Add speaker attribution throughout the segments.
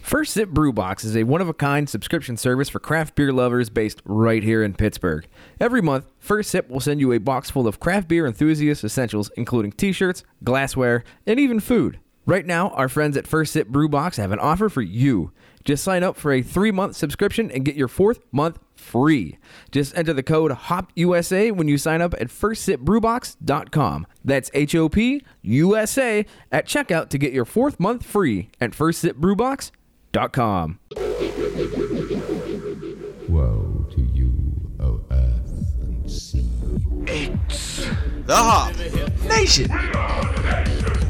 Speaker 1: First Sip Brew Box is a one of a kind subscription service for craft beer lovers based right here in Pittsburgh. Every month, First Sip will send you a box full of craft beer enthusiast essentials, including t shirts, glassware, and even food. Right now, our friends at First Sip Brew Box have an offer for you. Just sign up for a three month subscription and get your fourth month free. Just enter the code HOPUSA when you sign up at firstsipbrewbox.com. That's H O P U S A at checkout to get your fourth month free at firstsipbrewbox.com.
Speaker 2: Woe to you, O earth and sea.
Speaker 3: The Hop Nation.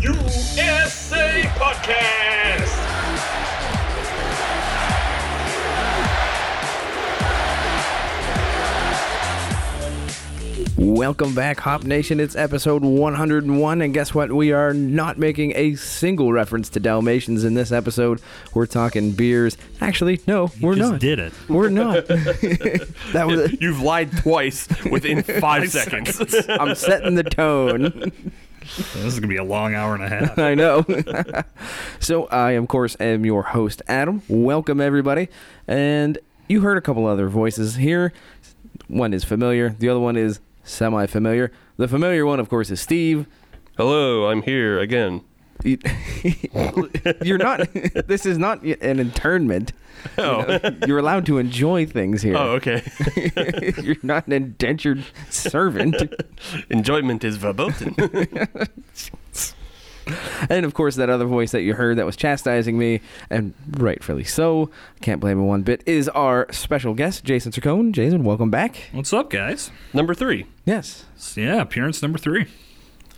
Speaker 4: USA Podcast.
Speaker 1: Welcome back, Hop Nation. It's episode 101, and guess what? We are not making a single reference to Dalmatians in this episode. We're talking beers. Actually, no, we're
Speaker 5: just
Speaker 1: not.
Speaker 5: did it.
Speaker 1: We're not. that was. it.
Speaker 6: You've lied twice within five seconds.
Speaker 1: I'm setting the tone.
Speaker 5: This is gonna be a long hour and a half.
Speaker 1: I know. so I, of course, am your host, Adam. Welcome everybody, and you heard a couple other voices here. One is familiar. The other one is semi-familiar. The familiar one, of course, is Steve.
Speaker 6: Hello, I'm here again.
Speaker 1: You- You're not. this is not an internment.
Speaker 6: Oh.
Speaker 1: You are allowed to enjoy things here.
Speaker 6: Oh, okay.
Speaker 1: You're not an indentured servant.
Speaker 6: Enjoyment is verboten.
Speaker 1: And of course, that other voice that you heard that was chastising me, and rightfully so, can't blame him one bit, is our special guest, Jason Sircone. Jason, welcome back.
Speaker 5: What's up, guys?
Speaker 6: Number three.
Speaker 1: Yes.
Speaker 5: So, yeah, appearance number three.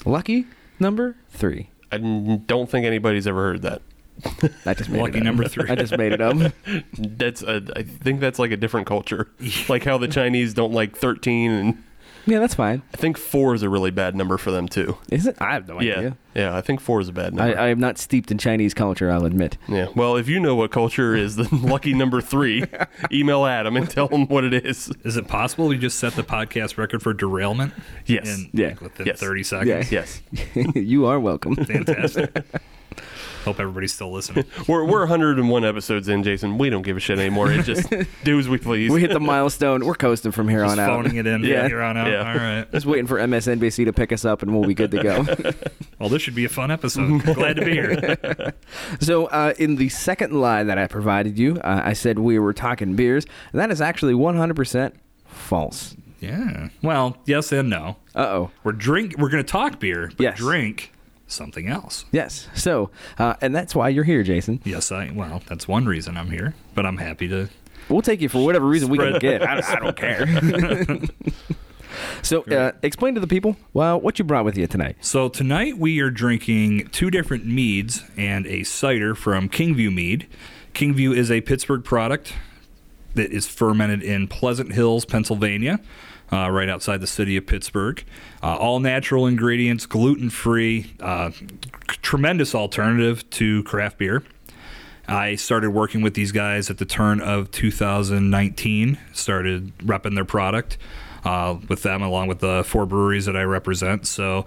Speaker 1: Lucky number three.
Speaker 6: I n- don't think anybody's ever heard that.
Speaker 1: I just made
Speaker 5: Lucky
Speaker 1: it up.
Speaker 5: number three.
Speaker 1: I just made it up.
Speaker 6: That's a, I think that's like a different culture. Like how the Chinese don't like 13 and
Speaker 1: yeah, that's fine.
Speaker 6: I think 4 is a really bad number for them too.
Speaker 1: Is it? I have no
Speaker 6: Yeah.
Speaker 1: idea.
Speaker 6: Yeah, I think 4 is a bad
Speaker 1: I,
Speaker 6: number.
Speaker 1: I am not steeped in Chinese culture, I'll admit.
Speaker 6: yeah. Well, if you know what culture is, then lucky number 3, email Adam and tell him what it is.
Speaker 5: Is it possible we just set the podcast record for derailment?
Speaker 6: Yes.
Speaker 5: In,
Speaker 1: Yeah.
Speaker 5: like, within
Speaker 6: Yes.
Speaker 5: 30 seconds.
Speaker 6: Yes.
Speaker 1: you are welcome.
Speaker 5: Fantastic. Hope everybody's still listening.
Speaker 6: We're we're 101 episodes in, Jason. We don't give a shit anymore. It just do as we please.
Speaker 1: We hit the milestone. We're coasting from here
Speaker 5: Just
Speaker 1: on out.
Speaker 5: phoning it in
Speaker 1: Yeah.
Speaker 5: from here on out.
Speaker 6: Yeah.
Speaker 5: All right.
Speaker 1: Just waiting for MSNBC to pick us up, and we'll be good to go.
Speaker 5: Well, this should be a fun episode. Glad to be here.
Speaker 1: So, uh, in the second lie that I provided you, uh, I said we were talking beers. And that is actually 100% false.
Speaker 5: Yeah. Well, yes and no.
Speaker 1: Uh oh.
Speaker 5: We're drink. We're gonna talk beer, but
Speaker 1: Yes.
Speaker 5: drink something else.
Speaker 1: Yes. So, uh, and that's why you're here, Jason.
Speaker 5: Yes, I. Well, that's one reason I'm here. But I'm happy to.
Speaker 1: We'll take you for whatever reason we can
Speaker 6: Spread-
Speaker 1: get. I, I don't care. so, uh, explain to the people well, what you brought with you tonight.
Speaker 5: So tonight we are drinking two different meads and a cider from Kingview Mead. Kingview is a Pittsburgh product that is fermented in Pleasant Hills, Pennsylvania, uh, right outside the city of Pittsburgh. Uh, all natural ingredients, gluten free, uh, tremendous alternative to craft beer. I started working with these guys at the turn of 2019. Started repping their product uh, with them, along with the four breweries that I represent. So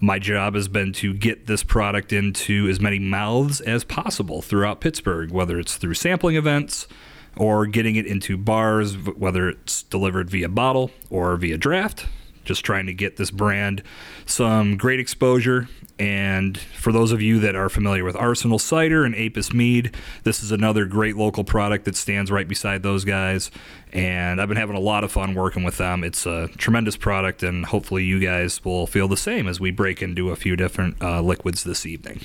Speaker 5: my job has been to get this product into as many mouths as possible throughout Pittsburgh, whether it's through sampling events or getting it into bars, v- whether it's delivered via bottle or via draft. Just trying to get this brand some great exposure. And for those of you that are familiar with Arsenal Cider and Apis Mead, this is another great local product that stands right beside those guys. And I've been having a lot of fun working with them. It's a tremendous product, and hopefully, you guys will feel the same as we break into a few different uh, liquids this evening.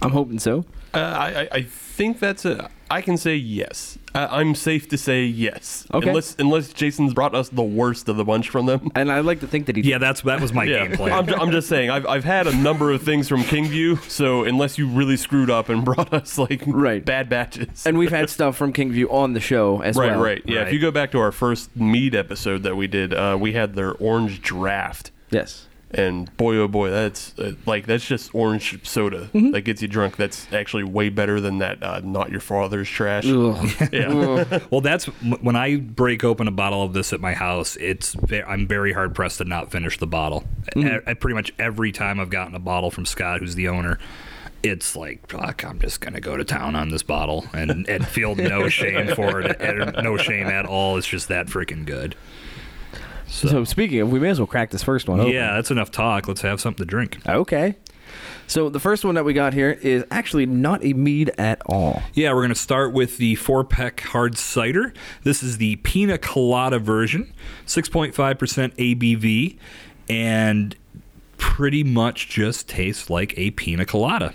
Speaker 1: I'm hoping so.
Speaker 6: Uh, I I- I think that's a. I can say yes. I, I'm safe to say yes.
Speaker 1: Okay.
Speaker 6: Unless unless Jason's brought us the worst of the bunch from them.
Speaker 1: And I like to think that he.
Speaker 5: Yeah, that's that was my game plan.
Speaker 6: I'm, I'm just saying. I've I've had a number of things from Kingview. So unless you really screwed up and brought us like
Speaker 1: Right.
Speaker 6: bad batches.
Speaker 1: And we've had stuff from Kingview on the show as
Speaker 6: Right,
Speaker 1: well.
Speaker 6: right. Yeah,
Speaker 5: Right.
Speaker 6: if you go back to our first mead episode that we did, uh, we had their orange draft.
Speaker 1: Yes.
Speaker 6: and boy oh boy that's uh, like that's just orange soda
Speaker 1: Mm-hmm.
Speaker 6: that gets you drunk that's actually way better than that uh, not your father's trash
Speaker 1: Ugh.
Speaker 6: yeah
Speaker 5: Well, that's when I break open a bottle of this at my house. It's ve- I'm very hard pressed E-, to not finish the bottle. I, I pretty much every time I've gotten a bottle from Scott, who's the owner, it's like fuck i'm just gonna go to town on this bottle and, and feel no shame for it and no shame at all it's just that freaking good
Speaker 1: So, speaking of, we may as well crack this first one. open.
Speaker 5: yeah that's enough talk let's have something to drink
Speaker 1: Okay. So the first one that we got here is actually not a mead at all.
Speaker 5: Yeah, we're going to start with the four peck hard cider. This is the pina colada version, 6.5% ABV, and pretty much just tastes like a pina colada.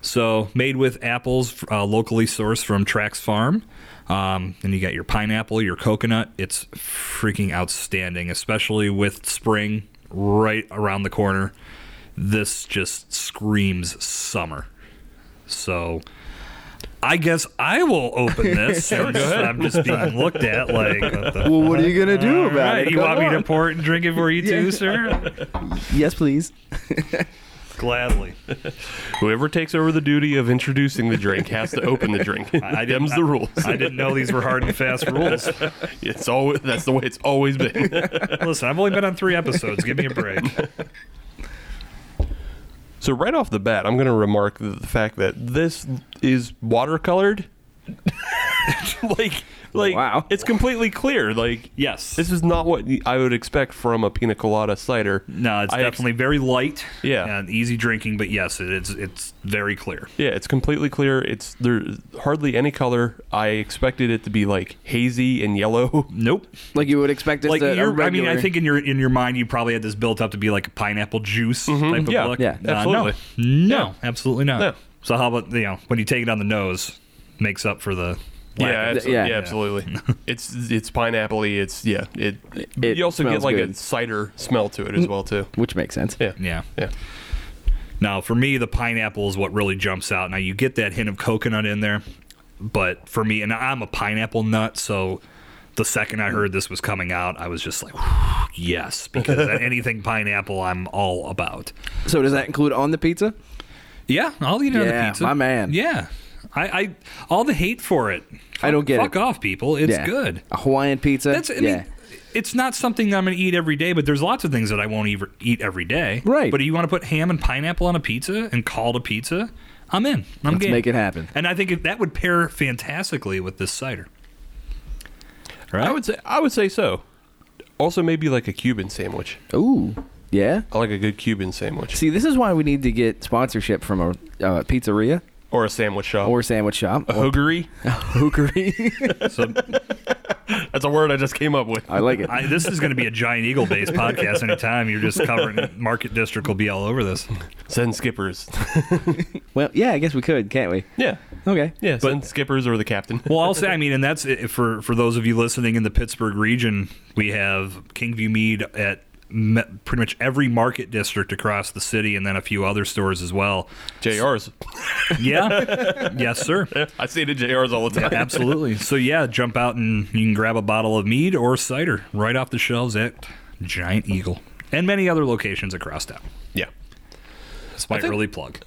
Speaker 5: So, made with apples uh, locally sourced from Trax Farm. Um, and you got your pineapple, your coconut. It's freaking outstanding, especially with spring right around the corner. This just screams summer. So, I guess I will open this. since I'm just being looked at like. What the
Speaker 1: Well, what are you gonna do
Speaker 5: all right, you want me to pour it and drink it for you too, sir?
Speaker 1: Yes, please.
Speaker 5: Gladly.
Speaker 6: Whoever takes over the duty of introducing the drink has to open the drink. I, Them's the rules.
Speaker 5: I didn't know these were hard and fast rules.
Speaker 6: It's always that's the way it's always been.
Speaker 5: Listen, I've only been on three episodes. Give me a break.
Speaker 6: so right off the bat, I'm going to remark the, the fact that this is watercolored. like, like
Speaker 1: Wow.
Speaker 6: it's completely clear. Like,
Speaker 5: Yes.
Speaker 6: this is not what I would expect from a pina colada cider.
Speaker 5: no, it's
Speaker 6: I ex-
Speaker 5: definitely very light.
Speaker 6: Yeah.
Speaker 5: And easy drinking, but yes, it, it's it's very clear.
Speaker 6: Yeah, it's completely clear. It's there's hardly any color. I expected it to be like hazy and yellow.
Speaker 5: Nope.
Speaker 1: Like you would expect us
Speaker 5: Like
Speaker 1: to. a
Speaker 5: you're, I mean, I
Speaker 1: regular-
Speaker 5: think in your in your mind, you probably had this built up to be like a pineapple juice type of
Speaker 6: Mm-hmm. Yeah,
Speaker 5: look.
Speaker 1: yeah,
Speaker 5: Uh, no.
Speaker 6: absolutely.
Speaker 5: No,
Speaker 6: Yeah.
Speaker 5: absolutely not.
Speaker 6: No.
Speaker 5: So how about you know when you take it on the nose, makes up for the lack
Speaker 6: Yeah,
Speaker 5: of-
Speaker 6: abso-
Speaker 1: yeah.
Speaker 6: yeah, absolutely. it's it's pineappley. It's yeah. It,
Speaker 1: It
Speaker 6: you also get
Speaker 1: smells
Speaker 6: like a
Speaker 1: good.
Speaker 6: cider smell to it as well too.
Speaker 1: which makes sense.
Speaker 6: Yeah,
Speaker 5: yeah.
Speaker 6: yeah.
Speaker 5: Now, for me, the pineapple is what really jumps out. Now, you get that hint of coconut in there, but for me, and I'm a pineapple nut, so the second I heard this was coming out, I was just like, "Whew, yes, because anything pineapple, I'm all about.
Speaker 1: So does that include on the pizza?
Speaker 5: Yeah, I'll eat another
Speaker 1: Yeah,
Speaker 5: pizza.
Speaker 1: my man.
Speaker 5: Yeah. I, I all the hate for it.
Speaker 1: I don't get
Speaker 5: fuck
Speaker 1: it.
Speaker 5: off, people. It's
Speaker 1: yeah.
Speaker 5: good.
Speaker 1: A Hawaiian pizza.
Speaker 5: That's I
Speaker 1: yeah.
Speaker 5: mean, it's not something that I'm going to eat every day, but there's lots of things that I won't ever eat every day.
Speaker 1: Right.
Speaker 5: But you want to put ham and pineapple on a pizza and call it a pizza? I'm in. I'm
Speaker 1: Let's
Speaker 5: game.
Speaker 1: make it happen.
Speaker 5: And I think if that would pair fantastically with this cider. Right.
Speaker 6: I would say I would say so. Also, maybe like a Cuban sandwich.
Speaker 1: Ooh. Yeah.
Speaker 6: I like a good Cuban sandwich
Speaker 1: See, this is why we need to get sponsorship from a uh, pizzeria
Speaker 6: or a sandwich shop
Speaker 1: or sandwich shop or
Speaker 6: hoogery.
Speaker 1: hookery.
Speaker 5: So
Speaker 6: That's a word I just came up with.
Speaker 1: I like it.
Speaker 5: I, this is going to be a giant eagle based podcast. Anytime you're just covering it. market district will be all over this.
Speaker 6: Send skippers.
Speaker 1: Well, yeah, I guess we could, can't we?
Speaker 6: yeah,
Speaker 1: Okay.
Speaker 6: yeah. send skippers or the captain.
Speaker 5: Well, I'll say, I mean, and that's it for for those of you listening in the Pittsburgh region. We have Kingview Mead at me- pretty much every market district across the city, and then a few other stores as well.
Speaker 6: JRs.
Speaker 5: Yeah, yes, sir.
Speaker 6: I say to JRs all the time.
Speaker 5: Absolutely. So yeah, jump out and you can grab a bottle of mead or cider right off the shelves at Giant Eagle and many other locations across town.
Speaker 6: Yeah.
Speaker 5: That's my
Speaker 6: think-
Speaker 5: early plug.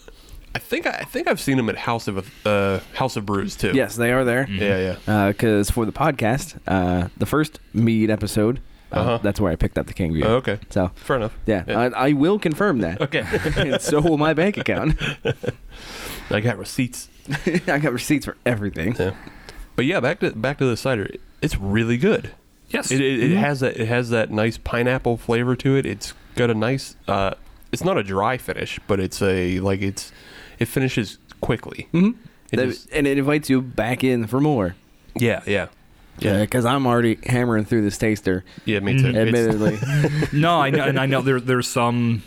Speaker 6: I think I, I think I've seen them at House of uh, House of Brews too.
Speaker 1: Yes, they are there.
Speaker 6: Yeah, yeah.
Speaker 1: because Uh, for the podcast, uh, the first mead episode, uh,
Speaker 6: Uh-huh.
Speaker 1: that's where I picked up the king view.
Speaker 6: Oh, okay.
Speaker 1: So,
Speaker 6: Fair enough.
Speaker 1: yeah, I, I will confirm that.
Speaker 6: okay.
Speaker 1: and so will my bank account.
Speaker 6: I got receipts.
Speaker 1: I got receipts for everything.
Speaker 6: Yeah. But yeah, back to back to the cider. It's really good.
Speaker 5: Yes.
Speaker 6: It, it, it has that it has that nice pineapple flavor to it. It's got a nice. Uh, it's not a dry finish, but it's a like it's it finishes quickly. Mm-hmm.
Speaker 1: That- and it invites you back in for more.
Speaker 6: yeah, yeah, yeah,
Speaker 1: because I'm already hammering through this taster. Mm-hmm.
Speaker 6: yeah. Me too. It's-
Speaker 1: Admittedly,
Speaker 5: No, I know, and I know there there's some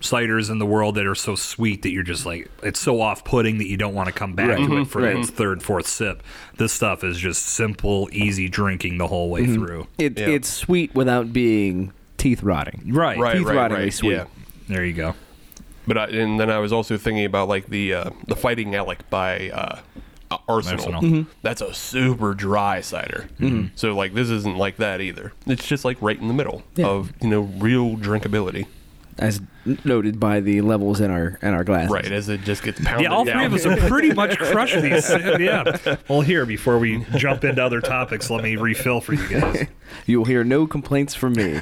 Speaker 5: ciders in the world that are so sweet that you're just like it's so off-putting that you don't want to come back to it for
Speaker 1: Right.
Speaker 5: its third, fourth sip. This stuff is just simple, easy drinking the whole way through.
Speaker 1: it,
Speaker 6: Yeah.
Speaker 1: it's sweet without being teeth rotting.
Speaker 5: Right.
Speaker 6: right,
Speaker 1: teeth
Speaker 6: right,
Speaker 1: rottingly
Speaker 6: right.
Speaker 1: sweet.
Speaker 6: Yeah.
Speaker 5: There you go.
Speaker 6: But I, and then I was also thinking about like the uh, the Fighting Elk by uh, uh, Arsenal.
Speaker 5: Arsenal.
Speaker 7: Mm-hmm.
Speaker 5: Mm-hmm.
Speaker 6: That's a super dry cider. So like this isn't like that either. It's just like right in the middle
Speaker 1: Yeah.
Speaker 6: of you know real drinkability.
Speaker 1: As noted by the levels in our in our glass.
Speaker 6: Right as it just gets pounded
Speaker 5: Yeah, all
Speaker 6: down.
Speaker 5: three of us are pretty much crushing these. uh, Yeah. Well, here before we jump into other topics, let me refill for you guys.
Speaker 1: You'll hear no complaints from me.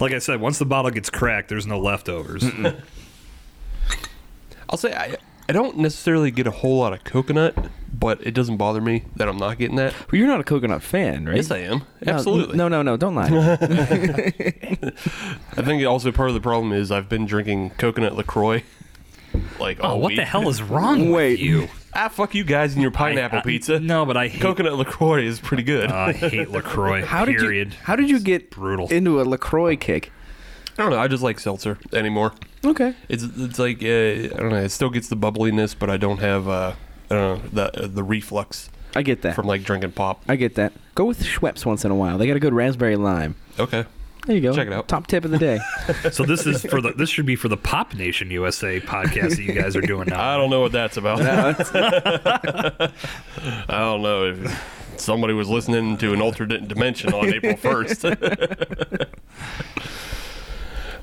Speaker 5: Like I said, once the bottle gets cracked, there's no leftovers.
Speaker 6: I'll say I, I don't necessarily get a whole lot of coconut, but it doesn't bother me that I'm not getting that.
Speaker 7: Well, you're not a coconut fan, right?
Speaker 6: Yes, I am.
Speaker 7: No,
Speaker 6: Absolutely.
Speaker 7: No, no, no. Don't lie.
Speaker 6: I think also part of the problem is I've been drinking coconut Lacroix. Like all
Speaker 5: Oh, what
Speaker 6: week.
Speaker 5: the hell is wrong
Speaker 7: Wait.
Speaker 5: with you?
Speaker 6: Ah, fuck you guys and your pineapple
Speaker 5: I-
Speaker 6: pizza.
Speaker 5: No, but I hate,
Speaker 6: coconut Lacroix is pretty good.
Speaker 5: I hate Lacroix.
Speaker 7: How did
Speaker 5: period.
Speaker 7: you? How did you get
Speaker 5: brutal.
Speaker 7: into a Lacroix kick?
Speaker 6: I don't know. I just like seltzer anymore.
Speaker 7: Okay.
Speaker 6: It's it's like uh, I don't know. It still gets the bubbliness, but I don't have uh, I don't know the the reflux
Speaker 7: I get that.
Speaker 6: from like drinking pop.
Speaker 7: I get that. Go with Schweppes once in a while. They got a good raspberry lime.
Speaker 6: Okay.
Speaker 7: There you go.
Speaker 6: Check it out.
Speaker 7: Top tip of the day.
Speaker 5: So this is for the this should be for the Pop Nation USA podcast that you guys are doing now.
Speaker 6: I don't know what that's about. I don't know if somebody was listening to an alternate dimension on April 1st.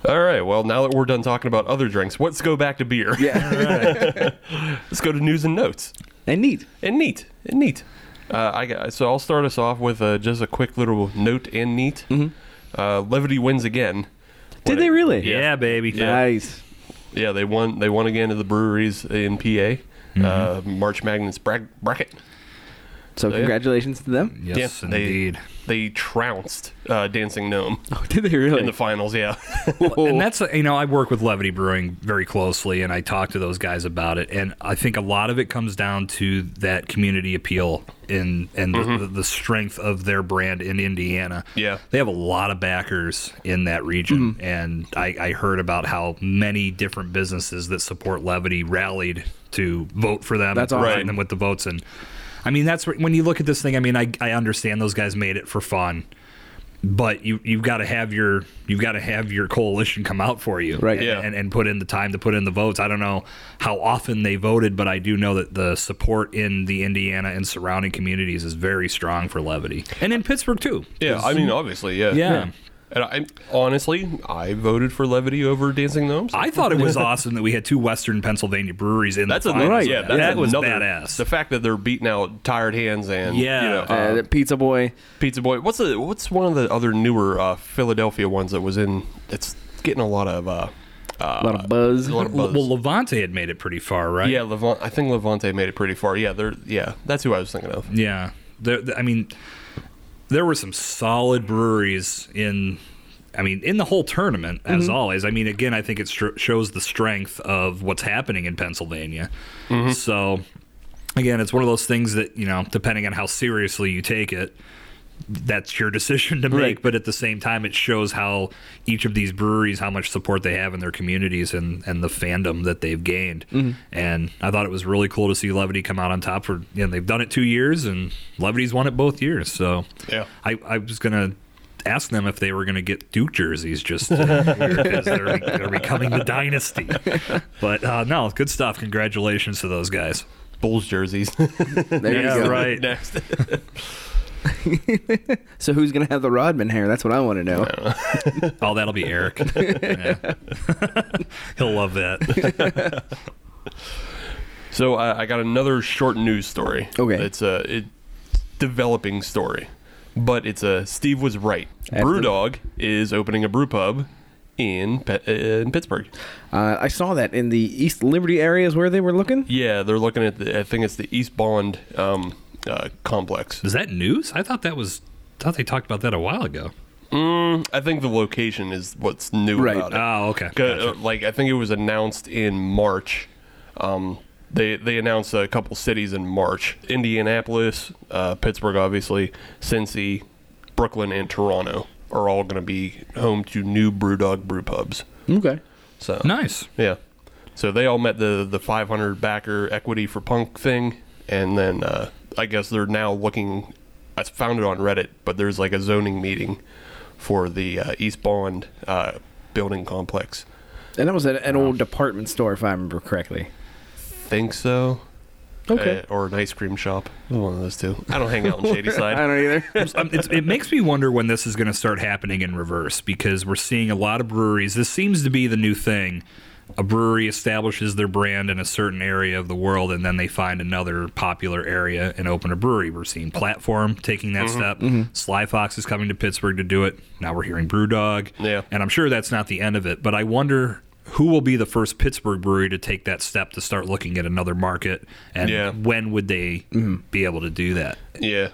Speaker 6: All right. Well, now that we're done talking about other drinks, let's go back to beer.
Speaker 7: yeah.
Speaker 6: Let's go to news and notes.
Speaker 7: and neat.
Speaker 6: And neat. And neat. Uh, I got, so I'll start us off with uh, just a quick little note and neat. Uh, Levity wins again.
Speaker 7: Did
Speaker 6: What
Speaker 7: they
Speaker 6: it-
Speaker 7: really?
Speaker 5: Yeah, baby.
Speaker 7: Nice.
Speaker 6: Yeah, they won. They won again at the breweries in PA. Uh,
Speaker 5: Mm-hmm.
Speaker 6: March Magnus bra- bracket.
Speaker 7: So
Speaker 6: yeah.
Speaker 7: congratulations to them.
Speaker 5: Yes,
Speaker 6: Yeah, they-
Speaker 5: indeed.
Speaker 6: They trounced uh, Dancing Gnome
Speaker 7: Oh, did they really?
Speaker 6: in the finals. Yeah,
Speaker 5: and that's you know I work with Levity Brewing very closely, and I talk to those guys about it, and I think a lot of it comes down to that community appeal and and
Speaker 7: Mm-hmm.
Speaker 5: the, the strength of their brand in Indiana.
Speaker 6: Yeah.
Speaker 5: they have a lot of backers in that region,
Speaker 7: Mm-hmm.
Speaker 5: and I, I heard about how many different businesses that support Levity rallied to vote for them.
Speaker 7: That's
Speaker 5: and
Speaker 7: awesome.
Speaker 5: provide them with the votes and. I mean, that's where- when you look at this thing. I mean, I, I understand those guys made it for fun, but you you've got to have your you've got to have your coalition come out for you,
Speaker 7: Right.
Speaker 5: And,
Speaker 6: Yeah.
Speaker 5: and, and put in the time to put in the votes. I don't know how often they voted, but I do know that the support in the Indiana and surrounding communities is very strong for Levity, and in Pittsburgh too.
Speaker 6: yeah. I mean, obviously, yeah,
Speaker 5: Yeah.
Speaker 6: And I honestly, I voted for Levity over Dancing Gnomes.
Speaker 5: I thought it was awesome that we had two Western Pennsylvania breweries in
Speaker 6: that's
Speaker 5: the
Speaker 6: a
Speaker 5: finals.
Speaker 7: Right.
Speaker 6: Yeah,
Speaker 5: That-
Speaker 6: that's
Speaker 5: that was
Speaker 6: another-
Speaker 5: badass.
Speaker 6: The fact that they're beating out Tired Hands and
Speaker 5: Yeah.
Speaker 6: you know,
Speaker 7: Uh,
Speaker 6: uh,
Speaker 7: the pizza boy.
Speaker 6: Pizza Boy. What's the what's one of the other newer uh, Philadelphia ones that was in? That's getting a lot of uh,
Speaker 7: A lot of buzz.
Speaker 6: a lot of buzz.
Speaker 5: well, Levante had made it pretty far, right?
Speaker 6: yeah, Levant. I think Levante made it pretty far. Yeah, they're yeah. That's who I was thinking of.
Speaker 5: Yeah, there, th- I mean, there were some solid breweries in. I mean, in the whole tournament, as always. I mean, again, I think it str- shows the strength of what's happening in Pennsylvania. So, again, it's one of those things that you know, depending on how seriously you take it, that's your decision to make.
Speaker 7: Right.
Speaker 5: But at the same time, it shows how each of these breweries, how much support they have in their communities and, and the fandom that they've gained. And I thought it was really cool to see Levity come out on top for, you know, they've done it two years and Levity's won it both years. So
Speaker 6: Yeah.
Speaker 5: I, I was going to ask them if they were going to get Duke jerseys just because they're, they're becoming the dynasty. But uh, no, good stuff. Congratulations to those guys.
Speaker 6: Bulls jerseys.
Speaker 7: There
Speaker 5: Yeah,
Speaker 7: you go.
Speaker 5: right.
Speaker 6: Next.
Speaker 7: So who's gonna have the Rodman hair? That's what I want to know.
Speaker 5: Oh, that'll be Eric. Yeah. He'll love that.
Speaker 6: So uh, I got another short news story.
Speaker 7: Okay.
Speaker 6: it's a it, developing story, but it's a Steve was right.
Speaker 7: After-
Speaker 6: Brewdog is opening a brew pub in Pe- uh, in Pittsburgh.
Speaker 7: Uh, I saw that in the East Liberty areas where they were looking.
Speaker 6: Yeah, they're looking at the I think it's the East Bond um, uh, complex.
Speaker 5: Is that news? I thought that was. Thought they talked about that a while ago.
Speaker 6: I think the location is what's new
Speaker 7: Right.
Speaker 6: about it.
Speaker 5: Oh, okay.
Speaker 6: Go-
Speaker 5: Gotcha.
Speaker 6: uh, Like I think it was announced in March. Um, they they announced a couple cities in March: Indianapolis, uh, Pittsburgh, obviously, Cincy, Brooklyn, and Toronto are all going to be home to new BrewDog brew pubs.
Speaker 7: Okay.
Speaker 6: So
Speaker 5: Nice.
Speaker 6: yeah, so they all met the the 500 backer equity for punk thing, and then uh, I guess they're now looking. I found it on Reddit, but there's like a zoning meeting for the uh, East Bond uh, building complex.
Speaker 7: And that was at an old department store, if I remember correctly.
Speaker 6: Think so.
Speaker 7: Okay.
Speaker 6: Uh, or an ice cream shop. One of those two. I don't hang out in Shady
Speaker 7: I
Speaker 6: Side.
Speaker 7: don't either.
Speaker 5: Um, it's, it makes me wonder when this is going to start happening in reverse because we're seeing a lot of breweries. This seems to be the new thing. A brewery establishes their brand in a certain area of the world, and then they find another popular area and open a brewery. We're seeing Platform taking
Speaker 6: Mm-hmm.
Speaker 5: that step. Sly Fox is coming to Pittsburgh to do it. Now we're hearing Brewdog.
Speaker 6: Yeah.
Speaker 5: And I'm sure that's not the end of it, but I wonder who will be the first Pittsburgh brewery to take that step to start looking at another market, and
Speaker 6: Yeah. Mm-hmm.
Speaker 5: when would they be able to do that?
Speaker 6: Yeah.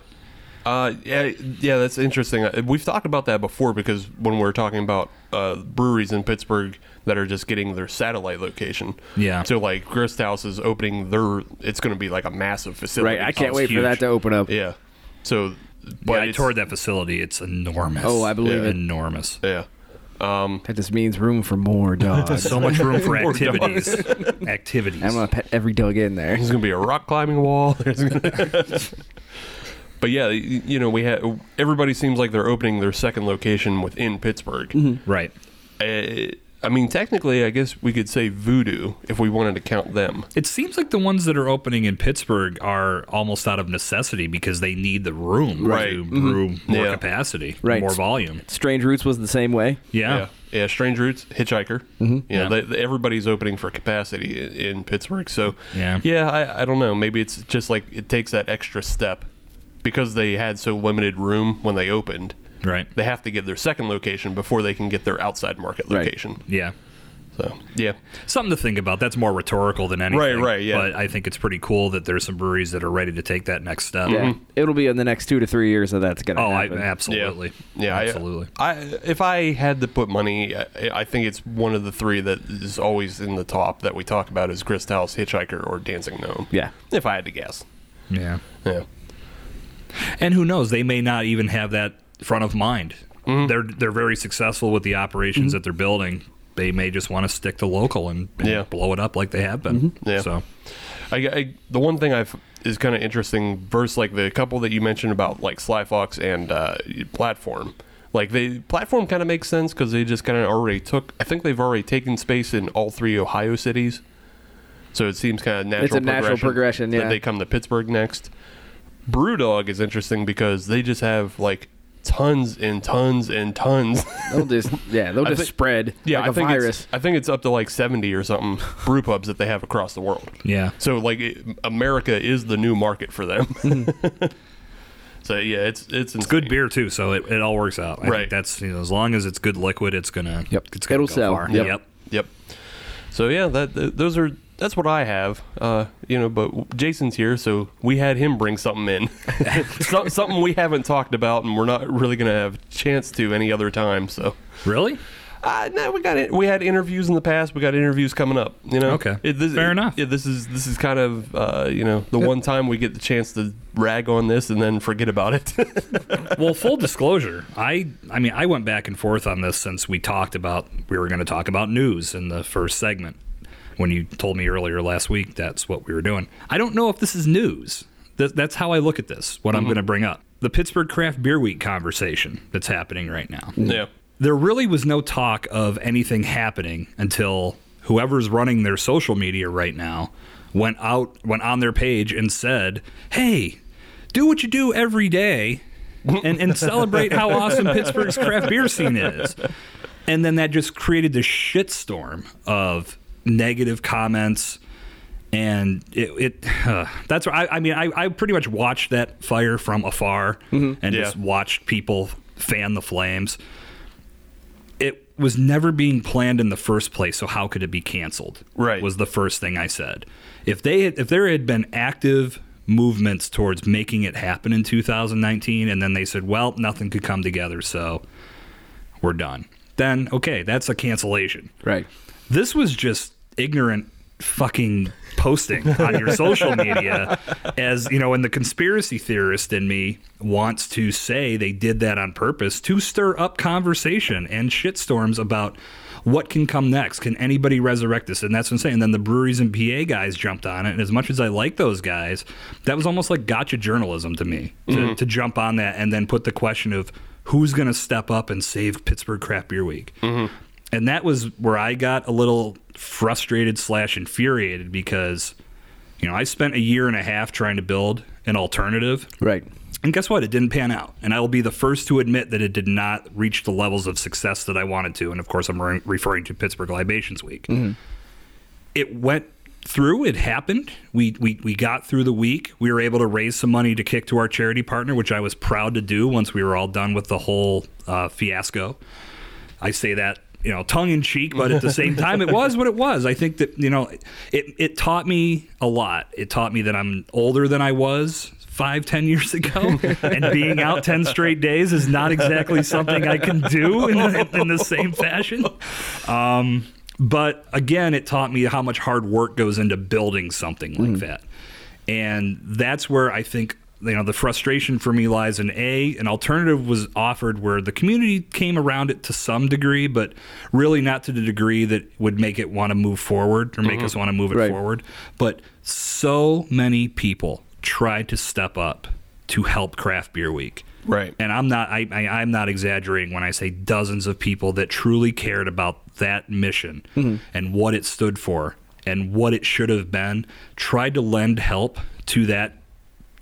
Speaker 6: Uh, yeah, yeah, that's interesting. Uh, We've talked about that before because when we were talking about uh, breweries in Pittsburgh that are just getting their satellite location.
Speaker 5: Yeah.
Speaker 6: So like Grist House is opening their. It's going to be like a massive facility.
Speaker 7: Right, I can't
Speaker 5: it's
Speaker 7: wait for that
Speaker 5: huge.
Speaker 7: to open up.
Speaker 6: Yeah. So, but
Speaker 5: yeah, I
Speaker 6: it's-
Speaker 5: toured that facility. It's enormous.
Speaker 7: Oh, I believe
Speaker 6: Yeah.
Speaker 7: it.
Speaker 5: enormous.
Speaker 6: Yeah.
Speaker 7: That just means room for more dogs.
Speaker 5: So much room for activities. activities.
Speaker 7: I'm gonna pet every dog in there.
Speaker 6: There's gonna be a rock climbing wall. There's gonna- but yeah, y- you know, we had everybody seems like they're opening their second location within Pittsburgh.
Speaker 7: Mm-hmm.
Speaker 5: right.
Speaker 6: Uh, I mean, technically, I guess we could say Voodoo if we wanted to count them.
Speaker 5: It seems like the ones that are opening in Pittsburgh are almost out of necessity because they need the room
Speaker 6: Right. Mm-hmm.
Speaker 5: to brew more
Speaker 6: Yeah.
Speaker 5: capacity,
Speaker 7: Right.
Speaker 5: more volume.
Speaker 7: Strange Roots was the same way.
Speaker 5: Yeah.
Speaker 6: yeah, yeah, Strange Roots, Hitchhiker. Mm-hmm. Yeah,
Speaker 5: Yeah.
Speaker 6: They, they- everybody's opening for capacity in, in Pittsburgh. So
Speaker 5: Yeah.
Speaker 6: yeah, I, I don't know. Maybe it's just like it takes that extra step because they had so limited room when they opened.
Speaker 5: Right.
Speaker 6: They have to get their second location before they can get their outside market
Speaker 7: Right.
Speaker 6: location.
Speaker 5: Yeah.
Speaker 6: So yeah,
Speaker 5: Something to think about. That's more rhetorical than anything.
Speaker 6: Right, right, yeah.
Speaker 5: But I think it's pretty cool that there's some breweries that are ready to take that next step.
Speaker 7: Yeah,
Speaker 6: Hmm.
Speaker 7: it'll be in the next two to three years that that's gonna
Speaker 5: Oh, I,
Speaker 7: happen.
Speaker 5: absolutely.
Speaker 6: yeah, I- uh,
Speaker 5: absolutely.
Speaker 6: I, if I had to put money, I, I think it's one of the three that is always in the top that we talk about is Grist House, Hitchhiker, or Dancing Gnome.
Speaker 7: Yeah.
Speaker 6: if I had to guess.
Speaker 5: yeah.
Speaker 6: Yeah,
Speaker 5: And who knows? They may not even have that front of mind.
Speaker 6: Mm-hmm.
Speaker 5: They're they're very successful with the operations that they're building. They may just want to stick to local and, and
Speaker 6: Yeah. Mm-hmm.
Speaker 5: blow it up like they have been.
Speaker 6: Yeah.
Speaker 5: So
Speaker 6: I, I- the one thing I've is kind of interesting versus like the couple that you mentioned about like Sly Fox and uh, Platform. Like they platform kind of makes sense because they just kind of already took. I think they've already taken space in all three Ohio cities, so it seems kind of natural.
Speaker 7: a natural progression,
Speaker 6: that
Speaker 7: yeah.
Speaker 6: they come to Pittsburgh next. Brewdog is interesting because they just have like tons and tons and tons.
Speaker 7: They'll just yeah, they'll
Speaker 6: I
Speaker 7: just
Speaker 6: think-
Speaker 7: spread
Speaker 6: yeah,
Speaker 7: like
Speaker 6: I
Speaker 7: a
Speaker 6: think
Speaker 7: virus.
Speaker 6: It's, I think it's up to like seventy or something brew pubs that they have across the world.
Speaker 5: yeah.
Speaker 6: So like it, America is the new market for them. so yeah, it's it's, it's
Speaker 5: Good beer too, so it, it all works out. I think
Speaker 6: Right.
Speaker 5: that's you know, as long as it's good liquid, it's gonna
Speaker 7: Yep.
Speaker 5: it's gonna
Speaker 7: It'll
Speaker 5: go
Speaker 7: sell.
Speaker 5: far.
Speaker 7: Yep.
Speaker 6: Yep. So yeah, that th- those are that's what I have. Uh, you know, but Jason's here, so we had him bring something in, so, something we haven't talked about, and we're not really gonna have chance to any other time. So.
Speaker 5: Really?
Speaker 6: Uh, no, we got it. We had interviews in the past. We got interviews coming up. You know,
Speaker 5: Okay.
Speaker 6: It- this-
Speaker 5: Fair
Speaker 6: it-
Speaker 5: enough.
Speaker 6: Yeah, this is this is kind of uh, you know the one time we get the chance to rag on this and then forget about it.
Speaker 5: well, full disclosure, I I mean I went back and forth on this since we talked about we were going to talk about news in the first segment when you told me earlier last week that's what we were doing. I don't know if this is news. Th- that's how I look at this. What I'm going to bring up the Pittsburgh Craft Beer Week conversation that's happening right now.
Speaker 6: yeah,
Speaker 5: There really was no talk of anything happening until whoever's running their social media right now went out went on their page and said, "Hey, do what you do every day and, and celebrate how awesome Pittsburgh's craft beer scene is." And then that just created this shitstorm of negative comments and it, it uh, that's where I, I mean I, I pretty much watched that fire from afar and
Speaker 6: Yeah.
Speaker 5: just watched people fan the flames it was never being planned in the first place, so how could it be canceled?
Speaker 6: Right.
Speaker 5: Was the first thing I said. If they had, if there had been active movements towards making it happen in 2019 and then they said, "Well, nothing could come together, so we're done." Then okay, that's a cancellation.
Speaker 7: Right.
Speaker 5: This was just ignorant fucking posting on your social media as you know and the conspiracy theorist in me wants to say they did that on purpose to stir up conversation and shitstorms about what can come next can anybody resurrect this and that's what i'm saying then the breweries and pa guys jumped on it and as much as i like those guys that was almost like gotcha journalism to me to, to jump on that and then put the question of who's going to step up and save pittsburgh craft beer week and that was where I got a little frustrated slash infuriated because, you know, I spent a year and a half trying to build an alternative,
Speaker 7: Right.
Speaker 5: and guess what? It didn't pan out. And I will be the first to admit that it did not reach the levels of success that I wanted to. And of course, I'm re- referring to Pittsburgh Libations Week. It went through. It happened. We, we we got through the week. We were able to raise some money to kick to our charity partner, which I was proud to do once we were all done with the whole uh, fiasco. I say that you know, tongue in cheek, but at the same time, it was what it was. I think that you know, it it taught me a lot. It taught me that I'm older than I was five, ten years ago, and being out ten straight days is not exactly something I can do in the, in the same fashion. Um, but again, it taught me how much hard work goes into building something like that, and that's where I think you know the frustration for me lies in a an alternative was offered where the community came around it to some degree but really not to the degree that would make it want to move forward or make us want to move it
Speaker 7: Right.
Speaker 5: forward but so many people tried to step up to help craft beer week
Speaker 6: Right.
Speaker 5: and i'm not I, I i'm not exaggerating when i say dozens of people that truly cared about that mission and what it stood for and what it should have been tried to lend help to that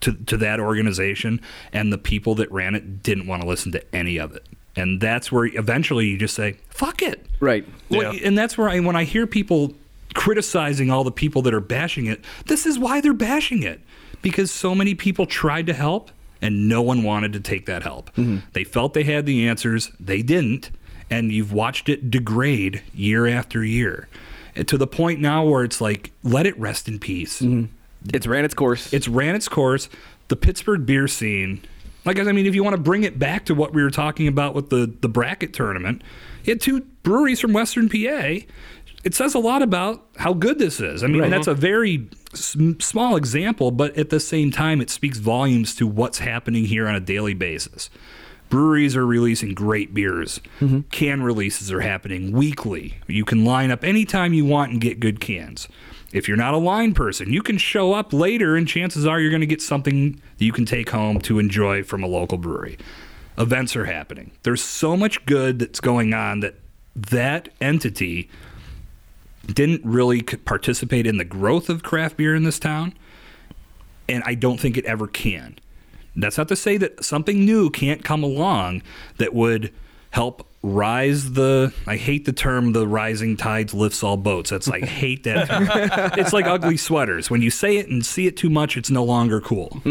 Speaker 5: to, to that organization and the people that ran it didn't want to listen to any of it and that's where eventually you just say fuck it
Speaker 7: Right.
Speaker 5: Well,
Speaker 6: Yeah.
Speaker 5: and that's where I when i hear people criticizing all the people that are bashing it this is why they're bashing it because so many people tried to help and no one wanted to take that help they felt they had the answers they didn't and you've watched it degrade year after year to the point now where it's like let it rest in peace
Speaker 7: It's ran its course.
Speaker 5: it's ran its course. The Pittsburgh beer scene, like I mean, if you want to bring it back to what we were talking about with the the bracket tournament, you had two breweries from Western PA. It says a lot about how good this is. I mean, that's a very sm- small example, but at the same time, it speaks volumes to what's happening here on a daily basis. Breweries are releasing great beers. Can releases are happening weekly. You can line up anytime you want and get good cans. If you're not a line person, you can show up later, and chances are you're going to get something that you can take home to enjoy from a local brewery. Events are happening. There's so much good that's going on that that entity didn't really c- participate in the growth of craft beer in this town, and I don't think it ever can. That's not to say that something new can't come along that would help rise the. I hate the term "the rising tides lifts all boats." That's like hate that. Term. it's like ugly sweaters. When you say it and see it too much, it's no longer cool.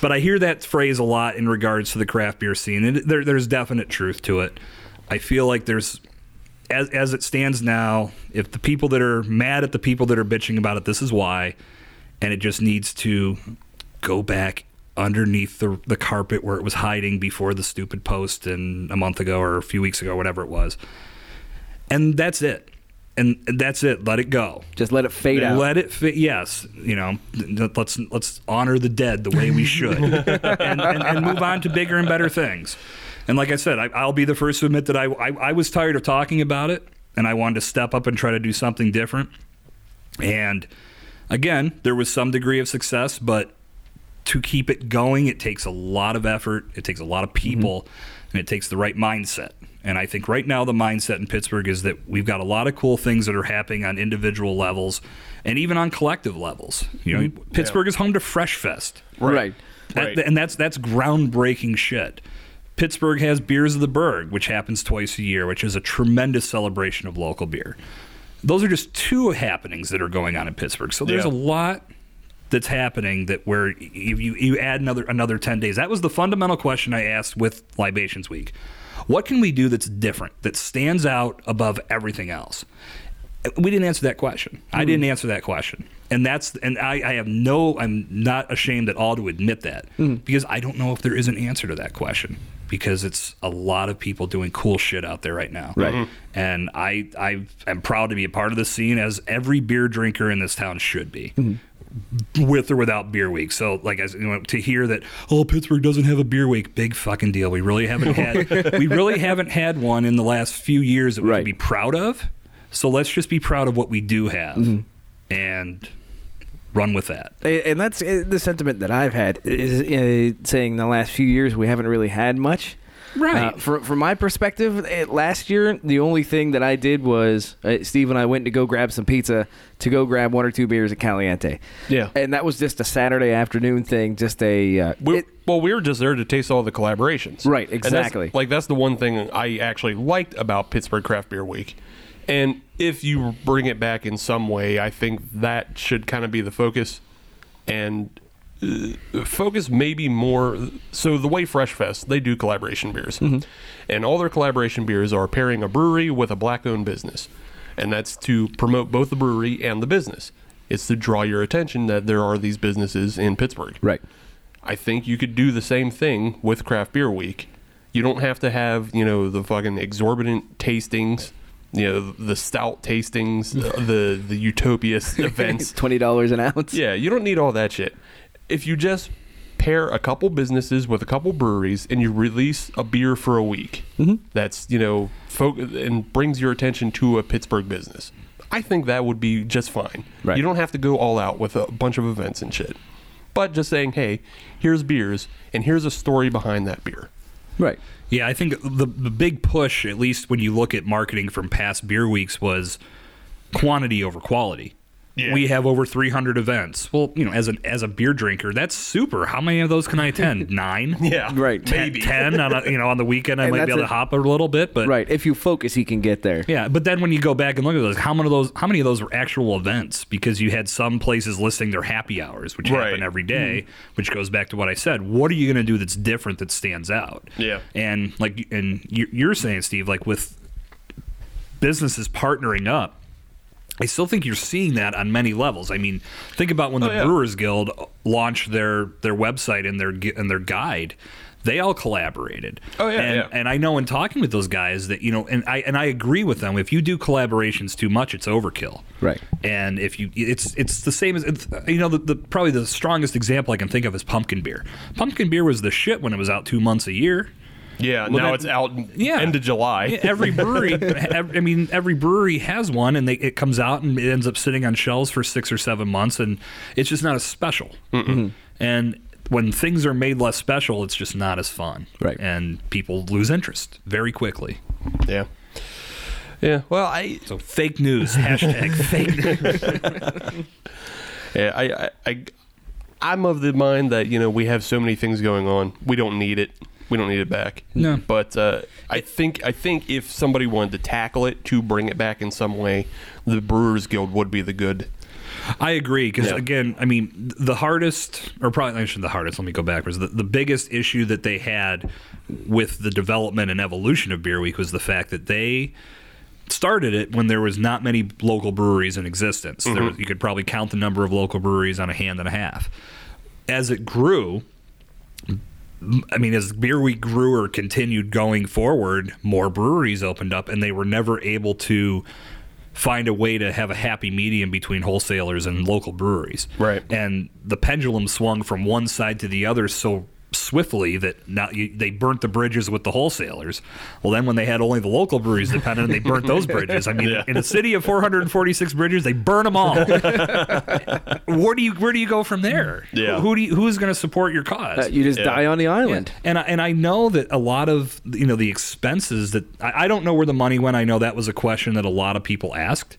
Speaker 5: But I hear that phrase a lot in regards to the craft beer scene, and there, there's definite truth to it. I feel like there's, as as it stands now, if the people that are mad at the people that are bitching about it, this is why, and it just needs to go back underneath the the carpet where it was hiding before the stupid post and a month ago or a few weeks ago, whatever it was, and that's it, and that's it. Let it go.
Speaker 7: Just let it fade out.
Speaker 5: Let it fit. Yes, you know, th- let's let's honor the dead the way we should, and, and, and move on to bigger and better things. And like I said, I, I'll be the first to admit that I, I I was tired of talking about it, and I wanted to step up and try to do something different. And again, there was some degree of success, but to keep it going, it takes a lot of effort, it takes a lot of
Speaker 6: Mm-hmm.
Speaker 5: people, and it takes the right mindset. And I think right now the mindset in Pittsburgh is that we've got a lot of cool things that are happening on individual levels and even on collective levels. You know, Pittsburgh is home to Fresh Fest.
Speaker 7: right.
Speaker 5: That-
Speaker 6: Mm-hmm. Right.
Speaker 5: and that's that's groundbreaking shit. Pittsburgh has Beers of the Berg, which happens twice a year, which is a tremendous celebration of local beer. Those are just two happenings that are going on in Pittsburgh. So there's
Speaker 6: Yeah.
Speaker 5: a lot that's happening that where if you, you add another another 10 days. That was the fundamental question I asked with Libations Week. What can we do that's different, that stands out above everything else? we didn't answer that question. I didn't answer that question, and that's and I, I have no. I'm not ashamed at all to admit that because I don't know if there is an answer to that question because it's a lot of people doing cool shit out there right now.
Speaker 7: Right. Mhm.
Speaker 5: And I I am proud to be a part of the scene as every beer drinker in this town should be. With or without beer week, so like as you know, to hear that oh Pittsburgh doesn't have a beer week, big fucking deal. We really haven't had we really haven't had one in the last few years that we
Speaker 7: Right.
Speaker 5: can be proud of. So let's just be proud of what we do have and run with that.
Speaker 7: A- And that's uh, the sentiment that I've had is uh, saying in the last few years we haven't really had much.
Speaker 5: Right.
Speaker 7: Uh, from, from my perspective, it, last year the only thing that I did was uh, Steve and I went to go grab some pizza to go grab one or two beers at Caliente.
Speaker 6: Yeah.
Speaker 7: And that was just a Saturday afternoon thing, just a uh,
Speaker 6: We,
Speaker 7: it-
Speaker 6: well, we were just there to taste all the collaborations.
Speaker 7: Right,
Speaker 6: And that's-
Speaker 7: exactly.
Speaker 6: like that's the one thing I actually liked about Pittsburgh Craft Beer Week. And if you bring it back in some way, I think that should kind of be the focus. And uh, focus maybe more so the way fresh fest they do collaboration beers
Speaker 7: Mm-hmm.
Speaker 6: and all their collaboration beers are pairing a brewery with a black owned business and that's to promote both the brewery and the business it's to draw your attention that there are these businesses in pittsburgh
Speaker 7: Right.
Speaker 6: i think you could do the same thing with craft beer week you don't have to have you know the fucking exorbitant tastings you know the stout tastings the the utopias events
Speaker 7: Twenty dollars an ounce.
Speaker 6: yeah, you don't need all that shit. If you just pair a couple businesses with a couple breweries and you release a beer for a week,
Speaker 5: Mm-hmm.
Speaker 6: that's you know, fo- and brings your attention to a Pittsburgh business. I think that would be just fine.
Speaker 7: Right.
Speaker 6: You don't have to go all out with a bunch of events and shit. But just saying, hey, here's beers and here's a story behind that beer.
Speaker 7: Right.
Speaker 5: Yeah, I think the the big push, at least when you look at marketing from past beer weeks, was quantity over quality. We have over 300 events. Well, you know, as an as a beer drinker, that's super. How many of those can I attend? Nine.
Speaker 6: Yeah.
Speaker 7: Right.
Speaker 5: Ten- Ten on a, you know on the weekend, I
Speaker 7: And
Speaker 5: might be
Speaker 7: that's
Speaker 5: able
Speaker 7: it.
Speaker 5: to hop a little bit, but
Speaker 7: Right. If you focus, he can get there.
Speaker 5: Yeah, but then when you go back and look at those, how many of those how many of those were actual events? Because you had some places listing their happy hours, which
Speaker 6: Right. Mm-hmm.
Speaker 5: happen every day, which goes back to what I said. What are you going to do that's different that stands out?
Speaker 6: Yeah.
Speaker 5: and like and you- you're saying, Steve, like with businesses partnering up. I still think you're seeing that on many levels. I mean, think about when the
Speaker 6: Oh, yeah.
Speaker 5: Brewers Guild launched their their website and their gu- and their guide. They all collaborated.
Speaker 6: Oh, yeah,
Speaker 5: and,
Speaker 6: yeah.
Speaker 5: and I know in talking with those guys that you know, and I and I agree with them. If you do collaborations too much, it's overkill.
Speaker 7: Right.
Speaker 5: And if you, it's it's the same as it's, you know the, the probably the strongest example I can think of is pumpkin beer. Pumpkin beer was the shit when it was out two months a year.
Speaker 6: Yeah. now
Speaker 5: that-
Speaker 6: it's out in-
Speaker 5: Yeah.
Speaker 6: end of July.
Speaker 5: Yeah, every brewery, ev I mean, every brewery has one, and they, it comes out and it ends up sitting on shelves for six or seven months, and it's just not as special. And when things are made less special, it's just not as fun,
Speaker 7: Right.
Speaker 5: And people lose interest very quickly.
Speaker 6: yeah. Yeah. Well, I
Speaker 5: So fake news hashtag fake news.
Speaker 6: Yeah, I, I, I, I'm of the mind that you know we have so many things going on, we don't need it. We don't need it back.
Speaker 5: No.
Speaker 6: But uh, I think I think if somebody wanted to tackle it to bring it back in some way, the Brewers Guild would be the good.
Speaker 5: I agree because
Speaker 6: Yeah.
Speaker 5: again, I mean, th- the hardest, or probably I shouldn't the hardest. Let me go backwards. The, the biggest issue that they had with the development and evolution of Beer Week was the fact that they started it when there was not many local breweries in existence. There was, you could probably count the number of local breweries on a hand and a half. As it grew, I mean, as Beer Week grew or continued going forward, more breweries opened up, and they were never able to find a way to have a happy medium between wholesalers and local breweries.
Speaker 6: Right.
Speaker 5: And the pendulum swung from one side to the other so swiftly that now you, they burnt the bridges with the wholesalers. Well, then when they had only the local breweries dependent, they burnt those bridges. I mean, in a city of 446 bridges, they burn them all. where do you where do you go from there?
Speaker 6: Yeah.
Speaker 5: Who do you, who's going to support your cause?
Speaker 7: Uh, you just
Speaker 6: Yeah.
Speaker 7: die on the island.
Speaker 5: And I, and I know that a lot of you know the expenses that I, I don't know where the money went. I know that was a question that a lot of people asked,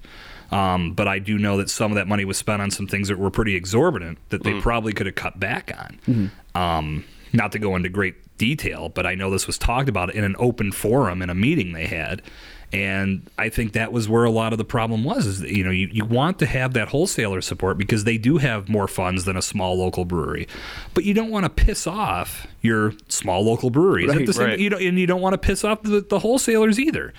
Speaker 5: um, but I do know that some of that money was spent on some things that were pretty exorbitant that they probably could have cut back on. Um, not to go into great detail, but I know this was talked about in an open forum in a meeting they had. And I think that was where a lot of the problem was. Is that, you know you, you want to have that wholesaler support because they do have more funds than a small local brewery, but you don't want to piss off your small local breweries. At
Speaker 7: Right,
Speaker 5: the same-
Speaker 6: right.
Speaker 5: you don't, and you don't want to piss off the, the wholesalers either.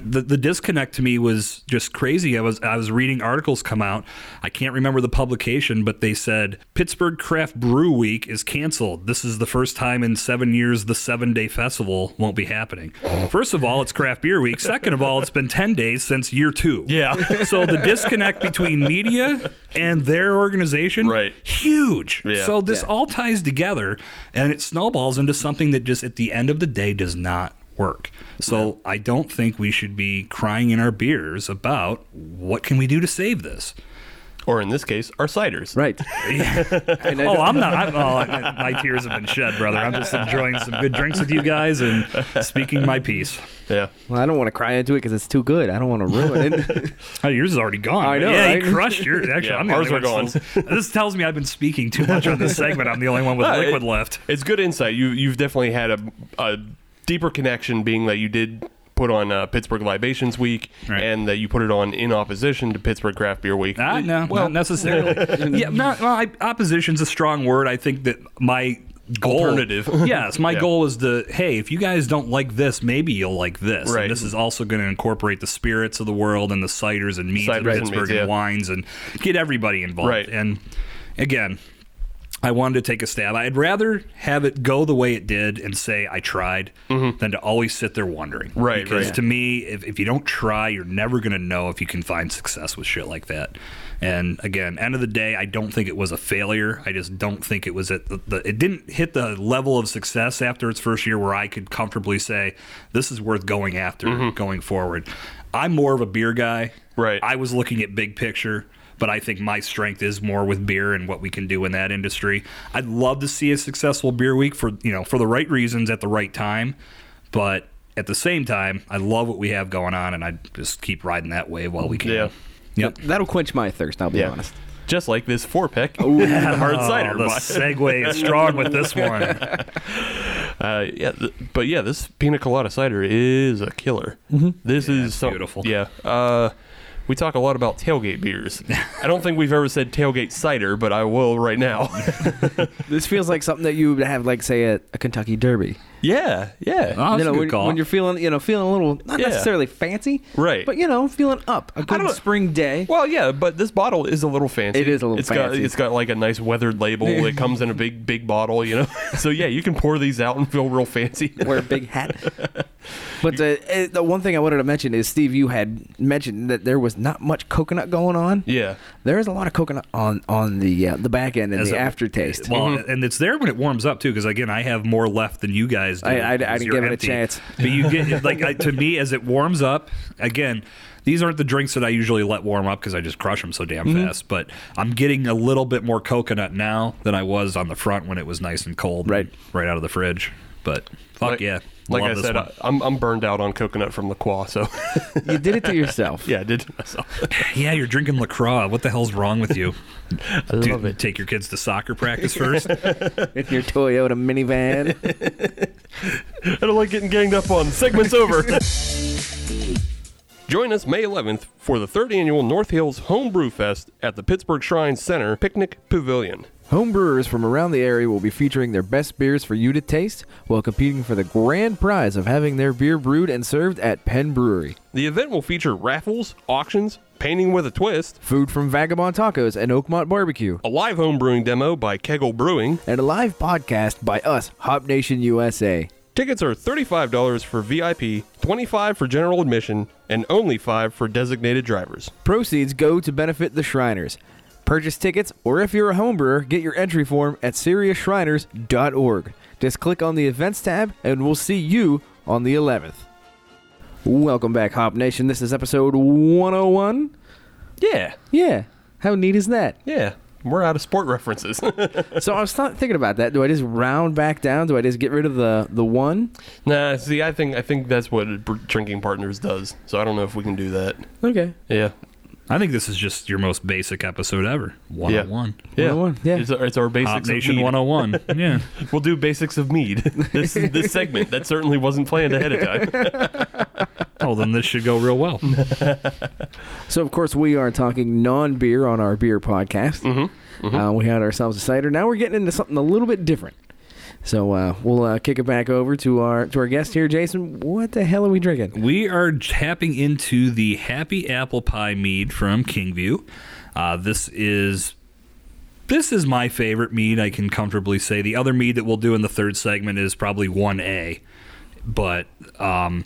Speaker 5: The, the disconnect to me was just crazy. I was I was reading articles come out. I can't remember the publication, but they said Pittsburgh Craft Brew Week is canceled. This is the first time in seven years the seven day festival won't be happening. First of all, it's Craft Beer Week. Second of all, it's been ten days since year two.
Speaker 6: Yeah.
Speaker 5: So the disconnect between media and their organization,
Speaker 6: Right.
Speaker 5: Huge.
Speaker 6: Yeah.
Speaker 5: So this all ties together and it snowballs into something that just at the end of the day does not work. So I don't think we should be crying in our beers about what can we do to save this.
Speaker 6: Or in this case, our ciders.
Speaker 7: Right. And I
Speaker 5: Oh,
Speaker 7: don't-
Speaker 5: I'm not. I'm, oh, my tears have been shed, brother. I'm just enjoying some good drinks with you guys and speaking my piece.
Speaker 6: Yeah.
Speaker 7: well, I don't want to cry into it because it's too good. I don't want to ruin it.
Speaker 5: Oh, yours is already gone.
Speaker 7: I know,
Speaker 5: Yeah,
Speaker 7: right?
Speaker 5: you crushed yours. Actually,
Speaker 6: Yeah,
Speaker 5: I'm the
Speaker 6: ours
Speaker 5: only
Speaker 6: were
Speaker 5: one.
Speaker 6: gone.
Speaker 5: still- This tells me I've been speaking too much on this segment. I'm the only one with
Speaker 6: Uh,
Speaker 5: liquid
Speaker 6: it-
Speaker 5: left.
Speaker 6: It's good insight. You you've definitely had a a deeper connection, being that you did put on uh, Pittsburgh Libations Week,
Speaker 5: Right.
Speaker 6: and that you put it on in opposition to Pittsburgh Craft Beer Week.
Speaker 5: Ah, no, not necessarily. yeah, not, well, I, opposition's a strong word. I think that my goal,
Speaker 6: Alternative.
Speaker 5: yes, my
Speaker 6: Yeah.
Speaker 5: goal is to hey, if you guys don't like this, maybe you'll like this.
Speaker 6: Right.
Speaker 5: And this is also going to incorporate the spirits of the world and the ciders and meats
Speaker 6: Ciders
Speaker 5: of
Speaker 6: and
Speaker 5: Pittsburgh
Speaker 6: meats, yeah.
Speaker 5: wines and get everybody involved.
Speaker 6: Right.
Speaker 5: And again. I wanted to take a stab. I'd rather have it go the way it did and say I tried than to always sit there wondering.
Speaker 6: Mm-hmm. Right,
Speaker 5: Because
Speaker 6: right.
Speaker 5: to me, if, if you don't try, you're never going to know if you can find success with shit like that. And again, end of the day, I don't think it was a failure. I just don't think it was at the, the it didn't hit the level of success after its first year where I could comfortably say this is worth going after going forward. I'm more of a beer guy.
Speaker 6: Right.
Speaker 5: I was looking at big picture, but I think my strength is more with beer and what we can do in that industry. I'd love to see a successful beer week for you know for the right reasons at the right time, but at the same time, I love what we have going on, and I just keep riding that wave while we can.
Speaker 6: Yeah.
Speaker 5: Yep.
Speaker 7: That'll quench my thirst. I'll be honest.
Speaker 6: Just like this four pack, hard cider.
Speaker 5: Oh, the segue is strong with this one.
Speaker 6: Uh, yeah, th- but yeah, this pina colada cider is a killer.
Speaker 7: Mm-hmm.
Speaker 6: This is
Speaker 5: it's
Speaker 6: some-
Speaker 5: beautiful.
Speaker 6: Yeah, uh, we talk a lot about tailgate beers. I don't think we've ever said tailgate cider, but I will right now.
Speaker 7: This feels like something that you would have, like, say, at a Kentucky Derby.
Speaker 6: yeah, yeah,
Speaker 5: Oh, that's
Speaker 7: you
Speaker 5: a
Speaker 7: know,
Speaker 5: good
Speaker 7: when,
Speaker 5: call.
Speaker 7: when you're feeling, you know, feeling a little not
Speaker 6: Yeah.
Speaker 7: necessarily fancy,
Speaker 6: Right.
Speaker 7: But you know, feeling up a good
Speaker 6: don't-
Speaker 7: spring day.
Speaker 6: Well, yeah, but this bottle is a little fancy.
Speaker 7: It is a little
Speaker 6: It's Got,
Speaker 7: fancy.
Speaker 6: it's got like a nice weathered label. it comes in a big, big bottle, you know. so yeah, you can pour these out and feel real fancy.
Speaker 7: wear a big hat. But uh, eh, the one thing I wanted to mention is Steve, you had mentioned that there was not much coconut going on.
Speaker 6: yeah,
Speaker 7: There is a lot of coconut on on the uh, the back end and
Speaker 5: As
Speaker 7: the
Speaker 5: a-
Speaker 7: aftertaste.
Speaker 5: Well, and it's there when it warms up too, because again, I have more left than you guys. Do
Speaker 7: I- I- I
Speaker 5: because
Speaker 7: didn't
Speaker 5: you're
Speaker 7: give it a
Speaker 5: empty.
Speaker 7: chance.
Speaker 5: But you get like I, to me as it warms up. Again, these aren't the drinks that I usually let warm up because I just crush them so damn
Speaker 7: Mm-hmm.
Speaker 5: fast. But I'm getting a little bit more coconut now than I was on the front when it was nice and cold,
Speaker 7: Right.
Speaker 5: right out of the fridge. But fuck
Speaker 6: Like-
Speaker 5: yeah,
Speaker 6: Like
Speaker 5: Love
Speaker 6: I
Speaker 5: this
Speaker 6: said, uh,
Speaker 5: one.
Speaker 6: I, I'm I'm burned out on coconut from LaCroix, so
Speaker 7: you did it to yourself.
Speaker 6: yeah, I did to myself.
Speaker 5: yeah, you're drinking Lacroix. What the hell's wrong with you? I
Speaker 6: love it.
Speaker 5: Take your kids to soccer practice first.
Speaker 7: in your Toyota minivan.
Speaker 6: I don't like getting ganged up on. Segment's over. Join us May 11th for the third annual North Hills Homebrew Fest at the Pittsburgh Shrine Center Picnic Pavilion.
Speaker 7: Home brewers from around the area will be featuring their best beers for you to taste while competing for the grand prize of having their beer brewed and served at Penn Brewery.
Speaker 6: The event will feature raffles, auctions, painting with a twist,
Speaker 7: Food from Vagabond Tacos and Oakmont Barbecue,
Speaker 6: a live homebrewing demo by Kegel Brewing.
Speaker 7: and a live podcast by us, Hop Nation USA.
Speaker 6: Tickets are $35 for VIP, 25 for general admission, and only 5 for designated drivers.
Speaker 7: Proceeds go to benefit the Shriners. Purchase tickets, or if you're a homebrewer, get your entry form at SeriousShriners.org. Just click on the events tab, and we'll see you on the 11th. Welcome back, Hop Nation. This is episode 101.
Speaker 6: Yeah,
Speaker 7: Yeah, how neat is that?
Speaker 6: yeah. We're out of sport references.
Speaker 7: so I was not thinking about that. Do I just round back down? Do I just get rid of the the one?
Speaker 6: nah, see, I think I think that's what Br- Drinking Partners does. So I don't know if we can do that.
Speaker 7: Okay.
Speaker 6: Yeah.
Speaker 5: I think this is just your most basic episode ever. 101.
Speaker 6: Yeah.
Speaker 7: 101, yeah.
Speaker 6: It's, our, it's our basics
Speaker 5: Hop
Speaker 6: of
Speaker 5: Nation
Speaker 6: mead.
Speaker 5: 101. yeah.
Speaker 6: We'll do basics of mead. This this segment that certainly wasn't planned ahead of time.
Speaker 5: Oh, then this should go real well.
Speaker 7: So of course we are talking non-beer on our beer podcast. Mm-hmm. Uh, we had ourselves a cider. Now we're getting into something a little bit different. So uh, we'll uh, kick it back over to our to our guest here, Jason. What the hell are we drinking?
Speaker 5: We are tapping into the Happy Apple Pie mead from Kingview. Uh, this is this is my favorite mead. I can comfortably say the other mead that we'll do in the third segment is probably one A, but um,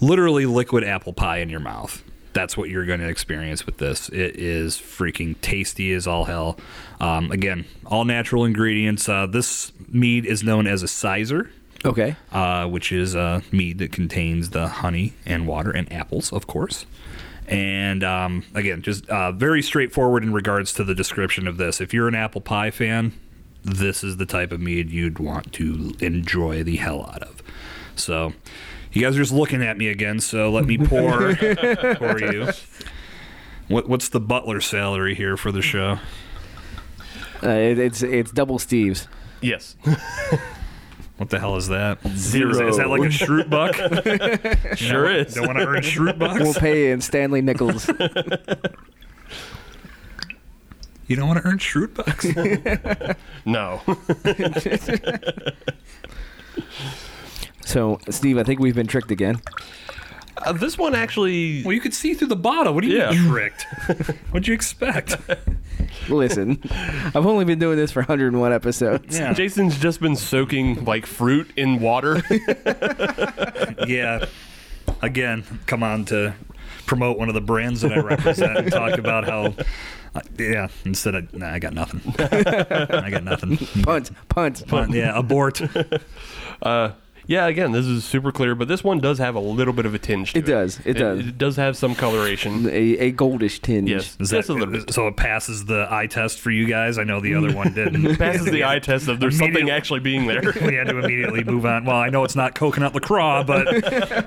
Speaker 5: literally liquid apple pie in your mouth. That's what you're going to experience with this. It is freaking tasty as all hell. Um, again, all natural ingredients. Uh, this mead is known as a sizer
Speaker 7: Okay.
Speaker 5: uh, which is a mead that contains the honey and water and apples, of course. And um, again, just uh, very straightforward in regards to the description of this. If you're an apple pie fan, this is the type of mead you'd want to enjoy the hell out of. So, you guys are just looking at me again. So let me pour for you. What, what's the butler salary here for the show?
Speaker 7: Uh, it, it's it's double Steve's.
Speaker 6: Yes.
Speaker 5: What the hell is that? Zero. Is, is that like a shroot buck?
Speaker 6: Sure is.
Speaker 5: Don't want to earn shroot bucks.
Speaker 7: We'll pay in Stanley Nichols.
Speaker 5: you don't want to earn shroot bucks.
Speaker 6: No.
Speaker 7: so, Steve, I think we've been tricked again.
Speaker 6: Uh, this one actually.
Speaker 5: well, you could see through the bottle. What do you
Speaker 6: Yeah.
Speaker 5: mean tricked? What'd you expect?
Speaker 7: Listen, I've only been doing this for 101 episodes.
Speaker 5: Yeah.
Speaker 6: Jason's just been soaking like fruit in water.
Speaker 5: yeah. Again, come on to promote one of the brands that I represent and talk about how. Uh, yeah. Instead of nah, I got nothing. I got nothing.
Speaker 7: Punt, punt.
Speaker 5: Fine, yeah, abort.
Speaker 6: yeah, again, this is super clear, but this one does have a little bit of a tinge. To it,
Speaker 7: It does, it does.
Speaker 6: It does have some coloration.
Speaker 7: A, a goldish tinge.
Speaker 6: Yes,
Speaker 5: Is
Speaker 6: just
Speaker 5: that-
Speaker 6: a little bit.
Speaker 5: So it passes the eye test for you guys. I know the other one didn't.
Speaker 6: Passes the eye test of there's something
Speaker 5: Immediately.
Speaker 6: actually being there.
Speaker 5: we had to immediately move on. Well, I know it's not coconut lacroix, but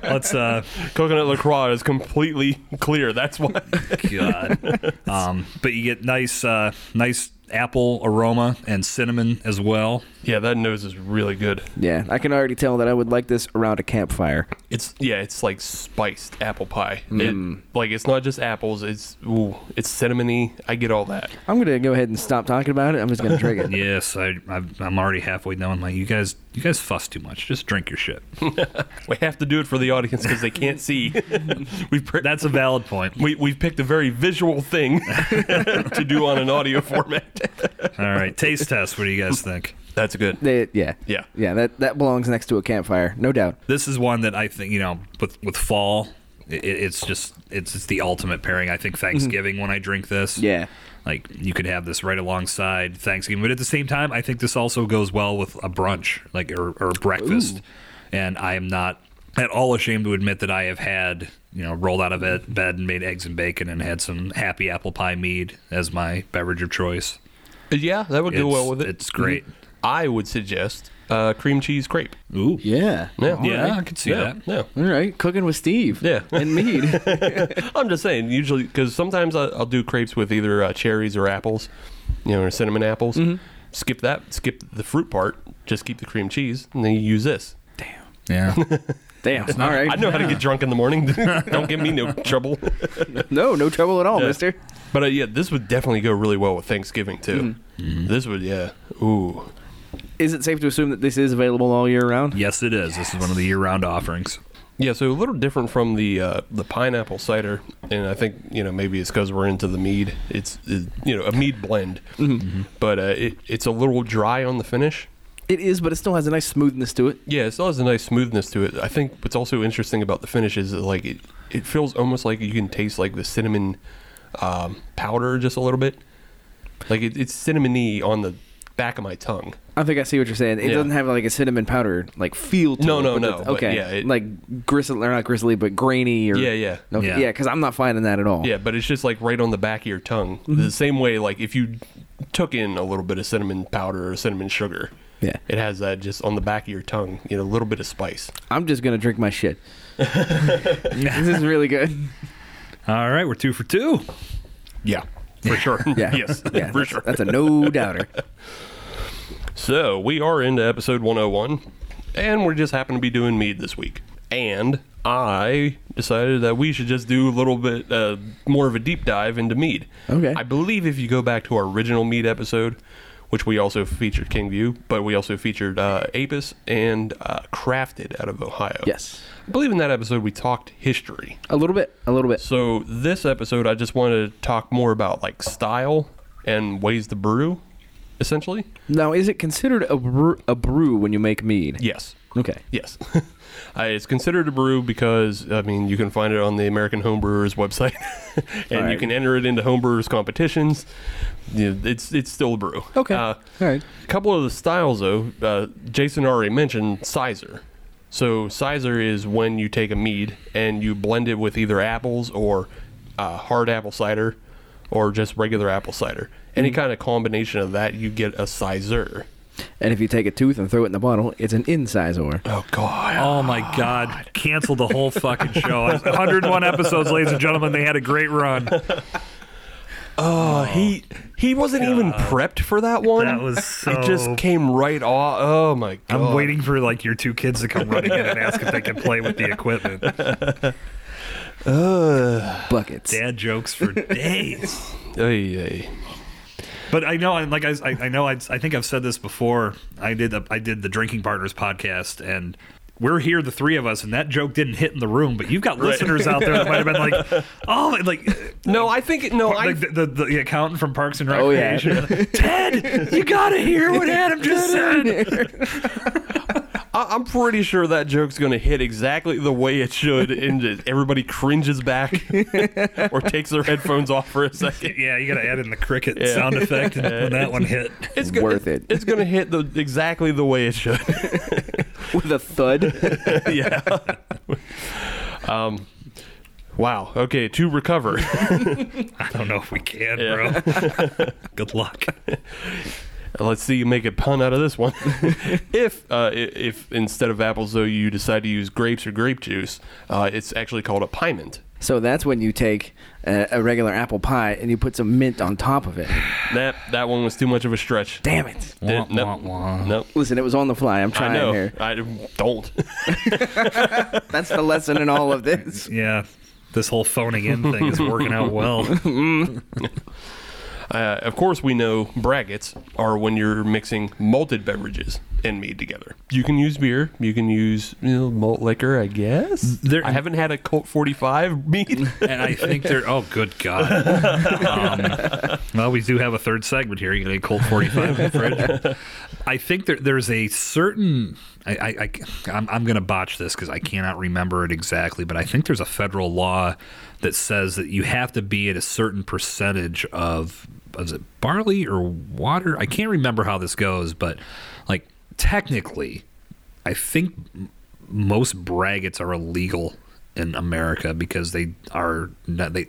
Speaker 5: let's. uh
Speaker 6: Coconut LaCroix is completely clear. That's why.
Speaker 5: God. Um, but you get nice, uh nice apple aroma and cinnamon as well.
Speaker 6: yeah, that nose is really good.
Speaker 7: Yeah, I can already tell that I would like this around a campfire.
Speaker 6: It's yeah, it's like spiced apple pie.
Speaker 5: Mm.
Speaker 6: It, like it's not just apples. It's ooh, it's cinnamony. I get all that.
Speaker 7: I'm going to go ahead and stop talking about it. I'm just going to drink it.
Speaker 5: Yes, I, I, I'm already halfway done. I'm like, you guys, you guys fuss too much. Just drink your shit.
Speaker 6: We have to do it for the audience because they can't see. we've pr-
Speaker 5: That's a valid point.
Speaker 6: we, we've picked a very visual thing to do on an audio format.
Speaker 5: All right, taste test. What do you guys think?
Speaker 6: That's good.
Speaker 7: They- yeah.
Speaker 6: Yeah.
Speaker 7: Yeah, that, that belongs next to a campfire, no doubt.
Speaker 5: This is one that I think you know with with fall. It, it's just it's, it's the ultimate pairing. I
Speaker 6: Mm-hmm.
Speaker 5: think Thanksgiving when I drink this.
Speaker 7: Yeah.
Speaker 5: Like you could have this right alongside Thanksgiving, but at the same time, I think this also goes well with a brunch, like or, or breakfast. And I am not at all ashamed to admit that I have had you know rolled out of bed, bed and made eggs and bacon and had some happy apple pie mead as my beverage of choice.
Speaker 6: Yeah, that would
Speaker 5: It's,
Speaker 6: go well with it.
Speaker 5: It's great.
Speaker 6: I would suggest uh, cream cheese crepe.
Speaker 5: Ooh,
Speaker 7: Yeah.
Speaker 6: Yeah,
Speaker 5: yeah, I could see
Speaker 6: yeah,
Speaker 5: that.
Speaker 6: yeah.
Speaker 7: All right, cooking with Steve.
Speaker 6: Yeah.
Speaker 7: And mead.
Speaker 6: I'm just saying, usually because sometimes I, I'll do crepes with either uh, cherries or apples, you know, or cinnamon apples. Skip that, skip the fruit part, just keep the cream cheese, and then you use this.
Speaker 5: Yeah.
Speaker 7: Damn. All right.
Speaker 6: I know how to get drunk in the morning. Don't give me no trouble.
Speaker 7: No, no trouble at all, mister.
Speaker 6: But uh, yeah, this would definitely go really well with Thanksgiving too. This would, yeah. Ooh,
Speaker 7: Is it safe to assume that this is available all year round?
Speaker 5: Yes, it is. This is one of the year-round offerings.
Speaker 6: yeah. So a little different from the uh, the pineapple cider, and I think you know maybe it's because we're into the mead. It's, it- you know a mead blend, but uh, it, it's a little dry on the finish.
Speaker 7: It is, but it still has a nice smoothness to it.
Speaker 6: Yeah, it still has a nice smoothness to it. I think what's also interesting about the finish is that, like it, it feels almost like you can taste like the cinnamon um, powder just a little bit. Like it, it's cinnamony on the back of my tongue.
Speaker 7: I think I see what you're saying. It
Speaker 6: Yeah.
Speaker 7: doesn't have like a cinnamon powder like feel to
Speaker 6: No,
Speaker 7: it.
Speaker 6: no,
Speaker 7: but
Speaker 6: no,
Speaker 7: it's-
Speaker 6: but
Speaker 7: Okay.
Speaker 6: yeah, it-
Speaker 7: like gristle or not gristly, but grainy or
Speaker 6: Yeah, yeah.
Speaker 7: Okay,
Speaker 5: Yeah.
Speaker 7: yeah, because I'm not finding that at all.
Speaker 6: Yeah, but it's just like right on the back of your tongue.
Speaker 7: Mm-hmm.
Speaker 6: The same way, like if you took in a little bit of cinnamon powder or cinnamon sugar,
Speaker 7: Yeah.
Speaker 6: it has that just on the back of your tongue. You know, a little bit of spice.
Speaker 7: I'm just gonna drink my shit. this is really good.
Speaker 5: All right, we're two for two.
Speaker 6: Yeah, for sure.
Speaker 7: Yeah.
Speaker 6: yes,
Speaker 7: Yeah.
Speaker 6: for
Speaker 7: that's,
Speaker 6: sure.
Speaker 7: That's a no doubter.
Speaker 6: So we are into episode 101, and we just happen to be doing mead this week. And I decided that we should just do a little bit uh, more of a deep dive into mead.
Speaker 7: Okay.
Speaker 6: I believe if you go back to our original mead episode, which we also featured Kingview, but we also featured uh, Apis and uh, Crafted out of Ohio.
Speaker 7: Yes.
Speaker 6: I believe in that episode we talked history.
Speaker 7: A little bit. A little bit.
Speaker 6: So this episode, I just wanted to talk more about like style and ways to brew, essentially.
Speaker 7: Now, is it considered a brew, a brew when you make mead?
Speaker 6: Yes.
Speaker 7: Okay.
Speaker 6: Yes. uh, it's considered a brew because, I mean, you can find it on the American Homebrewers website and you
Speaker 7: Alright.
Speaker 6: can enter it into homebrewers competitions. You know, it's, it's still a brew.
Speaker 7: Okay.
Speaker 6: Uh,
Speaker 7: all right.
Speaker 6: a couple of the styles, though, uh, Jason already mentioned sizer. So, sizer is when you take a mead and you blend it with either apples or uh, hard apple cider or just regular apple cider. Any
Speaker 7: Mm-hmm.
Speaker 6: kind of combination of that, you get a sizer.
Speaker 7: And if you take a tooth and throw it in the bottle, it's an incisor.
Speaker 6: Oh, God.
Speaker 5: Oh my God! Cancel the whole fucking show. 101 episodes, ladies and gentlemen. They had a great run.
Speaker 6: Uh, he he wasn't even prepped for that one.
Speaker 5: That was so-
Speaker 6: It just came right off. Oh my god!
Speaker 5: I'm waiting for like your two kids to come running in and ask if they can play with the equipment.
Speaker 7: Buckets.
Speaker 5: Dad jokes for days.
Speaker 6: Ay, ay.
Speaker 5: But I know, and like I, I I know, I, I think I've said this before. I did, the, I did the Drinking Partners podcast, and we're here, the three of us, and that joke didn't hit in the room. But you've got listeners out there that might have been like, oh, like,
Speaker 6: No, I think it- no. I
Speaker 5: like the, the, the accountant from Parks and
Speaker 7: Oh, yeah.
Speaker 5: Recreation. Ted, you gotta hear what Adam just said.
Speaker 6: I- I'm pretty sure that joke's going to hit exactly the way it should, and just everybody cringes back or takes their headphones off for a second.
Speaker 5: Yeah, you gotta add in the cricket
Speaker 6: Yeah.
Speaker 5: sound effect when that one hit.
Speaker 6: It's go-
Speaker 7: Worth it.
Speaker 6: It's going to hit the exactly the way it should.
Speaker 7: With a thud.
Speaker 6: yeah. um. Wow. Okay. To recover.
Speaker 5: I don't know if we can,
Speaker 6: Yeah.
Speaker 5: bro. Good luck.
Speaker 6: Let's see you make a pun out of this one. if uh, i- if instead of apples though you decide to use grapes or grape juice, uh, it's actually called a piment.
Speaker 7: so that's when you take a, a regular apple pie and you put some mint on top of it.
Speaker 6: That that one was too much of a stretch.
Speaker 7: Damn it.
Speaker 6: Did- no, no.
Speaker 7: Listen, it was on the fly. I'm
Speaker 6: I
Speaker 7: trying
Speaker 6: know.
Speaker 7: here.
Speaker 6: I don't.
Speaker 7: That's the lesson in all of this.
Speaker 5: Yeah, this whole phoning in thing is working out well.
Speaker 6: Uh, of course, we know brackets are when you're mixing malted beverages and mead together. You can use beer. You can use you know, malt liquor, I guess.
Speaker 5: there-
Speaker 6: I haven't had a Colt 45 mead.
Speaker 5: And I think they're oh good god. Um, well, we do have a third segment here. You got a cold forty five in the fridge. I think there, there's a certain. I, I, I I'm, I'm going to botch this because I cannot remember it exactly, but I think there's a federal law that says that you have to be at a certain percentage of is it barley or water? I can't remember how this goes, but like technically, I think m- most braggots are illegal in America because they are not, they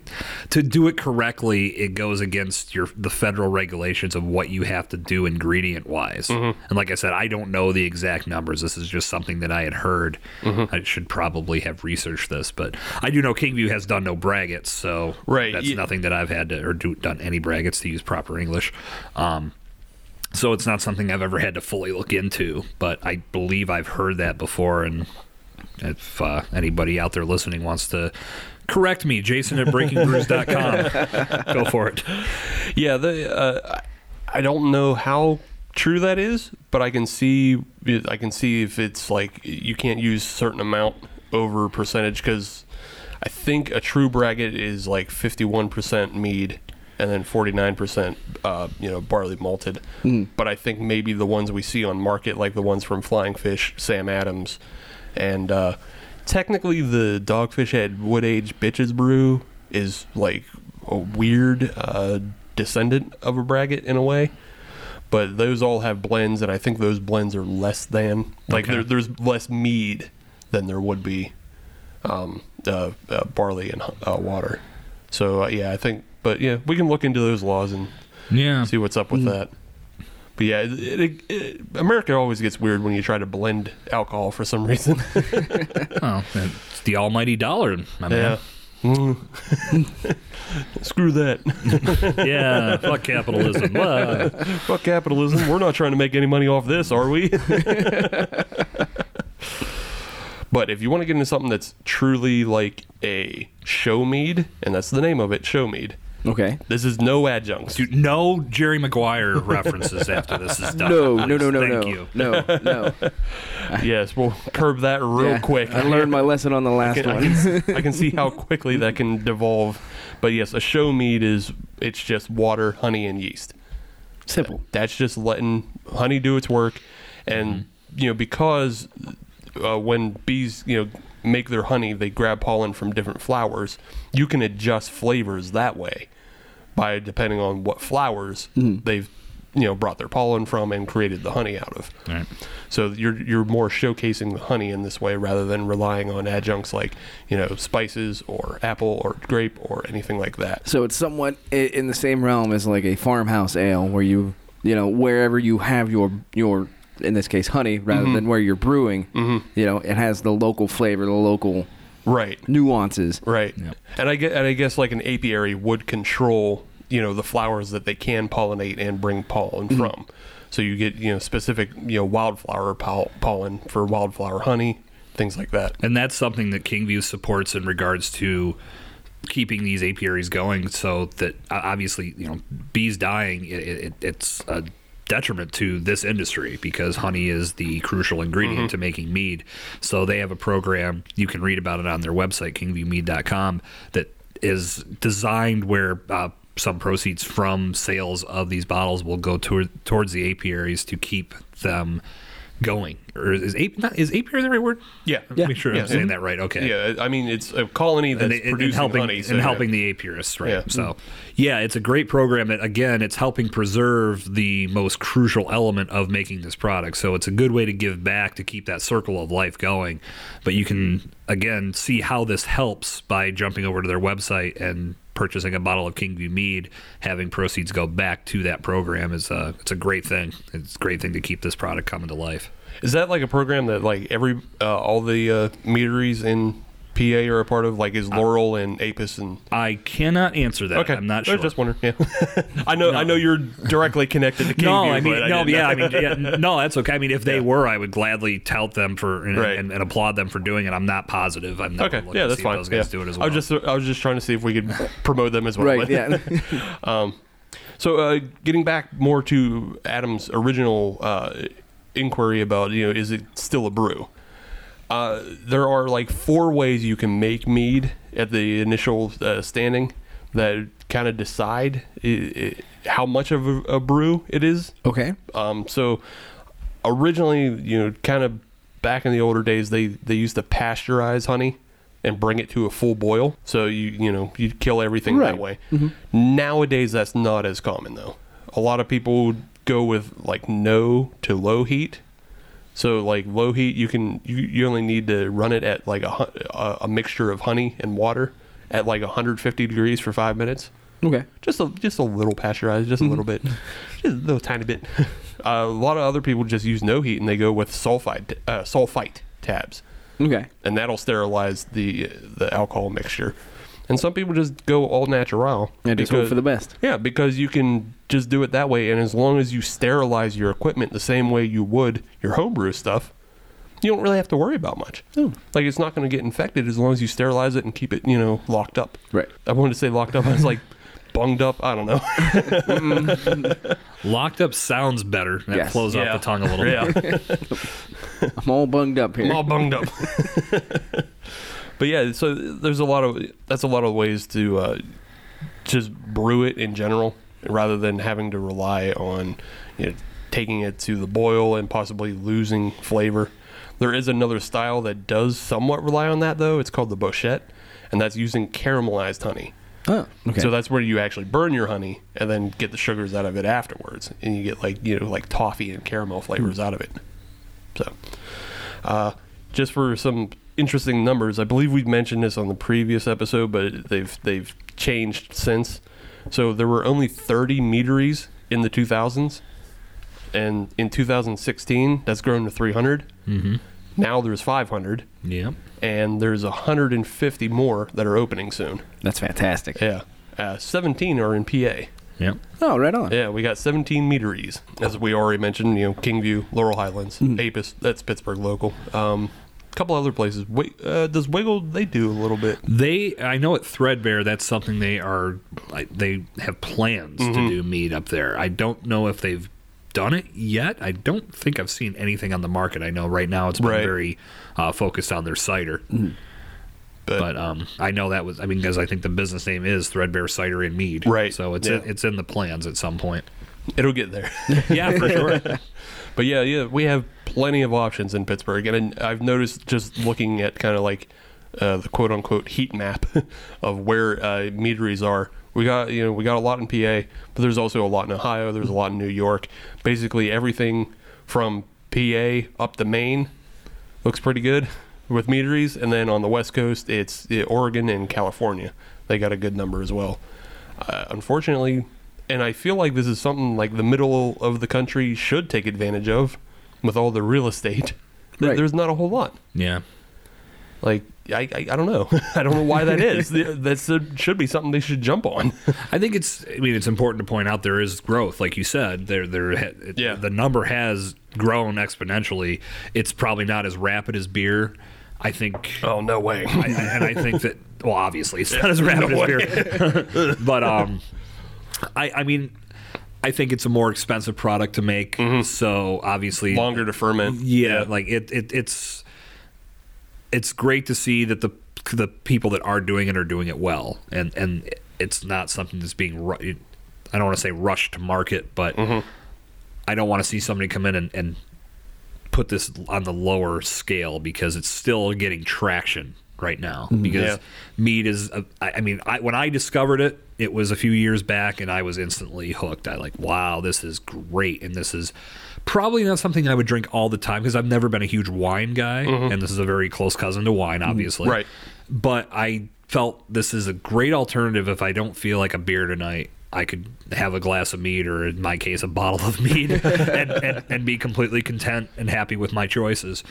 Speaker 5: to do it correctly it goes against your the federal regulations of what you have to do ingredient wise and like I said I don't know the exact numbers this is just something that I had heard I should probably have researched this but I do know Kingview has done no braggots so
Speaker 6: Right,
Speaker 5: that's
Speaker 6: you-
Speaker 5: nothing that I've had to or do, done any braggots to use proper English um so it's not something I've ever had to fully look into, but I believe I've heard that before. And if uh, anybody out there listening wants to correct me, Jason at breakingbrews.com, go for it.
Speaker 6: yeah, the, uh, I I don't know how true that is, but I can see I can see if it's like you can't use certain amount over percentage because I think a true bracket is like 51% mead and then 49% uh, you know barley malted. But I think maybe the ones we see on market like the ones from Flying Fish, Sam Adams and uh, technically the Dogfish Head Wood Age Bitches Brew is like a weird uh, descendant of a braggot in a way but those all have blends, and I think those blends are less than like there, there's less mead than there would be um, uh, uh, barley and uh, water. So uh, yeah, I think, but yeah, we can look into those laws and
Speaker 5: Yeah.
Speaker 6: see what's up with that. But yeah, it, it, it, America always gets weird when you try to blend alcohol for some reason.
Speaker 5: Oh, it's the almighty dollar,
Speaker 6: yeah.
Speaker 5: my man.
Speaker 6: Mm. Screw that.
Speaker 5: Yeah. fuck capitalism. Blah.
Speaker 6: Fuck capitalism. We're not trying to make any money off this, are we? but if you want to get into something that's truly like a show mead, and that's the name of it, show mead.
Speaker 7: Okay.
Speaker 6: This is no adjuncts.
Speaker 5: Dude, no Jerry Maguire references after this is done.
Speaker 7: No, no, no, no,
Speaker 5: Thank
Speaker 7: no,
Speaker 5: you.
Speaker 7: no, no.
Speaker 6: Yes, we'll curb that real
Speaker 7: Yeah,
Speaker 6: quick.
Speaker 7: I learned my lesson on the
Speaker 6: I
Speaker 7: last
Speaker 6: can, I
Speaker 7: one.
Speaker 6: can- I can see how quickly that can devolve. But yes, a show mead is it's just water, honey, and yeast.
Speaker 7: Simple.
Speaker 6: That's just letting honey do its work, and you know because uh, when bees you know make their honey, they grab pollen from different flowers. You can adjust flavors that way by depending on what flowers they've you know brought their pollen from and created the honey out of.
Speaker 5: Right.
Speaker 6: So you're you're more showcasing the honey in this way rather than relying on adjuncts like you know spices or apple or grape or anything like that.
Speaker 7: So it's somewhat i- in the same realm as like a farmhouse ale, where you, you know, wherever you have your your in this case honey, rather than where you're brewing, you know, it has the local flavor, the local
Speaker 6: Right.
Speaker 7: nuances.
Speaker 6: Right. And I get and I guess like an apiary would control you know the flowers that they can pollinate and bring pollen
Speaker 5: Mm-hmm.
Speaker 6: from. So you get you know specific you know wildflower pol- pollen for wildflower honey, things like that.
Speaker 5: And that's something that Kingview supports in regards to keeping these apiaries going so that uh, obviously, you know, bees dying, it, it, it's a detriment to this industry because honey is the crucial ingredient to making mead. So they have a program, you can read about it on their website, kingviewmead.com, that is designed where uh, some proceeds from sales of these bottles will go toward, towards the apiaries to keep them going. Or is, ape, not, is apiary the right word?
Speaker 6: Yeah,
Speaker 5: Make sure
Speaker 6: Yeah.
Speaker 5: I'm saying that right. Okay.
Speaker 6: Yeah, I mean it's a colony that's
Speaker 5: And, and- and
Speaker 6: producing
Speaker 5: helping
Speaker 6: honey so
Speaker 5: and
Speaker 6: yeah.
Speaker 5: helping the apiarists, right?
Speaker 6: Yeah. Mm-hmm.
Speaker 5: So, yeah, it's a great program that again, it's helping preserve the most crucial element of making this product. So it's a good way to give back to keep that circle of life going. But you can again see how this helps by jumping over to their website and purchasing a bottle of Kingview Mead, having proceeds go back to that program is a it's a great thing. It's a great thing to keep this product coming to life.
Speaker 6: Is that like a program that like every uh, all the uh, meaderies in PA are a part of? Like is Laurel and Apis and
Speaker 5: I cannot answer that. I'm not
Speaker 6: I
Speaker 5: sure.
Speaker 6: was just wondering. Yeah, I know. I know you're directly connected to King
Speaker 5: no,
Speaker 6: View,
Speaker 5: I mean,
Speaker 6: but
Speaker 5: no,
Speaker 6: didn't know.
Speaker 5: yeah, I mean, yeah, no, that's okay. I mean, if they
Speaker 6: Yeah.
Speaker 5: were, I would gladly tout them for and,
Speaker 6: Right.
Speaker 5: and, and applaud them for doing it. I'm not positive. I'm not
Speaker 6: Okay,
Speaker 5: looking
Speaker 6: yeah,
Speaker 5: to
Speaker 6: that's
Speaker 5: see
Speaker 6: fine.
Speaker 5: if those guys
Speaker 6: yeah.
Speaker 5: do it as
Speaker 6: I
Speaker 5: well.
Speaker 6: was just, I was just trying to see if we could promote them as well.
Speaker 7: Right, yeah.
Speaker 6: So, uh, getting back more to Adam's original uh, inquiry about, you know, is it still a brew? Uh, there are like four ways you can make mead at the initial uh, standing that kind of decide i i how much of a, a brew it is.
Speaker 7: Okay.
Speaker 6: Um, so originally, you know, kind of back in the older days, they they used to pasteurize honey and bring it to a full boil. So you you know you'd kill everything
Speaker 7: Right.
Speaker 6: that way. Nowadays, that's not as common though. A lot of people go with like no to low heat. So like low heat, you can you, you only need to run it at like a hu- a, a mixture of honey and water at like 150 degrees for five minutes
Speaker 7: Okay.
Speaker 6: just a just a little pasteurized, just a little bit, just a little tiny bit. Uh, a lot of other people just use no heat and they go with sulfide uh, sulfite tabs,
Speaker 7: Okay.
Speaker 6: and that'll sterilize the uh, the alcohol mixture. And some people just go all natural.
Speaker 7: And just hope for the best.
Speaker 6: Yeah, because you can just do it that way, and as long as you sterilize your equipment the same way you would your homebrew stuff, you don't really have to worry about much. Like it's not going to get infected as long as you sterilize it and keep it, you know, locked up.
Speaker 7: Right.
Speaker 6: I wanted to say locked up. I was like. Bunged up, I don't know.
Speaker 5: Locked up sounds better. That
Speaker 7: Yes.
Speaker 5: flows
Speaker 6: Yeah.
Speaker 5: off the tongue a little. bit.
Speaker 6: Yeah,
Speaker 7: I'm all bunged up here.
Speaker 6: I'm all bunged up. but yeah, so there's a lot of that's a lot of ways to uh, just brew it in general, rather than having to rely on you know, taking it to the boil and possibly losing flavor. There is another style that does somewhat rely on that though. It's called the bochette, and that's using caramelized honey.
Speaker 7: oh, okay.
Speaker 6: So that's where you actually burn your honey and then get the sugars out of it afterwards, and you get like you know like toffee and caramel flavors
Speaker 7: Hmm.
Speaker 6: out of it. So, uh, just for some interesting numbers, I believe we've mentioned this on the previous episode, but they've they've changed since. So there were only 30 meteries in the 2000s, and in 2016 that's grown to 300. Mm-hmm. Now there's 500,
Speaker 5: Yeah.
Speaker 6: and there's 150 more that are opening soon.
Speaker 7: That's fantastic.
Speaker 6: Yeah. Uh, 17 are in PA.
Speaker 5: Yeah.
Speaker 7: Oh, right on.
Speaker 6: Yeah, we got 17 meteries, as we already mentioned. You know, Kingview, Laurel Highlands, Apis. That's Pittsburgh local. Um, a couple other places. Wait, uh, does Wiggle? They do a little bit.
Speaker 5: They, I know at Threadbare, that's something they are, like, they have plans to do mead up there. I don't know if they've done it yet. I don't think I've seen anything on the market. I know right now it's been
Speaker 6: Right.
Speaker 5: very uh, focused on their cider.
Speaker 6: But-
Speaker 5: But, um, I know that was, I mean, because I think the business name is Threadbare Cider and Mead.
Speaker 6: Right,
Speaker 5: So it's
Speaker 6: yeah.
Speaker 5: in, it's in the plans at some point.
Speaker 6: It'll get there.
Speaker 5: Yeah, for sure.
Speaker 6: but yeah, yeah, we have plenty of options in Pittsburgh, and I- I've noticed just looking at kind of like uh, the quote unquote heat map of where uh, meteries are. We got you know we got a lot in PA, but there's also a lot in Ohio. There's a lot in New York. Basically everything from PA up to Maine looks pretty good with meteries, and then on the West Coast it's uh, Oregon and California. They got a good number as well. Uh, unfortunately, and I feel like this is something like the middle of the country should take advantage of with all the real estate. th-
Speaker 7: Right.
Speaker 6: There's not a whole lot.
Speaker 5: yeah.
Speaker 6: Like I, I, I don't know. I don't know why that is. That's that should be something they should jump on.
Speaker 5: I think it's. I mean, it's important to point out there is growth, like you said. There, there. ha- it-
Speaker 6: Yeah.
Speaker 5: The number has grown exponentially. It's probably not as rapid as beer. I think.
Speaker 6: Oh no way.
Speaker 5: I, I, and I think that. Well, obviously, it's not as rapid as beer. but um, I, I mean, I think it's a more expensive product to make.
Speaker 6: Mm-hmm.
Speaker 5: So obviously,
Speaker 6: Longer to ferment.
Speaker 5: yeah, like it, it it's it's great to see that the the people that are doing it are doing it well and and it's not something that's being ru- I don't want to say rushed to market but I don't want to see somebody come in and, and put this on the lower scale because it's still getting traction right now
Speaker 6: Yeah.
Speaker 5: because meat is a- I I mean I, when I discovered it it was a few years back and I was instantly hooked I like wow this is great and this is probably not something I would drink all the time because I've never been a huge wine guy and this is a very close cousin to wine obviously
Speaker 6: Mm-hmm. Right.
Speaker 5: but I felt this is a great alternative if I don't feel like a beer tonight. I could have a glass of mead, or in my case, a bottle of mead, and, and, and be completely content and happy with my choices.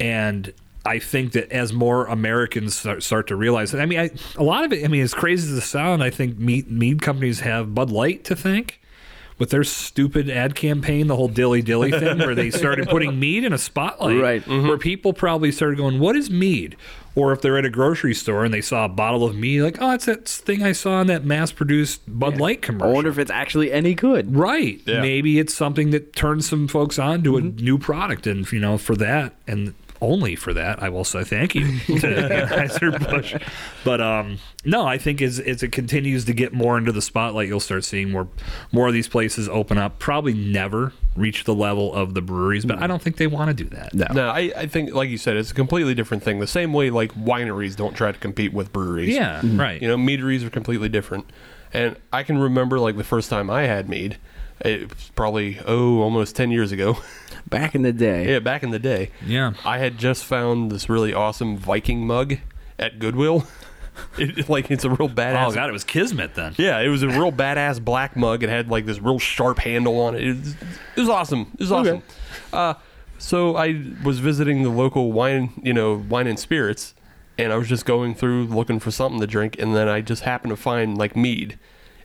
Speaker 5: And I think that as more Americans start, start to realize that, I mean, I, a lot of it, I mean, as crazy as it sounds, I think mead, mead companies have Bud Light to thank with their stupid ad campaign, the whole dilly dilly thing, where they started putting mead in a spotlight,
Speaker 7: Right.
Speaker 5: Where people probably started going, "What is mead?" Or if they're at a grocery store and they saw a bottle of mead, like, "Oh, it's that thing I saw in that mass-produced Bud Light
Speaker 7: I
Speaker 5: commercial."
Speaker 7: wonder if it's actually any good.
Speaker 5: Right.
Speaker 6: Yeah.
Speaker 5: Maybe it's something that turns some folks on to a
Speaker 7: Mm-hmm.
Speaker 5: new product. And, you know, for that and only for that, I will say thank you to Anheuser-Busch. But um, no, I think as, as it continues to get more into the spotlight, you'll start seeing more, more of these places open up. Probably never reach the level of the breweries,
Speaker 7: Mm.
Speaker 5: but I don't think they want to do that.
Speaker 6: No, I, I think like you said, it's a completely different thing. The same way like wineries don't try to compete with breweries.
Speaker 5: Yeah,
Speaker 7: Mm.
Speaker 5: right.
Speaker 6: You know, meaderies are completely different. And I can remember like the first time I had mead, it was probably oh almost ten years ago.
Speaker 7: Back in the day. Oh,
Speaker 6: yeah, back in the day.
Speaker 5: Yeah.
Speaker 6: I had just found this really awesome Viking mug at Goodwill. It, like it's a real badass.
Speaker 5: Oh, God, it was Kismet then.
Speaker 6: Yeah, it was a real badass black mug. It had like this real sharp handle on it. It was, it was awesome. It was awesome. Uh, so I was visiting the local wine, you know, wine and spirits, and I was just going through looking for something to drink, and then I just happened to find like mead.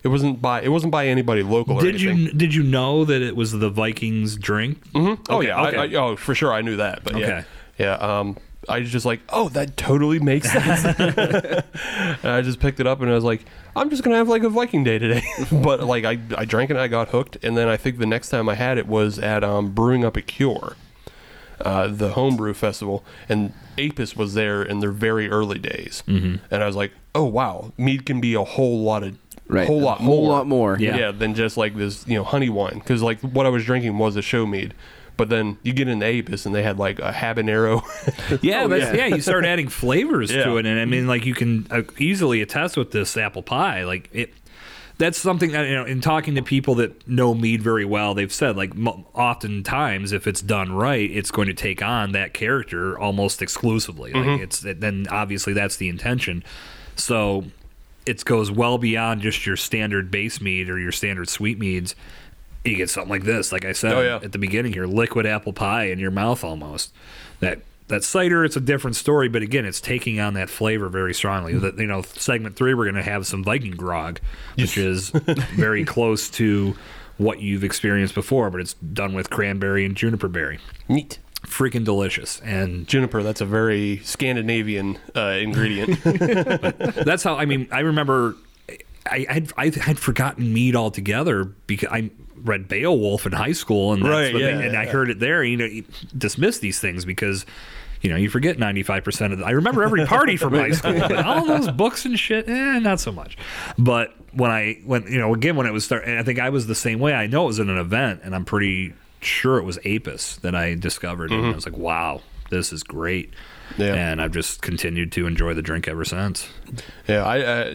Speaker 6: It wasn't by it wasn't by anybody local. or
Speaker 5: Did
Speaker 6: anything.
Speaker 5: you did you know that it was the Vikings drink?
Speaker 6: Oh
Speaker 5: Okay,
Speaker 6: yeah, I-
Speaker 5: okay.
Speaker 6: I- oh for sure, I knew that. But
Speaker 5: Okay.
Speaker 6: yeah, yeah. Um, I was just like, oh, that totally makes sense. and I just picked it up and I was like, I'm just gonna have like a Viking day today. but like, I I drank it, and I got hooked, and then I think the next time I had it was at um, Brewing Up a Cure, uh, the homebrew festival, and Apis was there in their very early days, and I was like, oh wow, mead can be a whole lot of
Speaker 7: Right.
Speaker 6: whole lot
Speaker 7: A whole
Speaker 6: more.
Speaker 7: lot more.
Speaker 6: Yeah.
Speaker 5: Yeah.
Speaker 6: than just like this, you know, honey wine. Because like what I was drinking was a show mead. But then you get into Apis and they had like a habanero.
Speaker 5: Yeah, but yeah. you start adding flavors
Speaker 6: Yeah.
Speaker 5: to it, and I mean, like you can uh, easily attest with this apple pie. Like it, that's something that you know. In talking to people that know mead very well, they've said like mo oftentimes, if it's done right, it's going to take on that character almost exclusively.
Speaker 6: Mm-hmm.
Speaker 5: Like it's then obviously that's the intention. So it goes well beyond just your standard base mead or your standard sweet meads. You get something like this, like I said
Speaker 6: Oh, yeah.
Speaker 5: at the beginning here, liquid apple pie in your mouth almost. That that cider, it's a different story, but again, it's taking on that flavor very strongly. That you know, segment three, we're going to have some Viking grog, which is very close to what you've experienced before, but it's done with cranberry and juniper berry.
Speaker 6: Neat.
Speaker 5: Freaking delicious, and
Speaker 6: Juniper, that's a very Scandinavian uh, ingredient.
Speaker 5: That's how I mean. I remember I had I had forgotten mead altogether because I read Beowulf in high school, and that's
Speaker 6: Right,
Speaker 5: what
Speaker 6: yeah,
Speaker 5: they- and I
Speaker 6: yeah.
Speaker 5: heard it there. You know, you dismiss these things because. You know, you forget ninety five percent of. The, I remember every party from high school, but all those books and shit. Eh, not so much. But when I when you know again when it was start, and I think I was the same way. I know it was at an event, and I'm pretty sure it was Apis that I discovered, and I was like, wow, this is great.
Speaker 6: Mm-hmm. Yeah.
Speaker 5: And I've just continued to enjoy the drink ever since.
Speaker 6: yeah, I uh,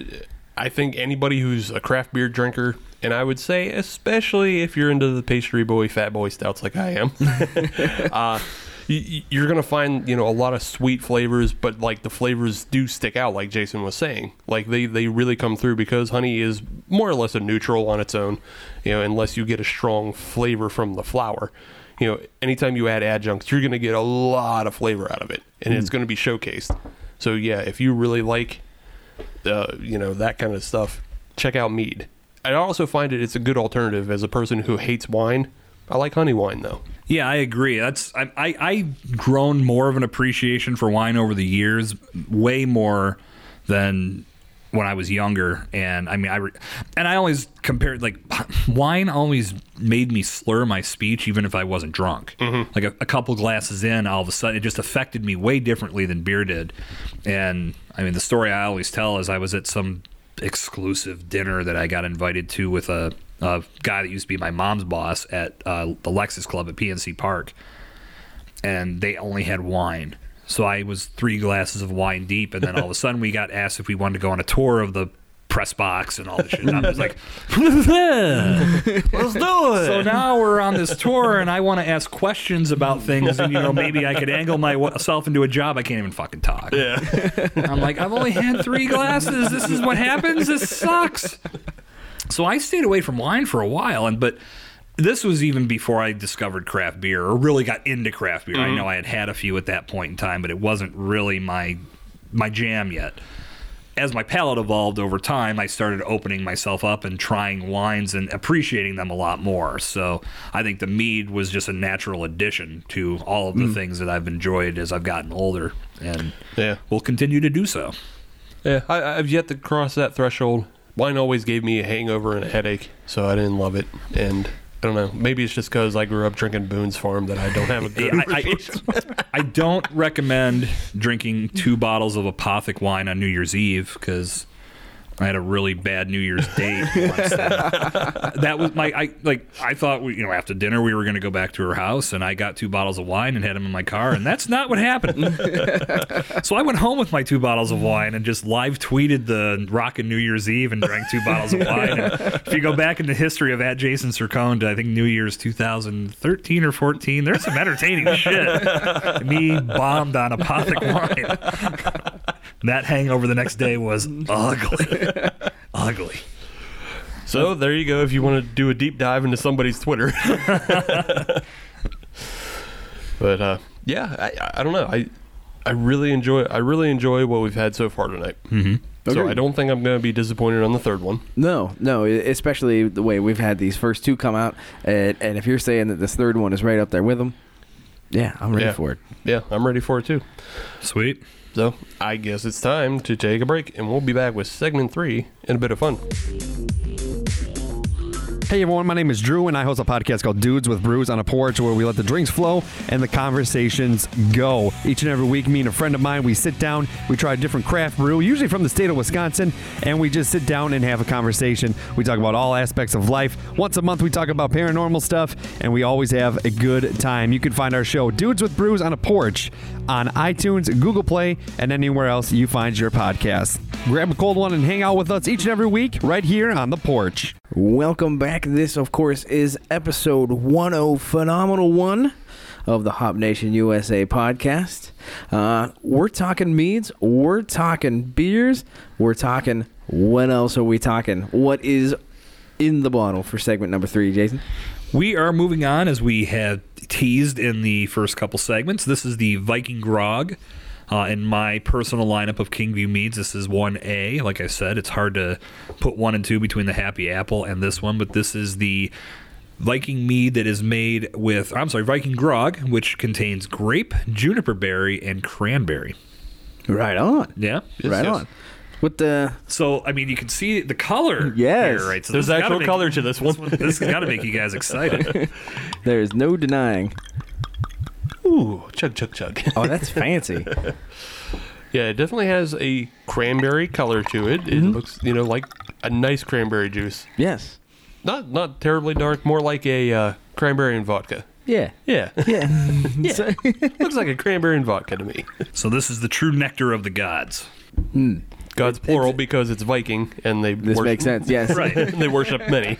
Speaker 6: I think anybody who's a craft beer drinker, and I would say especially if you're into the pastry boy, fat boy stouts like I am, uh, you, you're gonna find you know a lot of sweet flavors, but like the flavors do stick out, like Jason was saying. Like they they really come through because honey is more or less a neutral on its own, you know, unless you get a strong flavor from the flower. You know, anytime you add adjuncts, you're gonna get a lot of flavor out of it, and it's gonna be showcased. So yeah, if you really like, uh, you know that kind of stuff, check out mead. I also find it it's a good alternative as a person who hates wine. I like honey wine though.
Speaker 5: Yeah, I agree. That's I, I I've grown more of an appreciation for wine over the years, way more than when I was younger. And I mean, I re- and I always compared like wine always made me slur my speech, even if I wasn't drunk. Like a, a couple glasses in, all of a sudden, it just affected me way differently than beer did. And I mean, the story I always tell is I was at some exclusive dinner that I got invited to with a, a guy that used to be my mom's boss at uh, the Lexus Club at PNC Park, and they only had wine. So I was three glasses of wine deep, and then all of a sudden we got asked if we wanted to go on a tour of the press box and all this shit. And I was like,
Speaker 1: Let's do it.
Speaker 5: so now we're on this tour, and I want to ask questions about things, and you know maybe I could angle myself into a job I can't even fucking talk. Yeah, I'm like I've only had three glasses. This is what happens. This sucks. So I stayed away from wine for a while, and but this was even before I discovered craft beer or really got into craft beer. I know I had had a few at that point in time, but it wasn't really my my jam yet as my palate evolved over time, I started opening myself up and trying wines and appreciating them a lot more. So I think the mead was just a natural addition to all of the things that I've enjoyed as I've gotten older, and
Speaker 6: Yeah.
Speaker 5: will continue to do so.
Speaker 6: Yeah, I, I've yet to cross that threshold. Wine always gave me a hangover and a headache, so I didn't love it. And I don't know, maybe it's just because I grew up drinking Boone's Farm that I don't have a good.
Speaker 5: I, I, I don't recommend drinking two bottles of apothic wine on New Year's Eve because I had a really bad New Year's date. once that, that was my I like I thought we you know after dinner we were going to go back to her house and I got two bottles of wine and had them in my car and that's not what happened. so I went home with my two bottles of wine and just live tweeted the rockin' New Year's Eve and drank two bottles of wine. And if you go back in the history of at Jason Sircone to I think New Year's 2013 or 14, there's some entertaining shit. Me bombed on apothic wine. that hangover the next day was ugly, ugly.
Speaker 6: so there you go. If you want to do a deep dive into somebody's Twitter, but uh, yeah, I, I don't know. I I really enjoy. I really enjoy what we've had so far tonight. Mm-hmm. So
Speaker 7: Agreed.
Speaker 6: I don't think I'm going to be disappointed on the third one.
Speaker 7: No, no, e- especially the way we've had these first two come out, and, and if you're saying that this third one is right up there with them, yeah, I'm ready
Speaker 6: Yeah.
Speaker 7: for it.
Speaker 6: Yeah, I'm ready for it too.
Speaker 5: Sweet.
Speaker 6: So I guess it's time to take a break, and we'll be back with segment three and a bit of fun.
Speaker 8: Hey everyone, my name is Drew, and I host a podcast called Dudes with Brews on a Porch, where we let the drinks flow and the conversations go. Each and every week, me and a friend of mine, we sit down, we try a different craft brew, usually from the state of Wisconsin, and we just sit down and have a conversation. We talk about all aspects of life. Once a month, we talk about paranormal stuff, and we always have a good time. You can find our show, Dudes with Brews on a Porch, on iTunes, Google Play, and anywhere else you find your podcast. Grab a cold one and hang out with us each and every week right here on the porch.
Speaker 7: Welcome back. This, of course, is episode 10, phenomenal one of the Hop Nation USA podcast. Uh, we're talking meads, we're talking beers, we're talking what else are we talking? What is in the bottle for segment number three, Jason?
Speaker 5: We are moving on as we have teased in the first couple segments. This is the Viking Grog. Uh, in my personal lineup of Kingview Meads, this is 1A. Like I said, it's hard to put one and two between the Happy Apple and this one, but this is the Viking mead that is made with, I'm sorry, Viking Grog, which contains grape, juniper berry, and cranberry.
Speaker 7: Right on.
Speaker 5: Yeah?
Speaker 6: yes.
Speaker 7: right on. What the?
Speaker 5: So, I mean, you can see the color
Speaker 7: Yes.
Speaker 5: here, right? So
Speaker 6: There's
Speaker 5: this has gotta
Speaker 6: actual
Speaker 5: make-
Speaker 6: color to this one.
Speaker 5: This has got to make you guys excited.
Speaker 7: There is no denying.
Speaker 6: Ooh, chug, chug, chug.
Speaker 7: Oh, that's fancy.
Speaker 6: Yeah, it definitely has a cranberry color to it. It
Speaker 7: Mm-hmm.
Speaker 6: looks, you know, like a nice cranberry juice.
Speaker 7: Yes.
Speaker 6: Not not terribly dark, more like a uh, cranberry and vodka.
Speaker 7: Yeah.
Speaker 6: Yeah,
Speaker 7: Yeah. So-
Speaker 6: looks like a cranberry and vodka to me.
Speaker 5: so, this is the true nectar of the gods.
Speaker 6: God's plural because it's Viking and they
Speaker 7: this
Speaker 6: worship,
Speaker 7: makes sense. Yes.
Speaker 5: Right.
Speaker 6: they worship many.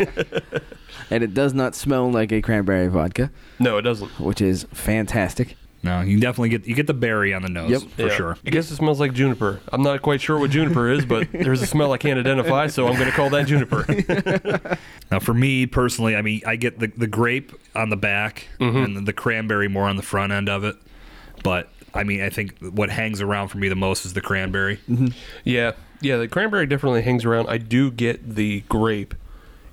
Speaker 7: And it does not smell like a cranberry vodka,
Speaker 6: No, it doesn't.
Speaker 7: which is fantastic.
Speaker 5: No, you definitely get you get the berry on the nose
Speaker 7: Yep.
Speaker 5: for
Speaker 6: Yeah.
Speaker 5: sure.
Speaker 6: I guess it smells like juniper. I'm not quite sure what juniper is, but there's a smell I can't identify, so I'm going to call that juniper.
Speaker 5: Now, for me personally, I mean, I get the, the grape on the back and the, the cranberry more on the front end of it, but I mean, I think what hangs around for me the most is the cranberry.
Speaker 7: Mm-hmm.
Speaker 6: Yeah, yeah. The cranberry definitely hangs around. I do get the grape.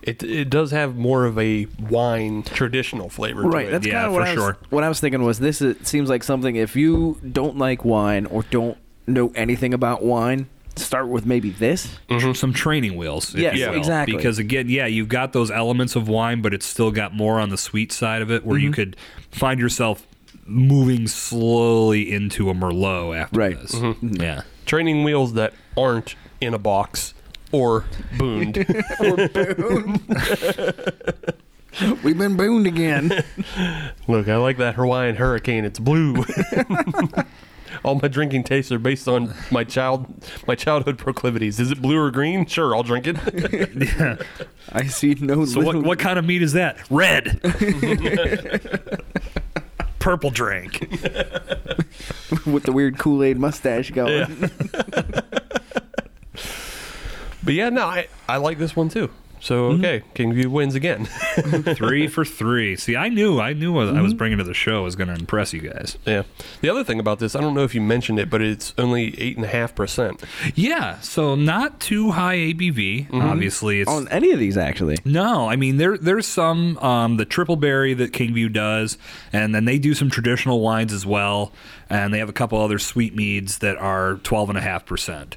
Speaker 6: It it does have more of a wine traditional flavor.
Speaker 7: Right.
Speaker 6: To it.
Speaker 7: That's
Speaker 5: Yeah,
Speaker 7: kind of
Speaker 5: for
Speaker 7: what I was,
Speaker 5: sure.
Speaker 7: What I was thinking was this is, seems like something if you don't like wine or don't know anything about wine, start with maybe this.
Speaker 5: Some training wheels. if
Speaker 7: Yes,
Speaker 5: you will.
Speaker 7: exactly.
Speaker 5: Because again, yeah, you've got those elements of wine, but it's still got more on the sweet side of it, where
Speaker 7: Mm-hmm.
Speaker 5: you could find yourself moving slowly into a merlot after
Speaker 7: Right. Mm-hmm.
Speaker 5: this. Yeah.
Speaker 6: training wheels that aren't in a box or booned.
Speaker 7: We've been booned again.
Speaker 6: Look, I like that Hawaiian hurricane. It's blue. All my drinking tastes are based on my child my childhood proclivities. Is it blue or green? Sure, I'll drink it.
Speaker 7: I see no.
Speaker 5: So what, what kind of meat is that? Red. Purple drink.
Speaker 7: with the weird Kool Aid mustache going?
Speaker 6: but yeah, no, I, I like this one too. So okay, King View wins again.
Speaker 5: three for three. See, I knew, I knew what I was bringing to the show was going to impress you guys.
Speaker 6: yeah. The other thing about this, I don't know if you mentioned it, but it's only eight and a half percent.
Speaker 5: Yeah, so not too high ABV. Obviously, it's
Speaker 7: On any of these, actually.
Speaker 5: no. I mean, there there's some um, the triple berry that Kingview does, and then they do some traditional wines as well, and they have a couple other sweet meads that are twelve and a half percent.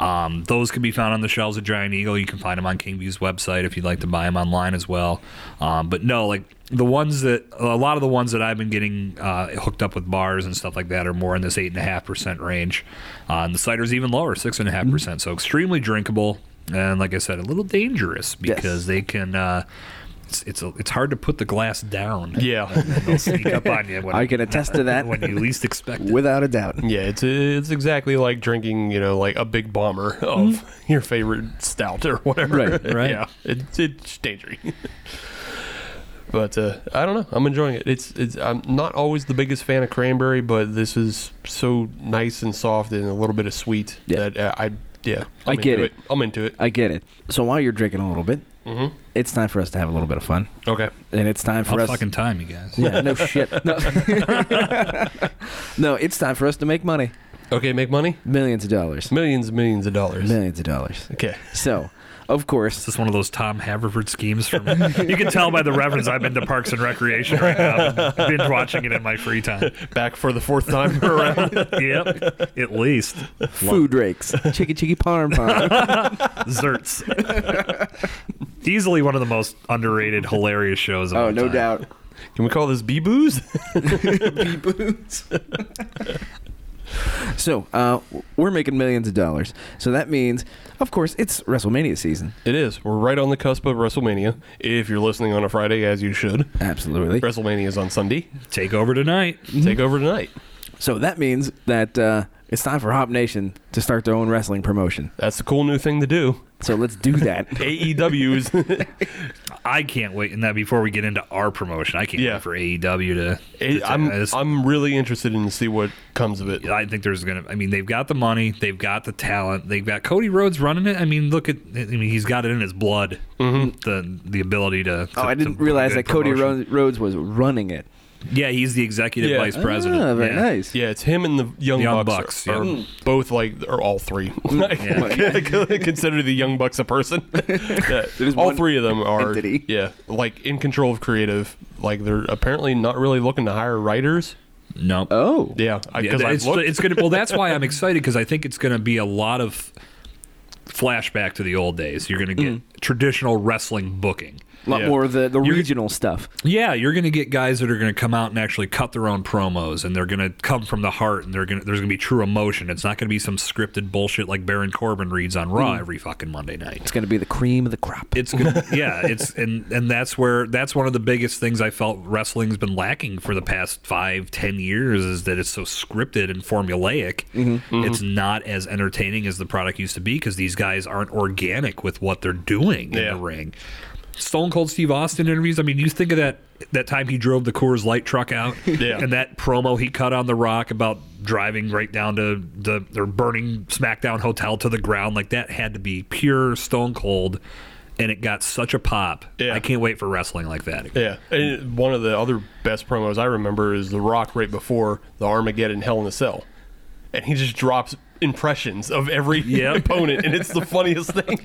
Speaker 5: Um, those can be found on the shelves at Giant Eagle. You can find them on Kingview's website if you'd like to buy them online as well. Um, but no, like the ones that a lot of the ones that I've been getting uh, hooked up with bars and stuff like that are more in this eight and a half percent range. Uh, and the cider's even lower, six and a half percent. So extremely drinkable, and like I said, a little dangerous because they can. Uh, it's it's, a, it's hard to put the glass down.
Speaker 6: Yeah.
Speaker 5: And they'll sneak up on you. When,
Speaker 7: I can attest to that.
Speaker 5: when you least expect it.
Speaker 7: Without a doubt.
Speaker 6: Yeah, it's it's exactly like drinking, you know, like a big bomber of your favorite stout or whatever.
Speaker 7: Mm-hmm. Right,
Speaker 5: right.
Speaker 6: Yeah, it's it's dangerous. but uh, I don't know. I'm enjoying it. It's it's. I'm not always the biggest fan of cranberry, but this is so nice and soft and a little bit of sweet
Speaker 7: Yeah.
Speaker 6: that uh, I yeah.
Speaker 7: I
Speaker 6: I'm
Speaker 7: get
Speaker 6: into
Speaker 7: it.
Speaker 6: I'm into it.
Speaker 7: I get it. So while you're drinking a little bit, it's time for us to have a little bit of fun,
Speaker 6: Okay.
Speaker 7: and it's time for
Speaker 5: About
Speaker 7: us.
Speaker 5: fucking time, you guys.
Speaker 7: yeah, no shit. No. no, it's time for us to make money.
Speaker 6: Okay. Make money.
Speaker 7: Millions of dollars.
Speaker 6: Millions, and millions of dollars.
Speaker 7: Millions of dollars.
Speaker 6: Okay.
Speaker 7: So, of course,
Speaker 5: Is this one of those Tom Haverford schemes? From you can tell by the reference I've been to Parks and Recreation right now. I've been binge watching it in my free time.
Speaker 6: Back for the fourth time around.
Speaker 5: Yep, at least
Speaker 7: food rakes, chicky chicky parm parm.
Speaker 5: Zerts. Easily one of the most underrated, hilarious shows. Of
Speaker 7: Oh,
Speaker 5: all
Speaker 7: no
Speaker 5: time.
Speaker 7: doubt.
Speaker 6: Can we call this bee booze?
Speaker 7: So, uh, we're making millions of dollars. So that means, of course, it's WrestleMania season.
Speaker 6: It is. We're right on the cusp of WrestleMania. If you're listening on a Friday, as you should,
Speaker 7: Absolutely.
Speaker 6: WrestleMania is on Sunday.
Speaker 5: Take over tonight.
Speaker 6: Take over tonight.
Speaker 7: So that means that uh, it's time for Hop Nation to start their own wrestling promotion.
Speaker 6: That's the cool new thing to do. E
Speaker 7: So let's do that.
Speaker 6: AEW's
Speaker 5: I can't wait. And that before we get into our promotion, I can't
Speaker 6: Yeah.
Speaker 5: wait for AEW to.
Speaker 6: It,
Speaker 5: to-
Speaker 6: I'm
Speaker 5: I just-
Speaker 6: I'm really interested in to see what comes of it.
Speaker 5: I think there's gonna. I mean, they've got the money, they've got the talent, they've got Cody Rhodes running it. I mean, look at. I mean, he's got it in his blood. The the ability to.
Speaker 7: Mm-hmm. oh, I didn't realize that Cody Ro- Rhodes was running it.
Speaker 5: Yeah, he's the executive
Speaker 6: Yeah.
Speaker 5: vice president.
Speaker 7: Ah, very
Speaker 5: Yeah.
Speaker 7: nice.
Speaker 6: Yeah, it's him and the Young,
Speaker 5: Young
Speaker 6: Bucks,
Speaker 5: Bucks,
Speaker 6: are,
Speaker 5: yeah.
Speaker 6: are both like or all three.
Speaker 7: Oh
Speaker 6: Consider the Young Bucks a person. Yeah, all
Speaker 7: one
Speaker 6: three of them are
Speaker 7: entity.
Speaker 6: yeah, like in control of creative. Like they're apparently not really looking to hire writers.
Speaker 5: No.
Speaker 7: Oh.
Speaker 6: Yeah,
Speaker 5: Yeah,
Speaker 6: because I
Speaker 5: it's,
Speaker 6: looked.
Speaker 5: it's gonna. Well, that's why I'm excited because I think it's gonna be a lot of flashback to the old days. You're gonna get
Speaker 6: Mm.
Speaker 5: traditional wrestling booking.
Speaker 7: A lot
Speaker 6: Yeah.
Speaker 7: more of the, the
Speaker 5: You're-
Speaker 7: regional stuff.
Speaker 5: Yeah, you're going to get guys that are going to come out and actually cut their own promos, and they're going to come from the heart, and they're going to, there's going to be true emotion. It's not going to be some scripted bullshit like Baron Corbin reads on Raw every fucking Monday night.
Speaker 7: It's going to be the cream of the crop.
Speaker 5: It's gonna, yeah, it's and and that's where that's one of the biggest things I felt wrestling's been lacking for the past five ten years is that it's so scripted and formulaic.
Speaker 6: Mm-hmm.
Speaker 5: It's not as entertaining as the product used to be because these guys aren't organic with what they're doing in
Speaker 6: Yeah.
Speaker 5: the ring. Stone Cold Steve Austin interviews. I mean, you think of that that time he drove the Coors Light truck out,
Speaker 6: Yeah.
Speaker 5: and that promo he cut on The Rock about driving right down to the or burning SmackDown hotel to the ground. Like that had to be pure Stone Cold and it got such a pop.
Speaker 6: Yeah.
Speaker 5: I can't wait for wrestling like that.
Speaker 6: Yeah, and one of the other best promos I remember is The Rock right before the Armageddon Hell in a Cell, and he just drops impressions of every
Speaker 5: Yep.
Speaker 6: opponent, and it's the funniest thing.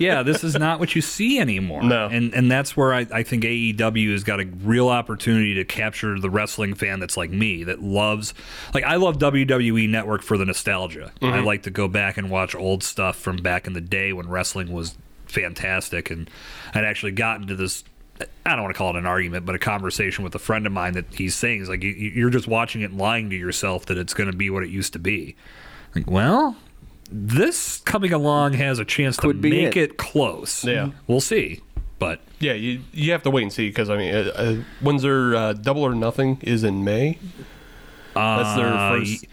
Speaker 5: yeah, this is not what you see anymore.
Speaker 6: No.
Speaker 5: And and that's where I, I think AEW has got a real opportunity to capture the wrestling fan that's like me, that loves like I love WWE network for the nostalgia.
Speaker 7: Mm-hmm.
Speaker 5: I like to go back and watch old stuff from back in the day when wrestling was fantastic and I'd actually gotten to this I don't want to call it an argument, but a conversation with a friend of mine that he's saying is like you, you- you're just watching it, and lying to yourself that it's going to be what it used to be. Like, well, this coming along has a chance
Speaker 7: Could
Speaker 5: to
Speaker 7: be
Speaker 5: make
Speaker 7: it.
Speaker 5: it. close.
Speaker 6: Yeah.
Speaker 5: we'll see. But
Speaker 6: yeah, you you have to wait and see because I mean, uh, uh, when's their uh, Double or Nothing is in May. That's their
Speaker 5: Uh,
Speaker 6: first.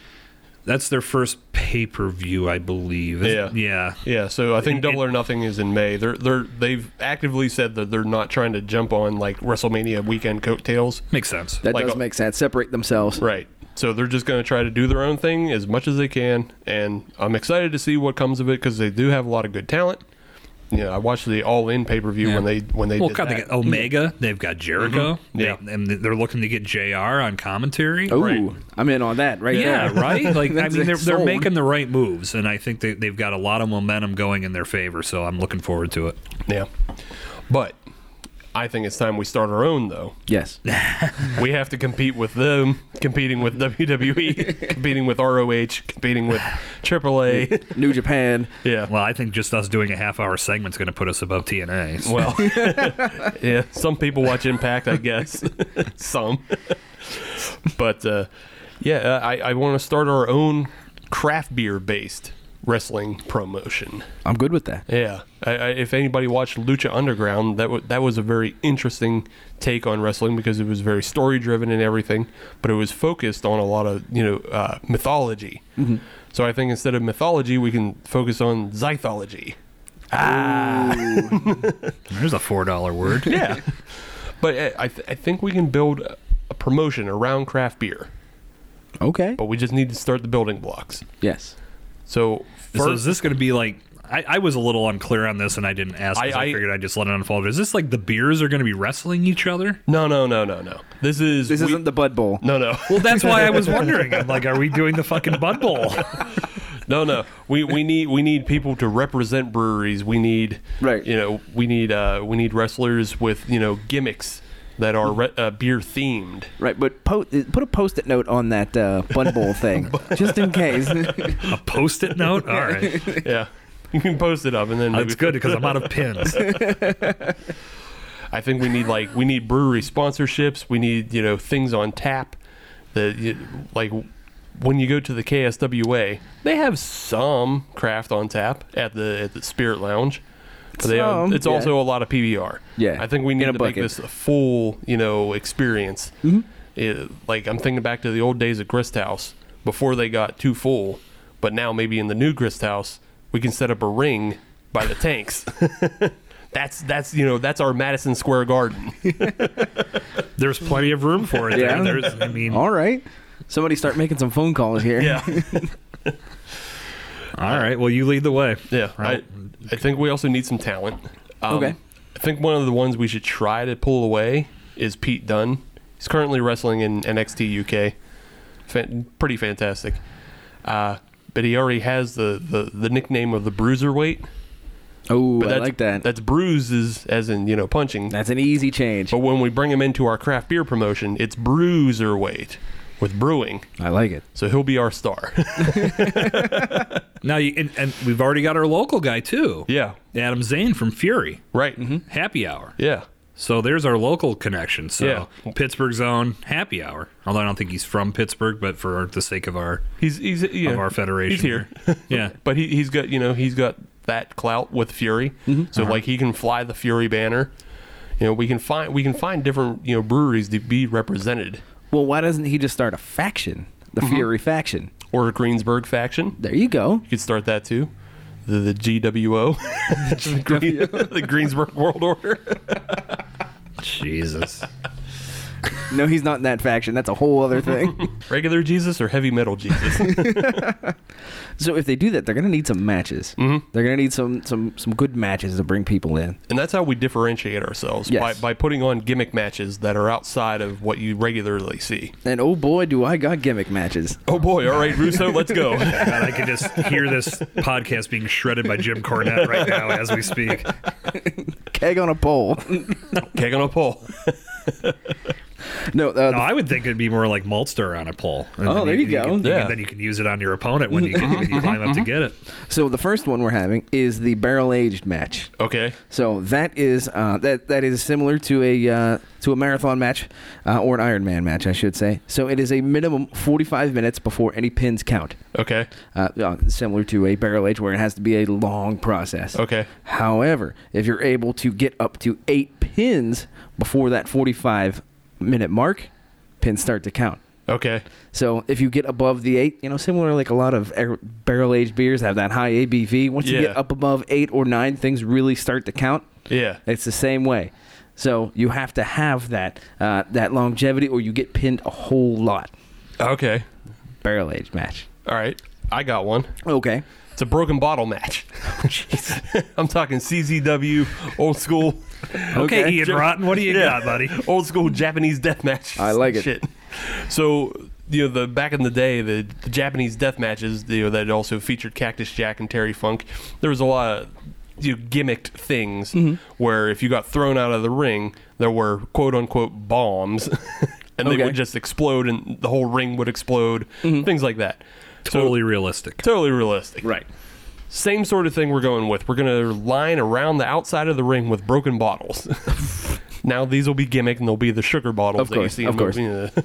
Speaker 5: that's their first pay per view, I believe. Is-
Speaker 6: Yeah.
Speaker 5: yeah.
Speaker 6: Yeah, so I think
Speaker 5: and-
Speaker 6: Double or Nothing is in May. They're they're they've actively said that they're not trying to jump on like WrestleMania weekend coattails.
Speaker 5: Makes sense.
Speaker 7: That
Speaker 6: Like uh,
Speaker 7: does
Speaker 6: a-
Speaker 7: make sense. Separate themselves.
Speaker 6: Right. So they're just going to try to do their own thing as much as they can, and I'm excited to see what comes of it because they do have a lot of good talent. You know, I watched the All In pay per view when they when they
Speaker 5: well,
Speaker 6: did
Speaker 5: God, they
Speaker 6: that.
Speaker 5: got Omega. They've got Jericho.
Speaker 6: Mm-hmm. Yeah.
Speaker 5: They- and they're looking to get Jr. on commentary.
Speaker 7: Ooh, I'm in on that right
Speaker 5: Yeah,
Speaker 7: there.
Speaker 5: right. Like I
Speaker 7: That's
Speaker 5: mean,
Speaker 7: it,
Speaker 5: they're, they're
Speaker 7: sold.
Speaker 5: making the right moves, and I think they, they've got a lot of momentum going in their favor. So I'm looking forward to it.
Speaker 6: yeah, but I think it's time we start our own though.
Speaker 7: Yes.
Speaker 6: we have to compete with them, competing with WWE, competing with ROH, competing with AAA.
Speaker 7: New Japan.
Speaker 6: Yeah.
Speaker 5: Well, I think just us doing a half hour segment's going to put us above TNA. So-
Speaker 6: Well, yeah, some people watch Impact, I guess. some, but uh, yeah, I, I want to start our own craft beer based wrestling promotion.
Speaker 7: I'm good with that.
Speaker 6: Yeah, I, I, if anybody watched Lucha Underground, that wa that was a very interesting take on wrestling because it was very story driven and everything, but it was focused on a lot of you know uh, mythology. So I think instead of mythology, we can focus on zythology.
Speaker 5: There's a four dollar word.
Speaker 6: yeah. But uh, I, th- I think we can build a- a promotion around craft beer,
Speaker 7: Okay.
Speaker 6: but we just need to start the building blocks.
Speaker 7: Yes.
Speaker 6: So
Speaker 5: So is
Speaker 6: first,
Speaker 5: this going to be like? I, I was a little unclear on this, and I didn't ask. 'cause
Speaker 6: I-
Speaker 5: I,
Speaker 6: I-
Speaker 5: figured I would just let it unfold. Is this like the beers are going to be wrestling each other?
Speaker 6: no, no, no, no, no. This is
Speaker 7: This
Speaker 6: we-
Speaker 7: isn't the Bud Bowl.
Speaker 6: no, no,
Speaker 5: Well, that's why I was wondering. I'm like, are we doing the fucking Bud Bowl?
Speaker 6: no, no. We we need we need people to represent breweries. We need
Speaker 7: Right.
Speaker 6: You know, we need uh we need wrestlers with you know gimmicks that
Speaker 7: Hmm.
Speaker 6: are re- uh, beer themed.
Speaker 7: Right, but po- put a post-it note on that uh, Bud Bowl thing, just in case.
Speaker 5: A post-it note. All right,
Speaker 6: Yeah. You can post it up, and then maybe-
Speaker 5: that's good because I'm out of pins.
Speaker 6: I think we need like we need brewery sponsorships. We need you know things on tap. That you, like when you go to the KSWA, they have some craft on tap at the at the Spirit Lounge. But they
Speaker 7: Some,
Speaker 6: it's
Speaker 7: yeah.
Speaker 6: also a lot of PBR.
Speaker 7: Yeah,
Speaker 6: I think we
Speaker 7: in
Speaker 6: need to
Speaker 7: a
Speaker 6: make
Speaker 7: bucket. Mm-hmm.
Speaker 6: this a full you know experience. It- like I'm thinking back to the old days at Grist House before they got too full, but now maybe in the new Grist House we can set up a ring by the tanks. That's that's you know that's our Madison Square Garden.
Speaker 5: There's plenty of room for it.
Speaker 7: Yeah.
Speaker 5: There. There's, I mean, all
Speaker 7: All right, somebody start making some phone calls here.
Speaker 5: right. Well, you lead the way.
Speaker 6: Yeah, I,
Speaker 5: Right.
Speaker 6: I think we also need some talent. Um,
Speaker 7: Okay.
Speaker 6: I think one of the ones we should try to pull away is Pete Dunne. He's currently wrestling in NXT UK. Fan, pretty fantastic. Uh, but he already has the, the, the nickname of the Bruiserweight.
Speaker 7: Oh,
Speaker 6: But
Speaker 7: I
Speaker 6: that's,
Speaker 7: like that.
Speaker 6: That's
Speaker 7: That's,
Speaker 6: bruises as in, you know, punching.
Speaker 7: an easy change.
Speaker 6: but when we bring him into our craft beer promotion, it's Bruiserweight with brewing.
Speaker 7: I like it.
Speaker 6: So he'll be our star.
Speaker 5: Now, you, and, and we've already got our local guy too.
Speaker 6: yeah.
Speaker 5: Adam Zane from Fury.
Speaker 6: Right.
Speaker 5: Happy hour.
Speaker 6: Yeah.
Speaker 5: So there's our local connection. So
Speaker 6: Yeah.
Speaker 5: Pittsburgh zone happy hour. Although I don't think he's from Pittsburgh, but for the sake of our
Speaker 6: He's he's yeah.
Speaker 5: of our federation,
Speaker 6: He's here.
Speaker 5: yeah.
Speaker 6: But he, he's got you know he's got that clout with Fury, so like he can fly the Fury banner. You know we can find we can find different you know breweries to be represented
Speaker 7: Well, why doesn't he just start a faction, the Fury faction?
Speaker 6: or a Greensburg faction.
Speaker 7: There you go.
Speaker 6: You could start that too. The, the GWO, the, Green- the Greensburg World Order.
Speaker 5: Jesus.
Speaker 7: No, he's not in that faction. That's a whole other thing.
Speaker 6: Regular Jesus or heavy metal Jesus?
Speaker 7: so if they do that, they're gonna need some matches. Mm-hmm. They're gonna need some some some good matches to bring people in.
Speaker 6: and that's how we differentiate ourselves
Speaker 7: Yes.
Speaker 6: by, by putting on gimmick matches that are outside of what you regularly see.
Speaker 7: And oh boy, do I got gimmick matches.
Speaker 6: Oh boy! All right, Russo, let's go.
Speaker 5: God, I could just hear this podcast being shredded by Jim Cornette right now as we speak.
Speaker 7: Keg on a pole.
Speaker 6: Keg on a pole.
Speaker 7: no, uh,
Speaker 5: No, I would think it'd be more like Maltster on a pole. And
Speaker 7: Oh,
Speaker 5: then
Speaker 7: there you go.
Speaker 5: can-
Speaker 6: Yeah.
Speaker 5: Then you can use it on your opponent when you, when you climb up to get it.
Speaker 7: so the first one we're having is the barrel aged match.
Speaker 6: Okay.
Speaker 7: So that is uh, that that is similar to a uh, to a marathon match uh, or an Ironman match, I should say. So it is a minimum 45 minutes before any pins count.
Speaker 6: Okay.
Speaker 7: Uh, uh, similar to a barrel age where it has to be a long process.
Speaker 6: Okay.
Speaker 7: However, if you're able to get up to eight pins before that 45 minute mark, pins start to count.
Speaker 6: Okay.
Speaker 7: So if you get above the eight, you know, similar like a lot of barrel aged beers have that high ABV. Once you get
Speaker 6: Yeah.
Speaker 7: up above eight or nine, things really start to count.
Speaker 6: Yeah.
Speaker 7: It's the same way. So you have to have that uh, that longevity, or you get pinned a whole lot.
Speaker 6: Okay.
Speaker 7: Barrel aged match.
Speaker 6: All right. I got one.
Speaker 7: Okay.
Speaker 6: It's a broken bottle match.
Speaker 5: Oh,
Speaker 6: I'm talking CZW, old school,
Speaker 7: Okay.
Speaker 5: Hey, Ian Rotten, what do you
Speaker 6: Yeah.
Speaker 5: got, buddy?
Speaker 6: old school Japanese death match.
Speaker 7: I like it.
Speaker 6: Shit. So you know the back in the day, the, the Japanese death matches you know that also featured Cactus Jack and Terry Funk. There was a lot of you know, gimmicked things
Speaker 5: Mm-hmm.
Speaker 6: where if you got thrown out of the ring, there were quote unquote bombs, and they
Speaker 7: Okay.
Speaker 6: would just explode, and the whole ring would explode,
Speaker 5: Mm-hmm.
Speaker 6: things like that.
Speaker 5: Totally realistic.
Speaker 6: Totally realistic.
Speaker 7: Right.
Speaker 6: Same sort of thing we're going with. We're going to line around the outside of the ring with broken bottles. now these will be gimmick and they'll be the sugar bottles
Speaker 7: Of
Speaker 6: that
Speaker 7: course,
Speaker 6: you see.
Speaker 7: of
Speaker 6: in
Speaker 7: course.
Speaker 6: movies.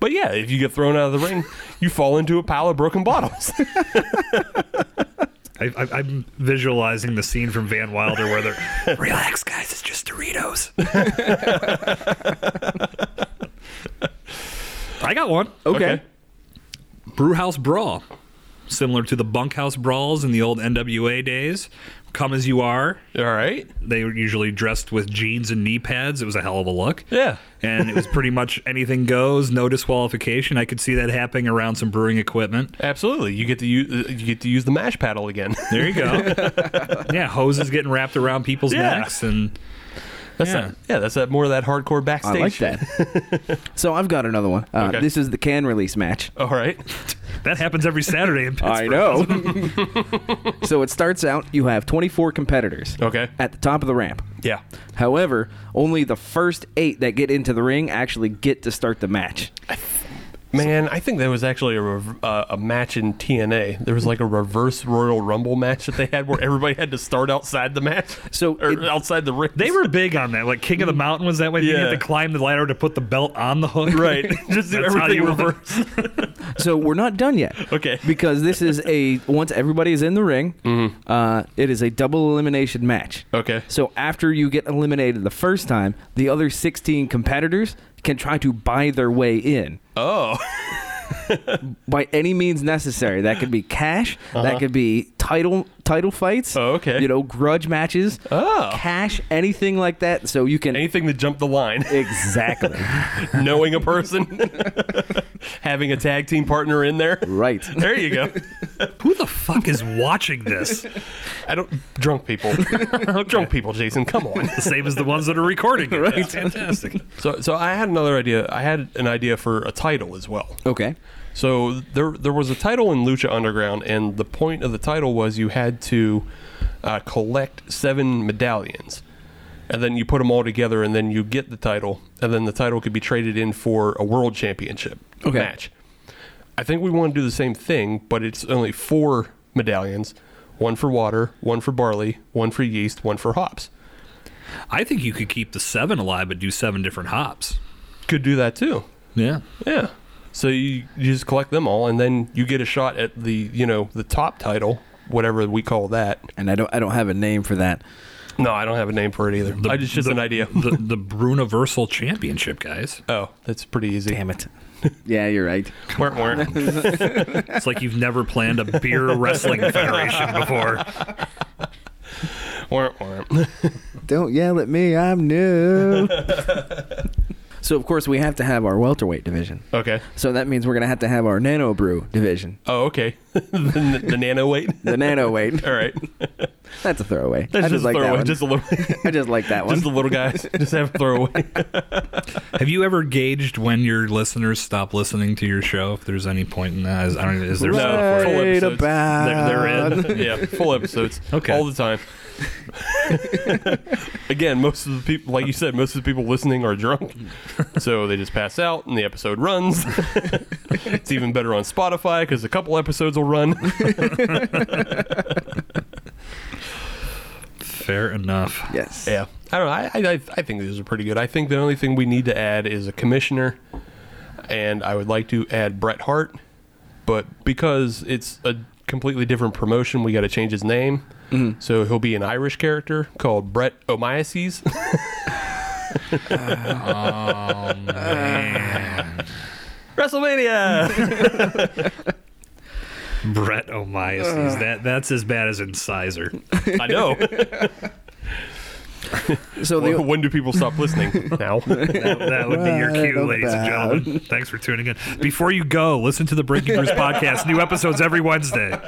Speaker 6: But yeah, if you get thrown out of the ring, you fall into a pile of broken bottles.
Speaker 5: I, I, I'm visualizing the scene from Van Wilder where they're, relax, guys, it's just Doritos. I got one. Oh,
Speaker 7: Okay.
Speaker 5: Brewhouse Brawl, similar to the bunkhouse brawls in the old NWA days. Come as you are.
Speaker 6: All right.
Speaker 5: They were usually dressed with jeans and knee pads. It was a hell of a look.
Speaker 6: Yeah.
Speaker 5: And it was pretty much anything goes, no disqualification. I could see that happening around some brewing equipment.
Speaker 6: Absolutely. You get to use you get to use the mash paddle again.
Speaker 5: There you go. yeah, hoses getting wrapped around people's
Speaker 6: Yeah.
Speaker 5: necks and
Speaker 6: That's
Speaker 5: Yeah.
Speaker 6: that, yeah, that's that more of that hardcore
Speaker 7: I
Speaker 6: backstage.
Speaker 7: like that. so I've got another one. Uh,
Speaker 6: Okay.
Speaker 7: This is the can release match.
Speaker 6: All right.
Speaker 5: that happens every Saturday in Pittsburgh.
Speaker 7: know. so it starts out. You have 24 competitors.
Speaker 6: Okay.
Speaker 7: At the top of the ramp.
Speaker 6: Yeah.
Speaker 7: However, only the first eight that get into the ring actually get to start the match.
Speaker 6: Man, I think there was actually a, rev- uh, a match in TNA. There was like a reverse Royal Rumble match that they had where everybody had to start outside the match.
Speaker 7: So
Speaker 6: or
Speaker 7: it-
Speaker 6: outside the ring.
Speaker 5: They were big on that. Like King of the Mountain was that way. You
Speaker 6: Mm. Yeah.
Speaker 5: had to climb the ladder to put the belt on the hook.
Speaker 6: right. Just do
Speaker 5: That's how
Speaker 6: everything
Speaker 5: you want-
Speaker 6: reverse.
Speaker 7: So we're not done yet.
Speaker 6: Okay.
Speaker 7: Because this is a once everybody is in the ring, uh, it is a double elimination match.
Speaker 6: Mm-hmm. Okay.
Speaker 7: So after you get eliminated the first time, the other 16 competitors can try to buy their way in.
Speaker 6: Oh.
Speaker 7: by any means necessary. That could be cash. That could be title title fights.
Speaker 6: Uh-huh. Oh, okay.
Speaker 7: You know, grudge matches.
Speaker 6: Oh.
Speaker 7: Cash, anything like that. So you can
Speaker 6: Anything that jumped the line,
Speaker 7: exactly
Speaker 6: knowing a person, having a tag team partner in there.
Speaker 7: right.
Speaker 6: There you go.
Speaker 5: Who the fuck is watching this?
Speaker 6: I don't drunk people. Drunk people, Jason. Come on.
Speaker 5: Same as the ones that are recording it. Right. That's fantastic.
Speaker 6: So, so I had another idea. I had an idea for a title as well.
Speaker 7: Okay.
Speaker 6: So there, there was a title in Lucha Underground, and the point of the title was you had to uh, collect seven medallions, and then you put them all together, and then you get the title, and then the title could be traded in for a world championship
Speaker 7: Okay.
Speaker 6: match. I think we want to do the same thing, but it's only four medallions: one for water, one for barley, one for yeast, one for hops.
Speaker 5: I think you could keep the seven alive, but do seven different hops.
Speaker 6: Could do that too.
Speaker 5: Yeah.
Speaker 6: Yeah. So you, you just collect them all, and then you get a shot at the you know the top title, whatever we call that.
Speaker 7: And I don't I don't have a name for that.
Speaker 6: No, I don't have a name for it either. I just just an idea.
Speaker 5: the the Bruniversal Championship, guys.
Speaker 6: Oh, that's pretty easy.
Speaker 7: Damn it. yeah, you're right.
Speaker 6: Weren't, weren't.
Speaker 5: It's like you've never planned a beer wrestling federation before.
Speaker 6: Weren't, weren't.
Speaker 7: Don't yell at me. I'm new. So of course we have to have our welterweight division.
Speaker 6: Okay.
Speaker 7: So that means we're gonna have to have our nano brew division.
Speaker 6: Oh, okay. the, the nano weight.
Speaker 7: The nano weight.
Speaker 6: All right.
Speaker 7: That's a throwaway.
Speaker 6: That's
Speaker 7: I just
Speaker 6: just
Speaker 7: like that
Speaker 6: throwaway.
Speaker 7: one.
Speaker 6: Just a little.
Speaker 7: I just like that one.
Speaker 6: Just the little guys. Just have a throwaway.
Speaker 5: Have you ever gauged when your listeners stop listening to your show? If there's any point in that, is, I don't. Is there?
Speaker 7: Right.
Speaker 5: stuff
Speaker 6: full episodes.
Speaker 7: about-
Speaker 6: They're, they're in. yeah, full episodes.
Speaker 5: Okay.
Speaker 6: All the time. Again, most of the people, like you said, most of the people listening are drunk. So they just pass out and the episode runs. it's even better on Spotify because a couple episodes will run.
Speaker 5: Fair enough.
Speaker 7: yes.
Speaker 6: Yeah, I don't know. I, I I- I think these are pretty good. I think the only thing we need to add is a commissioner, and I would like to add Bret Hart, but because it's a completely different promotion, we got to change his name.
Speaker 7: Mm-hmm.
Speaker 6: So he'll be an Irish character called Brett O'Miases.
Speaker 7: Oh,
Speaker 6: WrestleMania.
Speaker 5: Brett Omiases. that that's as bad as incisor.
Speaker 6: I know.
Speaker 7: So the
Speaker 6: when do people stop listening? Now.
Speaker 5: That, that would be your cue, ladies and gentlemen. Thanks for tuning in. Before you go, listen to the Breaking News podcast. New episodes every Wednesday.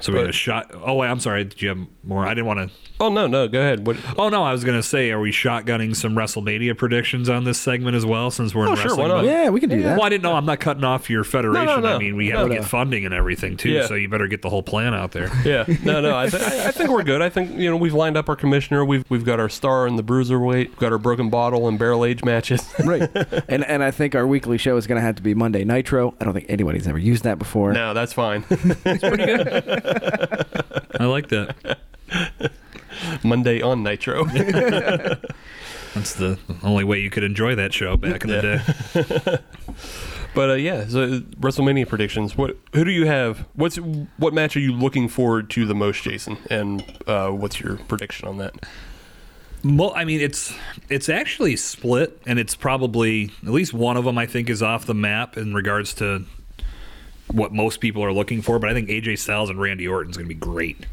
Speaker 5: So we got a shot. Oh wait, I'm sorry. Did you have more? I didn't want to.
Speaker 6: oh no, no. Go ahead. What?
Speaker 5: Oh no, I was gonna say, are we shotgunning some WrestleMania predictions on this segment as well? Since we're in
Speaker 6: Oh, sure,
Speaker 5: wrestling,
Speaker 6: why not?
Speaker 5: mode?
Speaker 7: yeah, we can do that.
Speaker 5: Well, I didn't know. I'm not cutting off your federation.
Speaker 6: no.
Speaker 5: I mean, we have
Speaker 6: No,
Speaker 5: to
Speaker 6: no.
Speaker 5: get funding and everything too,
Speaker 6: Yeah.
Speaker 5: so you better get the whole plan out there.
Speaker 6: Yeah, no, no. I, th- I I think we're good. I think you know we've lined up our commissioner. We've we've got our star and the bruiserweight. We've got our broken bottle and barrel age matches.
Speaker 7: Right. and and I think our weekly show is going to have to be Monday Nitro. I don't think anybody's ever used that before.
Speaker 6: no, that's fine.
Speaker 5: I like that.
Speaker 6: Monday on Nitro.
Speaker 5: That's the only way you could enjoy that show back in the day.
Speaker 6: but uh, yeah, so WrestleMania predictions. What who do you have? What's what match are you looking forward to the most, Jason? And uh, what's your prediction on that?
Speaker 5: Well, I mean, it's it's actually split, and it's probably at least one of them. I think is off the map in regards to what most people are looking for. But I think AJ Styles and Randy Orton's going to be great.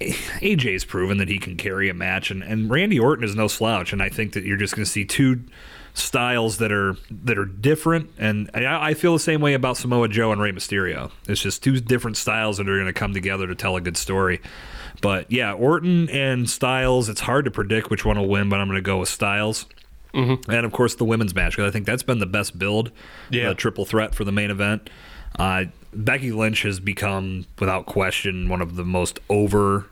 Speaker 5: AJ's proven that he can carry a match, and, and Randy Orton is no slouch. And I think that you're just going to see two styles that are that are different. And I, I feel the same way about Samoa Joe and Rey Mysterio. It's just two different styles that are going to come together to tell a good story. But yeah, Orton and Styles. It's hard to predict which one will win, but I'm going to go with Styles. And of course, the women's match because I think that's been the best build. uh,
Speaker 6: Yeah.
Speaker 5: the triple threat for the main event. Uh, Becky Lynch has become, without question, one of the most over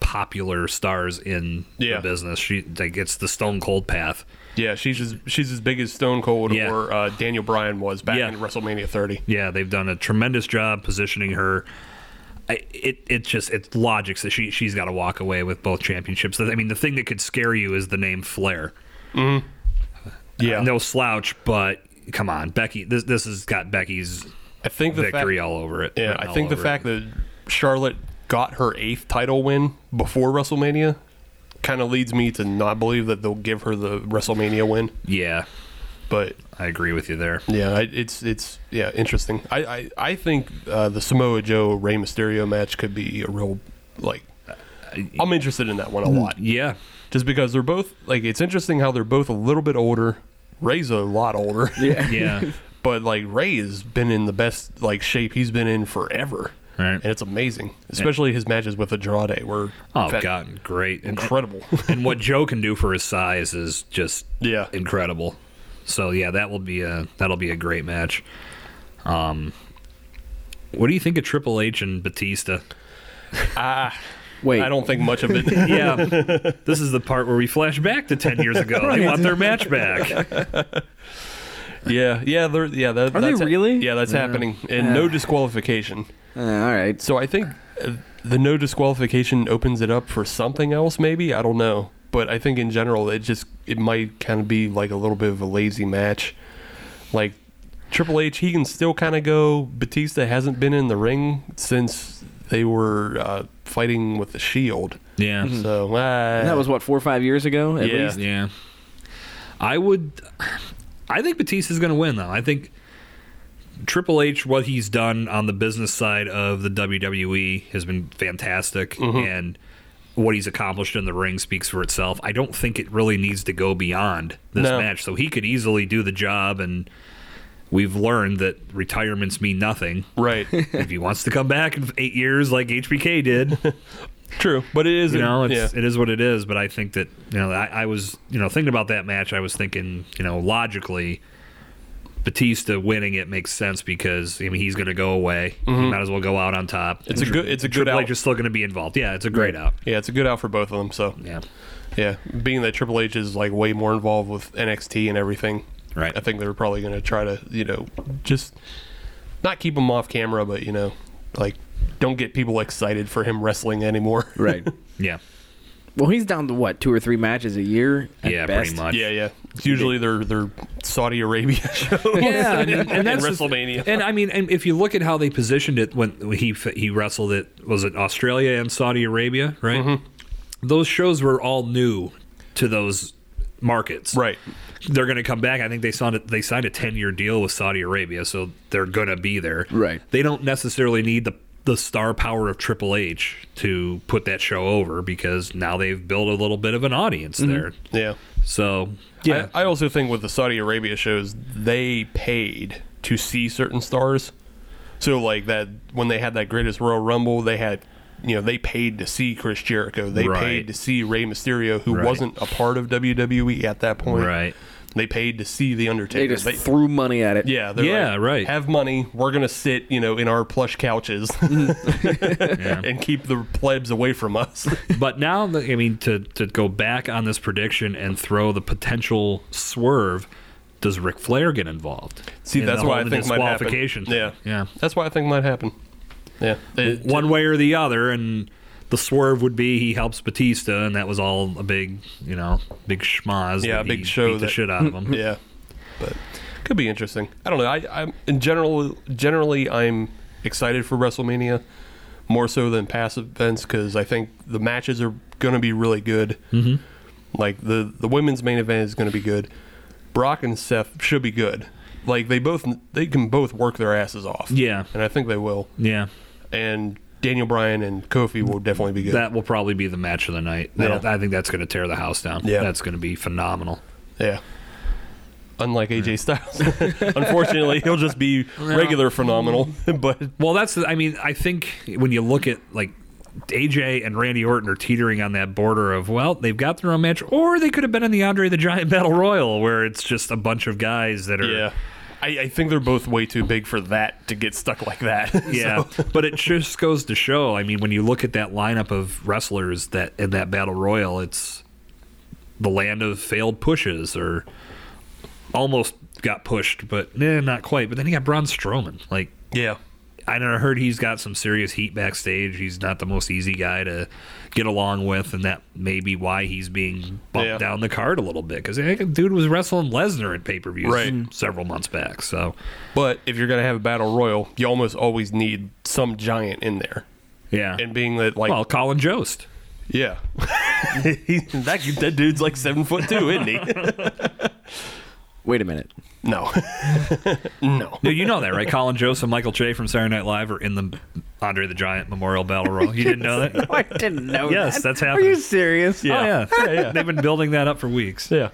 Speaker 5: popular stars in
Speaker 6: Yeah.
Speaker 5: the business. She like it's the Stone Cold path.
Speaker 6: Yeah, she's as, she's as big as Stone Cold
Speaker 5: Yeah.
Speaker 6: or uh, Daniel Bryan was back
Speaker 5: Yeah.
Speaker 6: in WrestleMania 30.
Speaker 5: Yeah, they've done a tremendous job positioning her. I, it it just it's logic that she she's got to walk away with both championships. I mean, the thing that could scare you is the name Flair.
Speaker 6: Yeah,
Speaker 5: No slouch, but come on, Becky. This this has got Becky's
Speaker 6: I think the fact-
Speaker 5: victory all over it.
Speaker 6: Yeah,
Speaker 5: written
Speaker 6: I
Speaker 5: all
Speaker 6: think the
Speaker 5: over it.
Speaker 6: fact that Charlotte got her eighth title win before WrestleMania kind of leads me to not believe that they'll give her the WrestleMania win.
Speaker 5: yeah,
Speaker 6: But
Speaker 5: I agree with you there.
Speaker 6: yeah, I, it's it's yeah interesting. I I, I think uh, the Samoa Joe Rey Mysterio match could be a real like. I'm interested in that one a lot,
Speaker 5: Mm, Yeah,
Speaker 6: just because they're both like it's interesting how they're both a little bit older. Ray's a lot older,
Speaker 5: yeah.
Speaker 6: but like Ray has been in the best like shape he's been in forever,
Speaker 5: Right.
Speaker 6: and it's amazing, especially his matches with Andrade were
Speaker 5: Oh
Speaker 6: fa-
Speaker 5: god, great, And-
Speaker 6: incredible.
Speaker 5: And, what Joe can do for his size is just
Speaker 6: Yeah.
Speaker 5: incredible. So yeah, that will be a that'll be a great match. Um, what do you think of Triple H and Batista?
Speaker 7: Wait.
Speaker 6: I don't think much of it.
Speaker 5: Yeah, this is the part where we flash back to ten years ago. They want their match back.
Speaker 6: yeah, yeah, they're, yeah. That,
Speaker 7: Are they
Speaker 6: that's
Speaker 7: really?
Speaker 6: Yeah, that's
Speaker 7: Yeah.
Speaker 6: happening, and no disqualification.
Speaker 7: Uh, all right.
Speaker 6: So I think uh, the no disqualification opens it up for something else. Maybe I don't know, but I think in general it just it might kind of be like a little bit of a lazy match. Like Triple H, he can still kind of go. Batista hasn't been in the ring since they were uh, fighting with the Shield.
Speaker 5: Yeah,
Speaker 6: So uh,
Speaker 7: Mm-hmm. That was what four or five years ago at
Speaker 6: Yeah.
Speaker 7: least.
Speaker 5: yeah. I would. I think Batista's going to win though. I think Triple H, what he's E
Speaker 6: Mm-hmm.
Speaker 5: done on the business side of the WWE, has been fantastic, and what he's accomplished in the ring speaks for itself. I don't think it really needs to go beyond this
Speaker 6: No.
Speaker 5: match. So he could easily do the job, and we've learned that retirements mean nothing.
Speaker 6: Right.
Speaker 5: if he wants to come back in eight years like HBK did,
Speaker 6: True. But it is.
Speaker 5: you know,
Speaker 6: yeah.
Speaker 5: it's, it is what it is. But I think that you know, I, I was you know thinking about that match. I was thinking, you know, logically, Batista winning it makes sense because I mean he's going to go away. He might as well go out on top.
Speaker 6: Mm-hmm. It's
Speaker 5: And
Speaker 6: a good- it's a
Speaker 5: and
Speaker 6: good
Speaker 5: Triple
Speaker 6: out.
Speaker 5: H is still going to be involved. Yeah, it's a great out.
Speaker 6: yeah, it's a good out for both of them. So
Speaker 5: Yeah,
Speaker 6: yeah, being that Triple H is like way more involved with NXT and everything,
Speaker 5: Right.
Speaker 6: I think they're probably going to try to you know just not keep him off camera, but you know like don't get people excited for him wrestling anymore.
Speaker 7: Right.
Speaker 5: yeah,
Speaker 7: well, he's down to what two or three matches a year. at
Speaker 5: yeah.
Speaker 7: best?
Speaker 5: Pretty much.
Speaker 6: Yeah, yeah. It's usually their their Saudi Arabia show.
Speaker 5: yeah, and, and
Speaker 6: And
Speaker 5: that's the-
Speaker 6: WrestleMania.
Speaker 5: and I mean, and if you look at how they positioned it when when he f- he wrestled it, was it Australia and Saudi Arabia, right?
Speaker 6: Mm-hmm.
Speaker 5: Those shows were all new to those markets,
Speaker 6: Right.
Speaker 5: They're going to come back. I think they signed a, they signed a ten year deal with Saudi Arabia, so they're going to be there,
Speaker 7: Right.
Speaker 5: They don't necessarily need the the star power of Triple H to put that show over because now they've built a little bit of an audience there.
Speaker 6: Yeah.
Speaker 5: So
Speaker 6: Mm-hmm. Yeah. I, I also think with the Saudi Arabia shows, they paid to see certain stars. So like that when they had that greatest Royal Rumble, they had you know, they paid to see Chris Jericho. They
Speaker 5: Right.
Speaker 6: paid to see Rey Mysterio, who
Speaker 5: Right.
Speaker 6: wasn't a part of WWE at that point.
Speaker 5: Right.
Speaker 6: They paid to see The Undertaker.
Speaker 7: They just
Speaker 6: They-
Speaker 7: threw money at it.
Speaker 6: yeah, they're
Speaker 5: Yeah,
Speaker 6: like,
Speaker 5: right.
Speaker 6: Have money. We're gonna sit, you know, in our plush couches and keep the plebs away from us.
Speaker 5: But now, the- I mean, to, to go back on this prediction and throw the potential swerve, does Ric Flair get involved?
Speaker 6: See,
Speaker 5: In
Speaker 6: that's
Speaker 5: the
Speaker 6: why I
Speaker 5: whole
Speaker 6: think might happen.
Speaker 5: disqualification
Speaker 6: Yeah,
Speaker 5: thing? yeah.
Speaker 6: That's why I think might happen. Yeah, It-
Speaker 5: One way or the other, and the swerve would be he helps Batista, and that was all a big, you know, big schmoz.
Speaker 6: Yeah,
Speaker 5: that
Speaker 6: a big
Speaker 5: he
Speaker 6: show
Speaker 5: beat the
Speaker 6: that-
Speaker 5: shit out of him.
Speaker 6: yeah, but could be interesting. I don't know. I, I'm in general. Generally, I'm excited for WrestleMania more so than past events because I think the matches are going to be really good. Mm-hmm. Like the the women's main event is going to be good. Brock and Seth should be good. Like they both they can both work their asses off.
Speaker 5: Yeah.
Speaker 6: and I think they will.
Speaker 5: yeah.
Speaker 6: And Daniel Bryan and Kofi will definitely be good.
Speaker 5: That will probably be the match of the night. That'll- I think that's going to tear the house down.
Speaker 6: Yeah.
Speaker 5: That's going to be phenomenal.
Speaker 6: Yeah. Unlike AJ Styles, unfortunately, he'll just be regular phenomenal. But
Speaker 5: Well, that's. The, I mean, I think when you look at like AJ and Randy Orton are teetering on that border of well, they've got their own match, or they could have been in the Andre the Giant Battle Royal, where it's just a bunch of guys that are.
Speaker 6: yeah, I, I think they're both way too big for that to get stuck like that.
Speaker 5: Yeah, but it just goes to show. I mean, when you look at that lineup of wrestlers that in that battle royal, it's the land of failed pushes, or almost got pushed, but eh, not quite. But then you got Braun Strowman. Like,
Speaker 6: yeah,
Speaker 5: I know- I heard he's got some serious heat backstage. He's not the most easy guy to get along with, and that may be why he's being bumped
Speaker 6: Yeah.
Speaker 5: down the card a little bit. Because dude was wrestling Lesnar at pay per views
Speaker 6: Right.
Speaker 5: several months back. So
Speaker 6: but if you're gonna have a battle royal, you almost always need some giant in there.
Speaker 5: yeah,
Speaker 6: And being that, like,
Speaker 5: well, Colin Jost.
Speaker 6: yeah, He- that that dude's like seven foot two, isn't he?
Speaker 7: Wait a minute.
Speaker 6: no, no.
Speaker 5: No, you know that, right? Colin Jost and Michael Che from Saturday Night Live are in the Andre the Giant Memorial Battle Royal. You didn't know that?
Speaker 7: I didn't know.
Speaker 5: Yes, that's
Speaker 7: Are you
Speaker 5: happening.
Speaker 7: serious?
Speaker 5: Oh, yeah. They've been building that up for weeks.
Speaker 6: Yeah.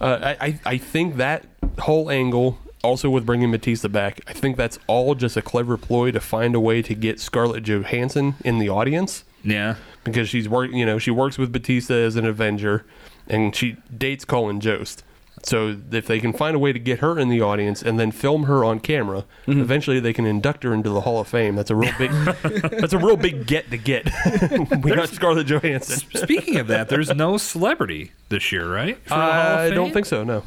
Speaker 6: Uh, I, I, I think that whole angle, also with bringing Batista back, I think that's all just a clever ploy to find a way to get Scarlett Johansson in the audience
Speaker 5: Yeah.
Speaker 6: because she's work, you know, she works with Batista as an Avenger, and she dates Colin Jost. So if they can find a way to get her in the audience and then film her on camera,
Speaker 5: Mm-hmm.
Speaker 6: eventually they can induct her into the Hall of Fame. That's a real big, that's a real big get to get. we got Scarlett Johansson.
Speaker 5: Speaking of that, there's no celebrity this year, right? For the Hall of
Speaker 6: I don't
Speaker 5: Fame?
Speaker 6: think so. No.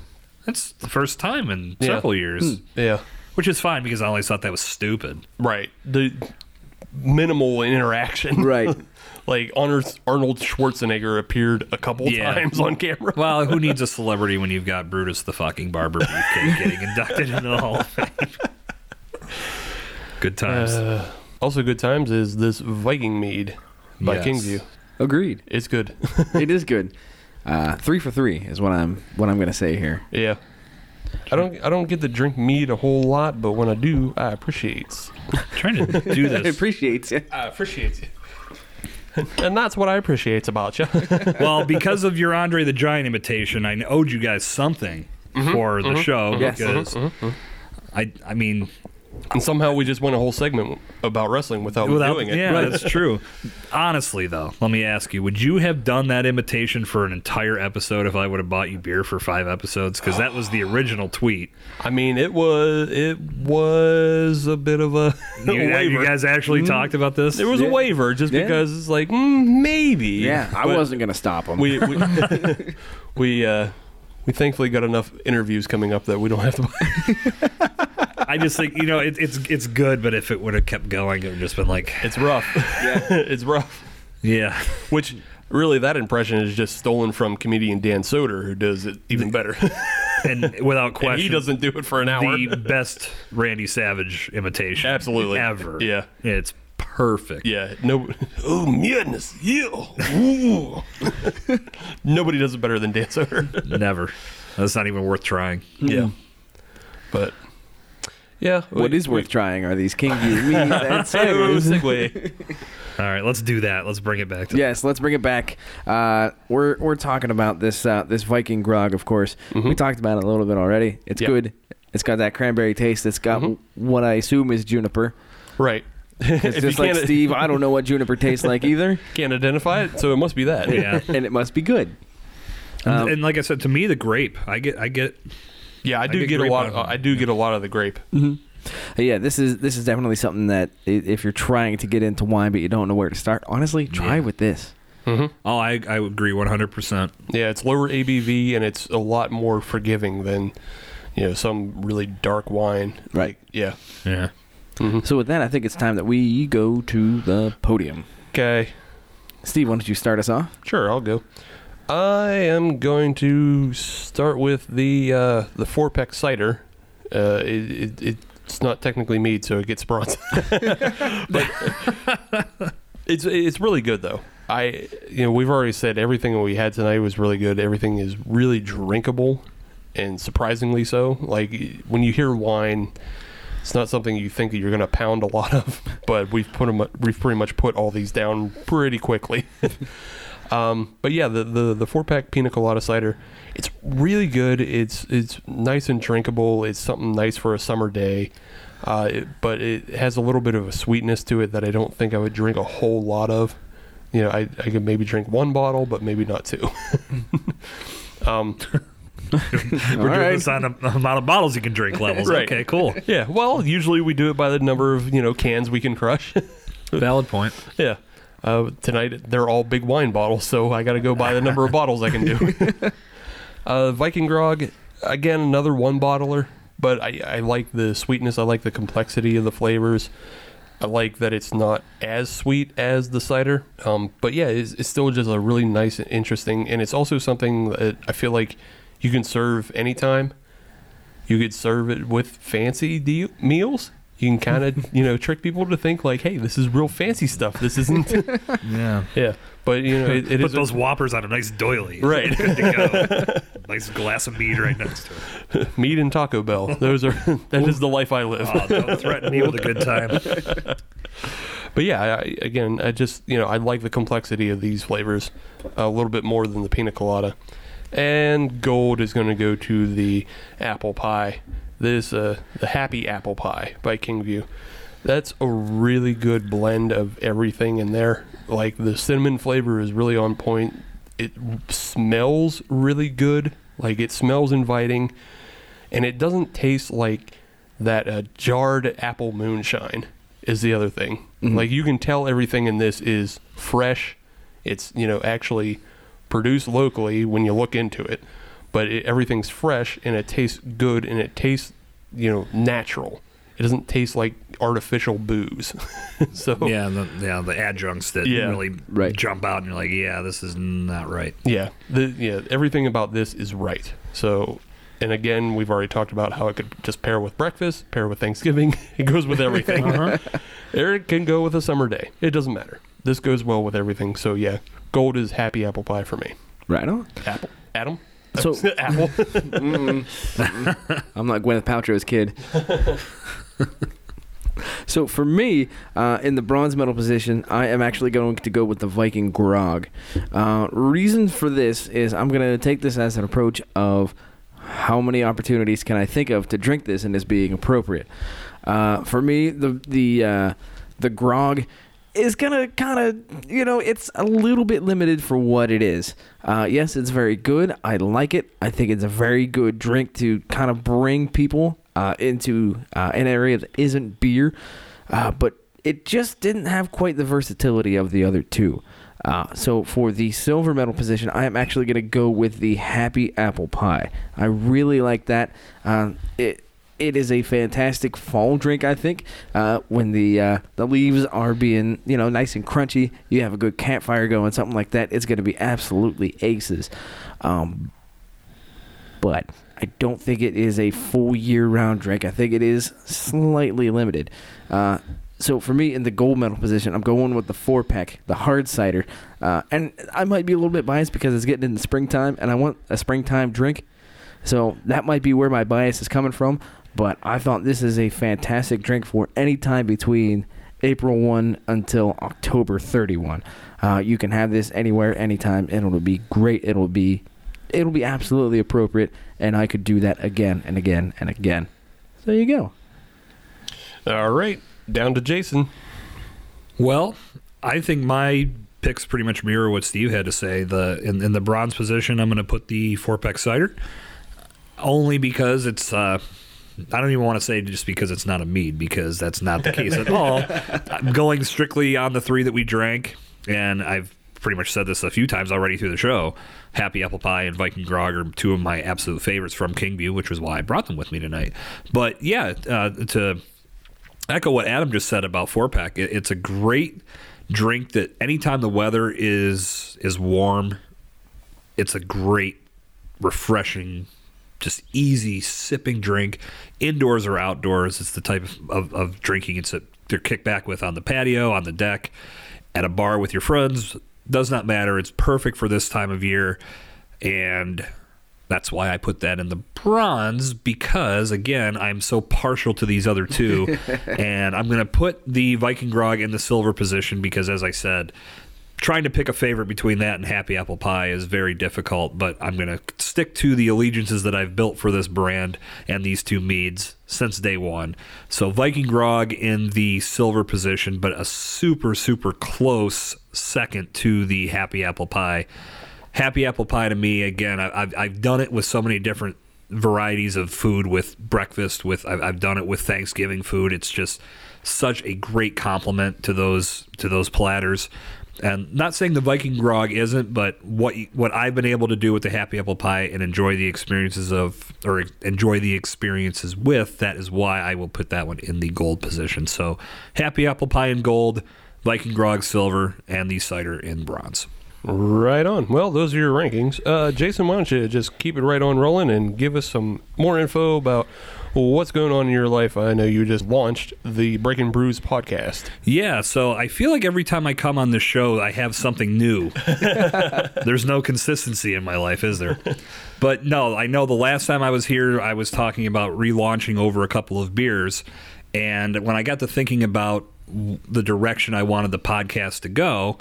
Speaker 5: That's the first time in
Speaker 6: Yeah. Hmm.
Speaker 5: several years,
Speaker 6: Yeah.
Speaker 5: which is fine because I always thought that was stupid.
Speaker 6: Right. The minimal interaction.
Speaker 7: Right.
Speaker 6: like Arnold Arnold Schwarzenegger appeared a couple
Speaker 5: Yeah.
Speaker 6: times on camera.
Speaker 5: Well, who needs a celebrity when you've got Brutus the fucking barber beefcake getting inducted into the Hall of Fame? Good times.
Speaker 6: Uh, Also, good times is this Viking mead by
Speaker 5: Yes.
Speaker 6: Kingview.
Speaker 7: Agreed.
Speaker 6: It's good.
Speaker 7: It is good. Uh, three for three is what I'm what I'm gonna say here.
Speaker 6: yeah. I don't I don't get to drink mead a whole lot, but when I do, I appreciate.
Speaker 5: trying to do
Speaker 7: I
Speaker 5: this.
Speaker 7: appreciate you.
Speaker 6: I appreciate it. and that's what I appreciate about you.
Speaker 5: well, because of your Andre the Giant imitation, I owed you guys something
Speaker 6: Mm-hmm.
Speaker 5: for the show
Speaker 7: Yes.
Speaker 5: because I I mean
Speaker 6: and somehow we just went a whole segment about wrestling without,
Speaker 5: without
Speaker 6: doing it.
Speaker 5: yeah that's true. Honestly though, let me ask you: Would you have done that imitation for an entire episode if I would have bought you beer for five episodes? Because that was the original tweet.
Speaker 6: I mean, it was it was a bit of a,
Speaker 5: You,
Speaker 6: a waiver. Mm-hmm.
Speaker 5: you guys actually talked about this.
Speaker 6: there was
Speaker 7: Yeah.
Speaker 6: a waiver just
Speaker 7: Yeah.
Speaker 6: because it's like mm, maybe.
Speaker 7: Yeah, I
Speaker 6: But
Speaker 7: wasn't gonna stop him.
Speaker 6: We we we, uh, we thankfully got enough interviews coming up that we don't have to.
Speaker 5: I just think you know it, it's it's good, but if it would have kept going, it would just been like
Speaker 6: It's rough. it's rough.
Speaker 5: yeah.
Speaker 6: Which really, that impression is just stolen from comedian Dan Soder, who does it even better.
Speaker 5: and without question,
Speaker 6: and he doesn't do it for an hour.
Speaker 5: the best Randy Savage imitation,
Speaker 6: Absolutely.
Speaker 5: ever.
Speaker 6: Yeah.
Speaker 5: it's perfect.
Speaker 6: Yeah, no. Oh, madness! Yeah. Ooh. Nobody does it better than Dan Soder.
Speaker 5: Never. That's not even worth trying.
Speaker 6: yeah, but yeah,
Speaker 7: what
Speaker 6: we-
Speaker 7: is worth trying are these King View Weeds and
Speaker 6: Oh,
Speaker 7: Segways.
Speaker 6: segue.
Speaker 5: All right, let's do that. Let's bring it back to
Speaker 7: Yes, let's bring it back. Uh, we're we're talking about this uh, this Viking grog, of course. We talked about it a little bit already. It's
Speaker 6: Mm-hmm. Yeah.
Speaker 7: good. It's got that cranberry taste. It's got what I assume is juniper.
Speaker 6: right. if
Speaker 7: It's
Speaker 6: you
Speaker 7: just like
Speaker 6: can't,
Speaker 7: Steve. I don't know what juniper tastes like either,
Speaker 6: can't identify it, so it must be that.
Speaker 5: Yeah.
Speaker 7: and it must be good.
Speaker 5: And-
Speaker 7: Um,
Speaker 5: and like I said, to me, the grape. I get. I get.
Speaker 6: yeah. I do
Speaker 5: get
Speaker 6: get a
Speaker 5: grape
Speaker 6: lot.
Speaker 5: out of it.
Speaker 6: I do get a lot of the grape.
Speaker 7: Mm. Yeah, this is this is definitely something that i- if you're trying to get into wine but you don't know where to start, honestly, try with this.
Speaker 5: Oh, I I would agree one hundred percent.
Speaker 6: Yeah, it's lower ABV and it's a lot more forgiving than you know some really dark wine.
Speaker 7: Right.
Speaker 6: Yeah.
Speaker 5: Yeah.
Speaker 7: So with that, I think it's time that we go to the podium.
Speaker 6: Okay.
Speaker 7: Steve, why don't you start us off?
Speaker 6: Sure, I'll go. I am going to start with the uh, the four pack cider. Uh, it, it, it's not technically mead, so it gets bronze. but it's it's really good though. I you know we've already said everything we had tonight was really good. Everything is really drinkable, and surprisingly so. Like when you hear wine, it's not something you think that you're going to pound a lot of. But we've put 'em- we've pretty much put all these down pretty quickly. Um, but yeah, the, the the four pack pina colada cider, it's really good. It's it's nice and drinkable. It's something nice for a summer day, uh, it, but it has a little bit of a sweetness to it that I don't think I would drink a whole lot of. You know, I I could maybe drink one bottle, but maybe not two. um,
Speaker 5: We're doing
Speaker 7: right.
Speaker 5: this on the amount of bottles you can drink levels.
Speaker 6: Right.
Speaker 5: Okay, cool.
Speaker 6: yeah, well, usually we do it by the number of you know cans we can crush.
Speaker 5: Valid point.
Speaker 6: yeah. Uh, tonight they're all big wine bottles, so I got to go buy the number of bottles I can do. uh, Viking grog, again another one bottler, but I, I like the sweetness. I like the complexity of the flavors. I like that it's not as sweet as the cider. Um, but yeah, it's, it's still just a really nice and interesting, and it's also something that I feel like you can serve anytime. You could serve it with fancy de- meals. You can kind of, you know, trick people to think like, "Hey, this is real fancy stuff. This isn't."
Speaker 5: Yeah.
Speaker 6: yeah, but you know, it, it
Speaker 5: Put
Speaker 6: is a-
Speaker 5: those whoppers on a nice doily.
Speaker 6: Right.
Speaker 5: Good to go. nice glass of mead right next to it.
Speaker 6: meat and Taco Bell. Those are that is the life I live.
Speaker 5: Oh, don't threaten me with a good time.
Speaker 6: But yeah, I, I- again, I just you know I like the complexity of these flavors a little bit more than the pina colada. And gold is going to go to the apple pie. This uh, the happy apple pie by Kingview. That's a really good blend of everything in there. Like the cinnamon flavor is really on point. It smells really good. Like it smells inviting, and it doesn't taste like that uh, jarred apple moonshine. Is the other thing. Like you can tell everything in this is fresh. It's you know actually produced locally when you look into it, but it, everything's fresh and it tastes good and it tastes you know natural. It doesn't taste like artificial booze. so
Speaker 5: Yeah, the, yeah, the adjuncts that
Speaker 6: Yeah.
Speaker 5: really
Speaker 7: Right.
Speaker 5: jump out, and you're like, yeah, this is not right.
Speaker 6: Yeah, the, yeah, everything about this is right. So, and again, we've already talked about how it could just pair with breakfast, pair with Thanksgiving. It goes with everything. Eric can go with a summer day. It doesn't matter. This goes well with everything. So yeah, gold is happy apple pie for me.
Speaker 7: Right on.
Speaker 6: Apple, Adam,
Speaker 7: So
Speaker 6: apple.
Speaker 7: I'm not Gwyneth Paltrow's kid. So for me, uh, in the bronze medal position, I am actually going to go with the Viking Grog. Uh, reason for this is I'm going to take this as an approach of how many opportunities can I think of to drink this and this being appropriate. Uh, for me, the the uh, the grog is gonna kind of you know it's a little bit limited for what it is. Uh, yes, it's very good. I like it. I think it's a very good drink to kind of bring people uh, into uh, an area that isn't beer, uh, but it just didn't have quite the versatility of the other two. Uh, so for the silver medal position, I am actually going to go with the Happy Apple Pie. I really like that. Um, it it is a fantastic fall drink. I think uh, when the uh, the leaves are being you know nice and crunchy, you have a good campfire going, something like that. It's going to be absolutely aces. Um, but I don't think it is a full year round drink. I think it is slightly limited. Uh, so for me in the gold medal position, I'm going with the four pack, the hard cider, uh, and I might be a little bit biased because it's getting into springtime, and I want a springtime drink. So that might be where my bias is coming from. But I thought this is a fantastic drink for any time between April 1 until October 31. Uh, you can have this anywhere, anytime, and it'll be great. It'll be it'll be absolutely appropriate, and I could do that again and again and again. So there you go.
Speaker 6: All right, down to Jason.
Speaker 5: Well, I think my picks pretty much mirror what Steve had to say. The in, in the bronze position, I'm going to put the four pack cider, only because it's. Uh, I don't even want to say just because it's not a mead, because that's not the case at all. I'm going strictly on the three that we drank, and I've pretty much said this a few times already through the show. Happy Apple Pie and Viking Grog are two of my absolute favorites from Kingview, which was why I brought them with me tonight. But yeah, uh, to echo what Adam just said about four pack. It, it's a great drink that anytime the weather is is warm, it's a great, refreshing, just easy sipping drink, indoors or outdoors. It's the type of, of, of drinking it's a to kick back with on the patio, on the deck, at a bar with your friends. Does not matter. It's perfect for this time of year, and that's why I put that in the bronze because, again, I'm so partial to these other two. and I'm going to put the Viking Grog in the silver position because, as I said, trying to pick a favorite between that and Happy Apple Pie is very difficult. But I'm going to stick to the allegiances that I've built for this brand and these two meads since day one. So, Viking Grog in the silver position, but a super, super close second to the Happy Apple Pie happy apple pie to me again I, I've, I've done it with so many different varieties of food with breakfast with I've, I've done it with thanksgiving food it's just such a great compliment to those to those platters and not saying the viking grog isn't but what you- what i've been able to do with the happy apple pie and enjoy the experiences of or enjoy the experiences with that is why i will put that one in the gold position so happy apple pie in gold viking grog silver and the cider in bronze
Speaker 6: Right on. Well, those are your rankings. Uh, Jason, why don't you just keep it right on rolling and give us some more info about what's going on in your life? I know you just launched the Breaking Brews podcast.
Speaker 5: Yeah, so I feel like every time I come on this show, I have something new. There's no consistency in my life, is there? But no, I know the last time I was here, I was talking about relaunching over a couple of beers. And when I got to thinking about w- the direction I wanted the podcast to go,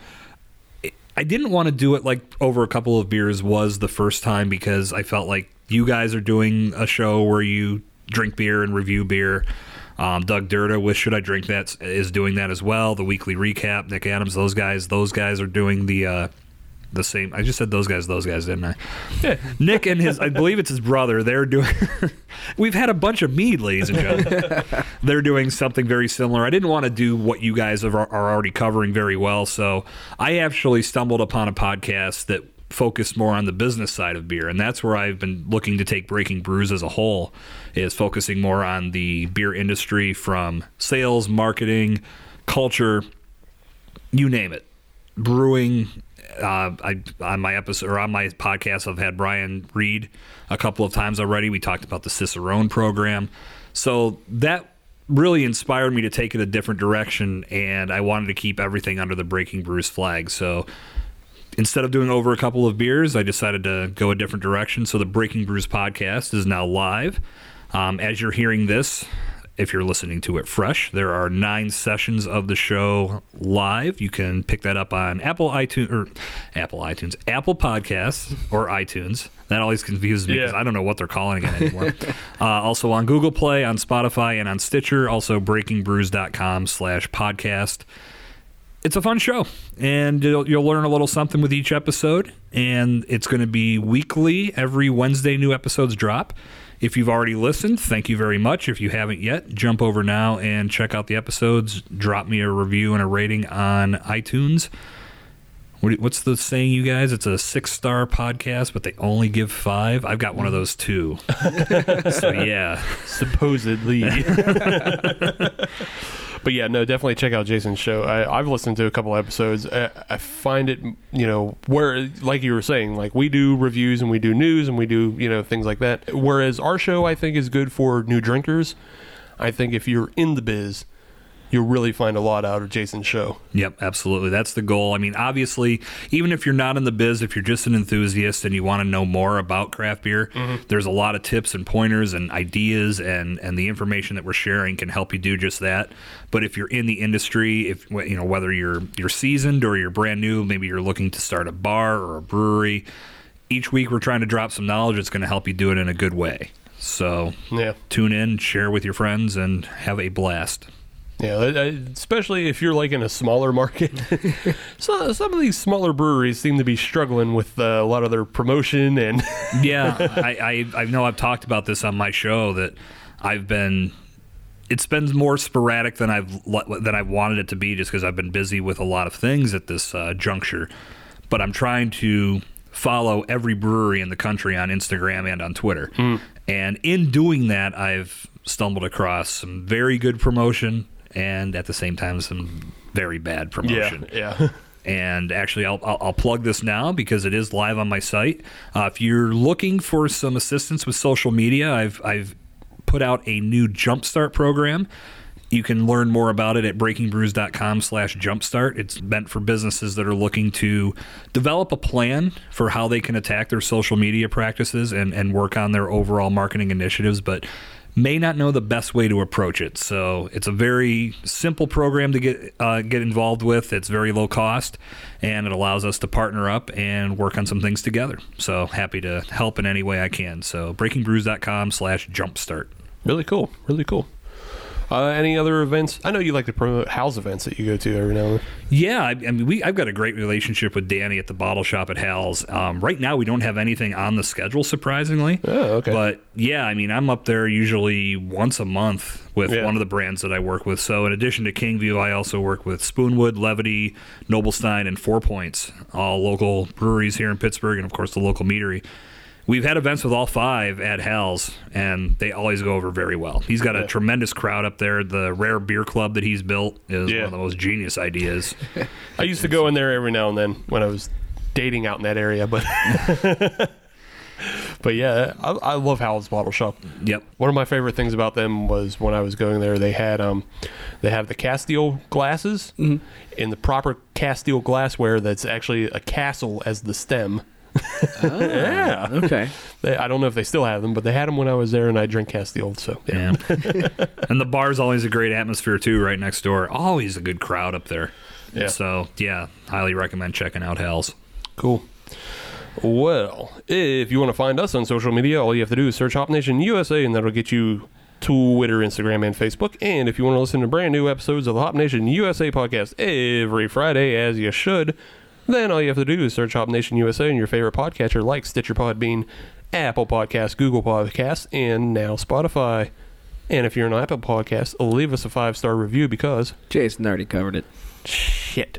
Speaker 5: I didn't want to do it like over a couple of beers was the first time because I felt like you guys are doing a show where you drink beer and review beer. Um, Doug Durda with Should I Drink That is doing that as well. The weekly recap, Nick Adams, those guys, those guys are doing the uh, the same. I just said those guys, those guys, didn't I? Nick and his, I believe it's his brother. They're doing. we've had a bunch of mead, ladies and gentlemen. they're doing something very similar. I didn't want to do what you guys have, are already covering very well, so I actually stumbled upon a podcast that focused more on the business side of beer, and that's where I've been looking to take Breaking Brews as a whole, is focusing more on the beer industry from sales, marketing, culture, you name it brewing. Uh, I on my episode or on my podcast, I've had Brian Reed a couple of times already. We talked about the Cicerone program, so that really inspired me to take it a different direction, and I wanted to keep everything under the Breaking Brews flag. So instead of doing over a couple of beers, I decided to go a different direction. So the Breaking Brews podcast is now live. Um, as you're hearing this, if you're listening to it fresh. There are nine sessions of the show live. You can pick that up on Apple iTunes or Apple iTunes, Apple Podcasts or iTunes. That always confuses me because
Speaker 6: Yeah.
Speaker 5: I don't know what they're calling it anymore. uh, also on Google Play, on Spotify, and on Stitcher. Also breakingbrews.com slash podcast it's a fun show and you'll, you'll learn a little something with each episode and it's going to be weekly every wednesday new episodes drop if you've already listened thank you very much if you haven't yet jump over now and check out the episodes drop me a review and a rating on itunes what, what's the saying you guys it's a six star podcast but they only give five i've got one of those too so yeah
Speaker 6: supposedly. but yeah, no, definitely check out Jason's show. I, I've listened to a couple episodes. I, I find it, you know, where like you were saying, like we do reviews and we do news and we do you know things like that. Whereas our show, I think, is good for new drinkers. I think if you're in the biz, you'll really find a lot out of Jason's show.
Speaker 5: Yep, absolutely. That's the goal. I mean, obviously, even if you're not in the biz, if you're just an enthusiast and you want to know more about craft beer, there's a lot of tips and pointers and ideas and and the information that we're sharing can help you do just that. But if you're in the industry, if you know whether you're you're seasoned or you're brand new, maybe you're looking to start a bar or a brewery, each week we're trying to drop some knowledge that's going to help you do it in a good way. So,
Speaker 6: Yeah.
Speaker 5: tune in, share with your friends and have a blast.
Speaker 6: Yeah, I- I- especially if you're like in a smaller market. so some of these smaller breweries seem to be struggling with uh, a lot of their promotion and
Speaker 5: yeah, I, I I know I've talked about this on my show that I've been. It's been more sporadic than I've le- than I wanted it to be, just because I've been busy with a lot of things at this uh, juncture. But I'm trying to follow every brewery in the country on Instagram and on Twitter,
Speaker 6: Hmm.
Speaker 5: and in doing that, I've stumbled across some very good promotion and at the same time some very bad promotion
Speaker 6: yeah, yeah.
Speaker 5: and actually I'll, I'll, I'll plug this now because it is live on my site uh, if you're looking for some assistance with social media i've i've put out a new jumpstart program you can learn more about it at breakingbrews.com slash jumpstart it's meant for businesses that are looking to develop a plan for how they can attack their social media practices and, and work on their overall marketing initiatives but may not know the best way to approach it. So it's a very simple program to get uh, get involved with. It's very low cost, and it allows us to partner up and work on some things together. So happy to help in any way I can. So breakingbrews.com/jumpstart.
Speaker 6: Really cool. Really cool. Uh, any other events? I know you like to promote house events that you go to every now and then.
Speaker 5: Yeah, I, I mean, we I've got a great relationship with Danny at the bottle shop at Hal's. Um, right now, we don't have anything on the schedule, surprisingly.
Speaker 6: Oh, okay.
Speaker 5: But yeah, I mean, I'm up there usually once a month with
Speaker 6: Yeah.
Speaker 5: one of the brands that I work with. So in addition to Kingview, I also work with Spoonwood, Levity, Noblestein, and Four Points, all local breweries here in Pittsburgh, and of course the local meadery. We've had events with all five at Hal's, and they always go over very well. He's got a tremendous crowd up there. The Rare Beer Club that he's built is
Speaker 6: Yeah.
Speaker 5: one of the most genius ideas.
Speaker 6: I used to go in there every now and then when I was dating out in that area, but but yeah, I, I love Howell's Bottle Shop.
Speaker 5: Yep.
Speaker 6: One of my favorite things about them was when I was going there, they had um, they have the Castile glasses in the proper Castile glassware that's actually a castle as the stem. yeah.
Speaker 7: Okay.
Speaker 6: They, I don't know if they still have them, but they had them when I was there, and I drink Castile. So yeah.
Speaker 5: Yeah. and the bar's always a great atmosphere too, right next door. Always a good crowd up there.
Speaker 6: Yeah.
Speaker 5: So yeah, highly recommend checking out Hell's.
Speaker 6: Cool. Well, if you want to find us on social media, all you have to do is search Hop Nation USA, and that'll get you Twitter, Instagram, and Facebook. And if you want to listen to brand new episodes of the Hop Nation USA podcast every Friday, as you should, then all you have to do is search Hop Nation USA in your favorite podcatcher like Stitcher Podbean, Apple Podcasts, Google Podcasts, and now Spotify. And if you're on Apple Podcasts, leave us a five star review because
Speaker 7: Jason already covered it.
Speaker 6: shit.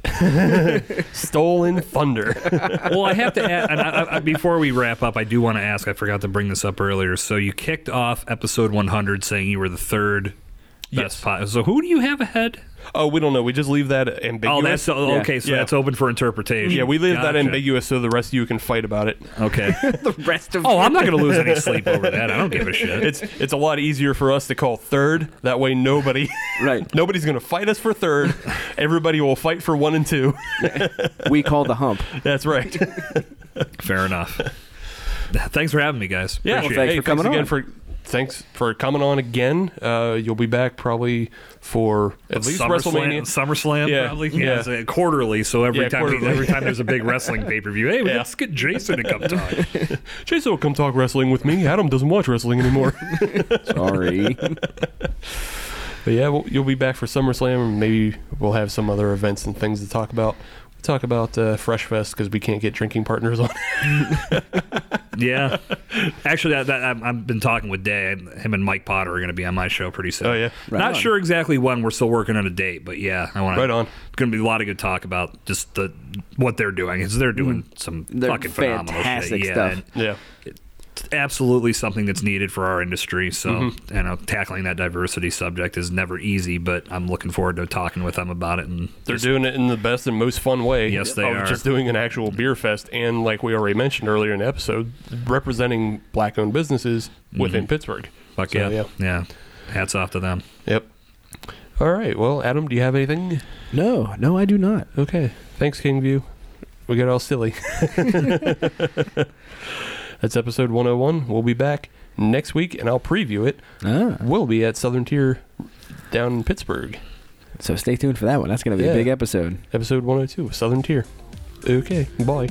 Speaker 6: Stolen thunder.
Speaker 5: well, I have to add, and I, I- I, before we wrap up, I do want to ask. I forgot to bring this up earlier. So you kicked off episode 100 saying you were the third
Speaker 6: Yes.
Speaker 5: best pod. So who do you have ahead?
Speaker 6: Oh, we don't know. We just leave that ambiguous.
Speaker 5: Oh, that's oh,
Speaker 7: Yeah.
Speaker 5: okay. So
Speaker 6: Yeah.
Speaker 5: that's open for interpretation.
Speaker 6: yeah. We leave that
Speaker 5: Gotcha.
Speaker 6: ambiguous so the rest of you can fight about it.
Speaker 5: Okay.
Speaker 7: The rest of
Speaker 5: Oh, I'm not going to lose any sleep over that. I don't give a shit.
Speaker 6: It's it's a lot easier for us to call third. That way, nobody
Speaker 7: right.
Speaker 6: nobody's gonna fight us for third. Everybody will fight for one and two.
Speaker 7: We call the hump.
Speaker 6: That's right.
Speaker 5: Fair enough. Thanks for having me, guys.
Speaker 6: Yeah.
Speaker 5: Appreciate
Speaker 7: thanks
Speaker 5: it.
Speaker 7: for coming
Speaker 6: again
Speaker 7: on.
Speaker 6: for thanks for coming on again. Uh, you'll be back probably for at least WrestleMania.
Speaker 5: SummerSlam,
Speaker 6: Yeah,
Speaker 5: probably.
Speaker 6: yeah.
Speaker 5: Yeah, so quarterly. So every
Speaker 6: Yeah,
Speaker 5: time,
Speaker 6: quarterly.
Speaker 5: every time there's a big wrestling pay per view, hey,
Speaker 6: Yeah.
Speaker 5: let's get Jason to come talk.
Speaker 6: Jason will come talk wrestling with me. Adam doesn't watch wrestling anymore.
Speaker 7: Sorry.
Speaker 6: But yeah, well, you'll be back for SummerSlam, and maybe we'll have some other events and things to talk about. We talk about uh, Fresh Fest because we can't get drinking partners on.
Speaker 5: yeah, actually, that, that, I'm- I've been talking with Day. Him and Mike Potter are going to be on my show pretty soon.
Speaker 6: Oh, yeah.
Speaker 7: Right
Speaker 5: Not
Speaker 7: on.
Speaker 5: sure exactly when. We're still working on a date, but yeah, I want
Speaker 6: Right on.
Speaker 5: Going to be a lot of good talk about just the what they're doing. Is they're doing some
Speaker 7: Mm. They're
Speaker 5: fucking phenomenal
Speaker 7: fantastic
Speaker 5: shit.
Speaker 7: stuff.
Speaker 5: Yeah, and
Speaker 6: yeah,
Speaker 5: absolutely something that's needed for our industry. So,
Speaker 6: Mm-hmm.
Speaker 5: you know, tackling that diversity subject is never easy, but I'm looking forward to talking with them about it. And
Speaker 6: they're
Speaker 5: just-
Speaker 6: doing it in the best and most fun way.
Speaker 5: Yes, they
Speaker 6: of
Speaker 5: are.
Speaker 6: Just doing an actual beer fest, and like we already mentioned earlier in the episode, representing black-owned businesses within Pittsburgh.
Speaker 5: Mm-hmm. fuck
Speaker 6: So,
Speaker 5: yeah, yeah, Hats off to them.
Speaker 6: Yep. All right. Well, Adam, do you have anything?
Speaker 7: no, no, I do not.
Speaker 6: Okay. Thanks, Kingview. We got all silly. That's episode 101. We'll be back next week, and I'll preview it.
Speaker 7: Ah,
Speaker 6: We'll be at Southern Tier down in Pittsburgh.
Speaker 7: so stay tuned for that one. That's going to be
Speaker 6: Yeah.
Speaker 7: a big episode.
Speaker 6: Episode 102, Southern Tier. Okay. Bye.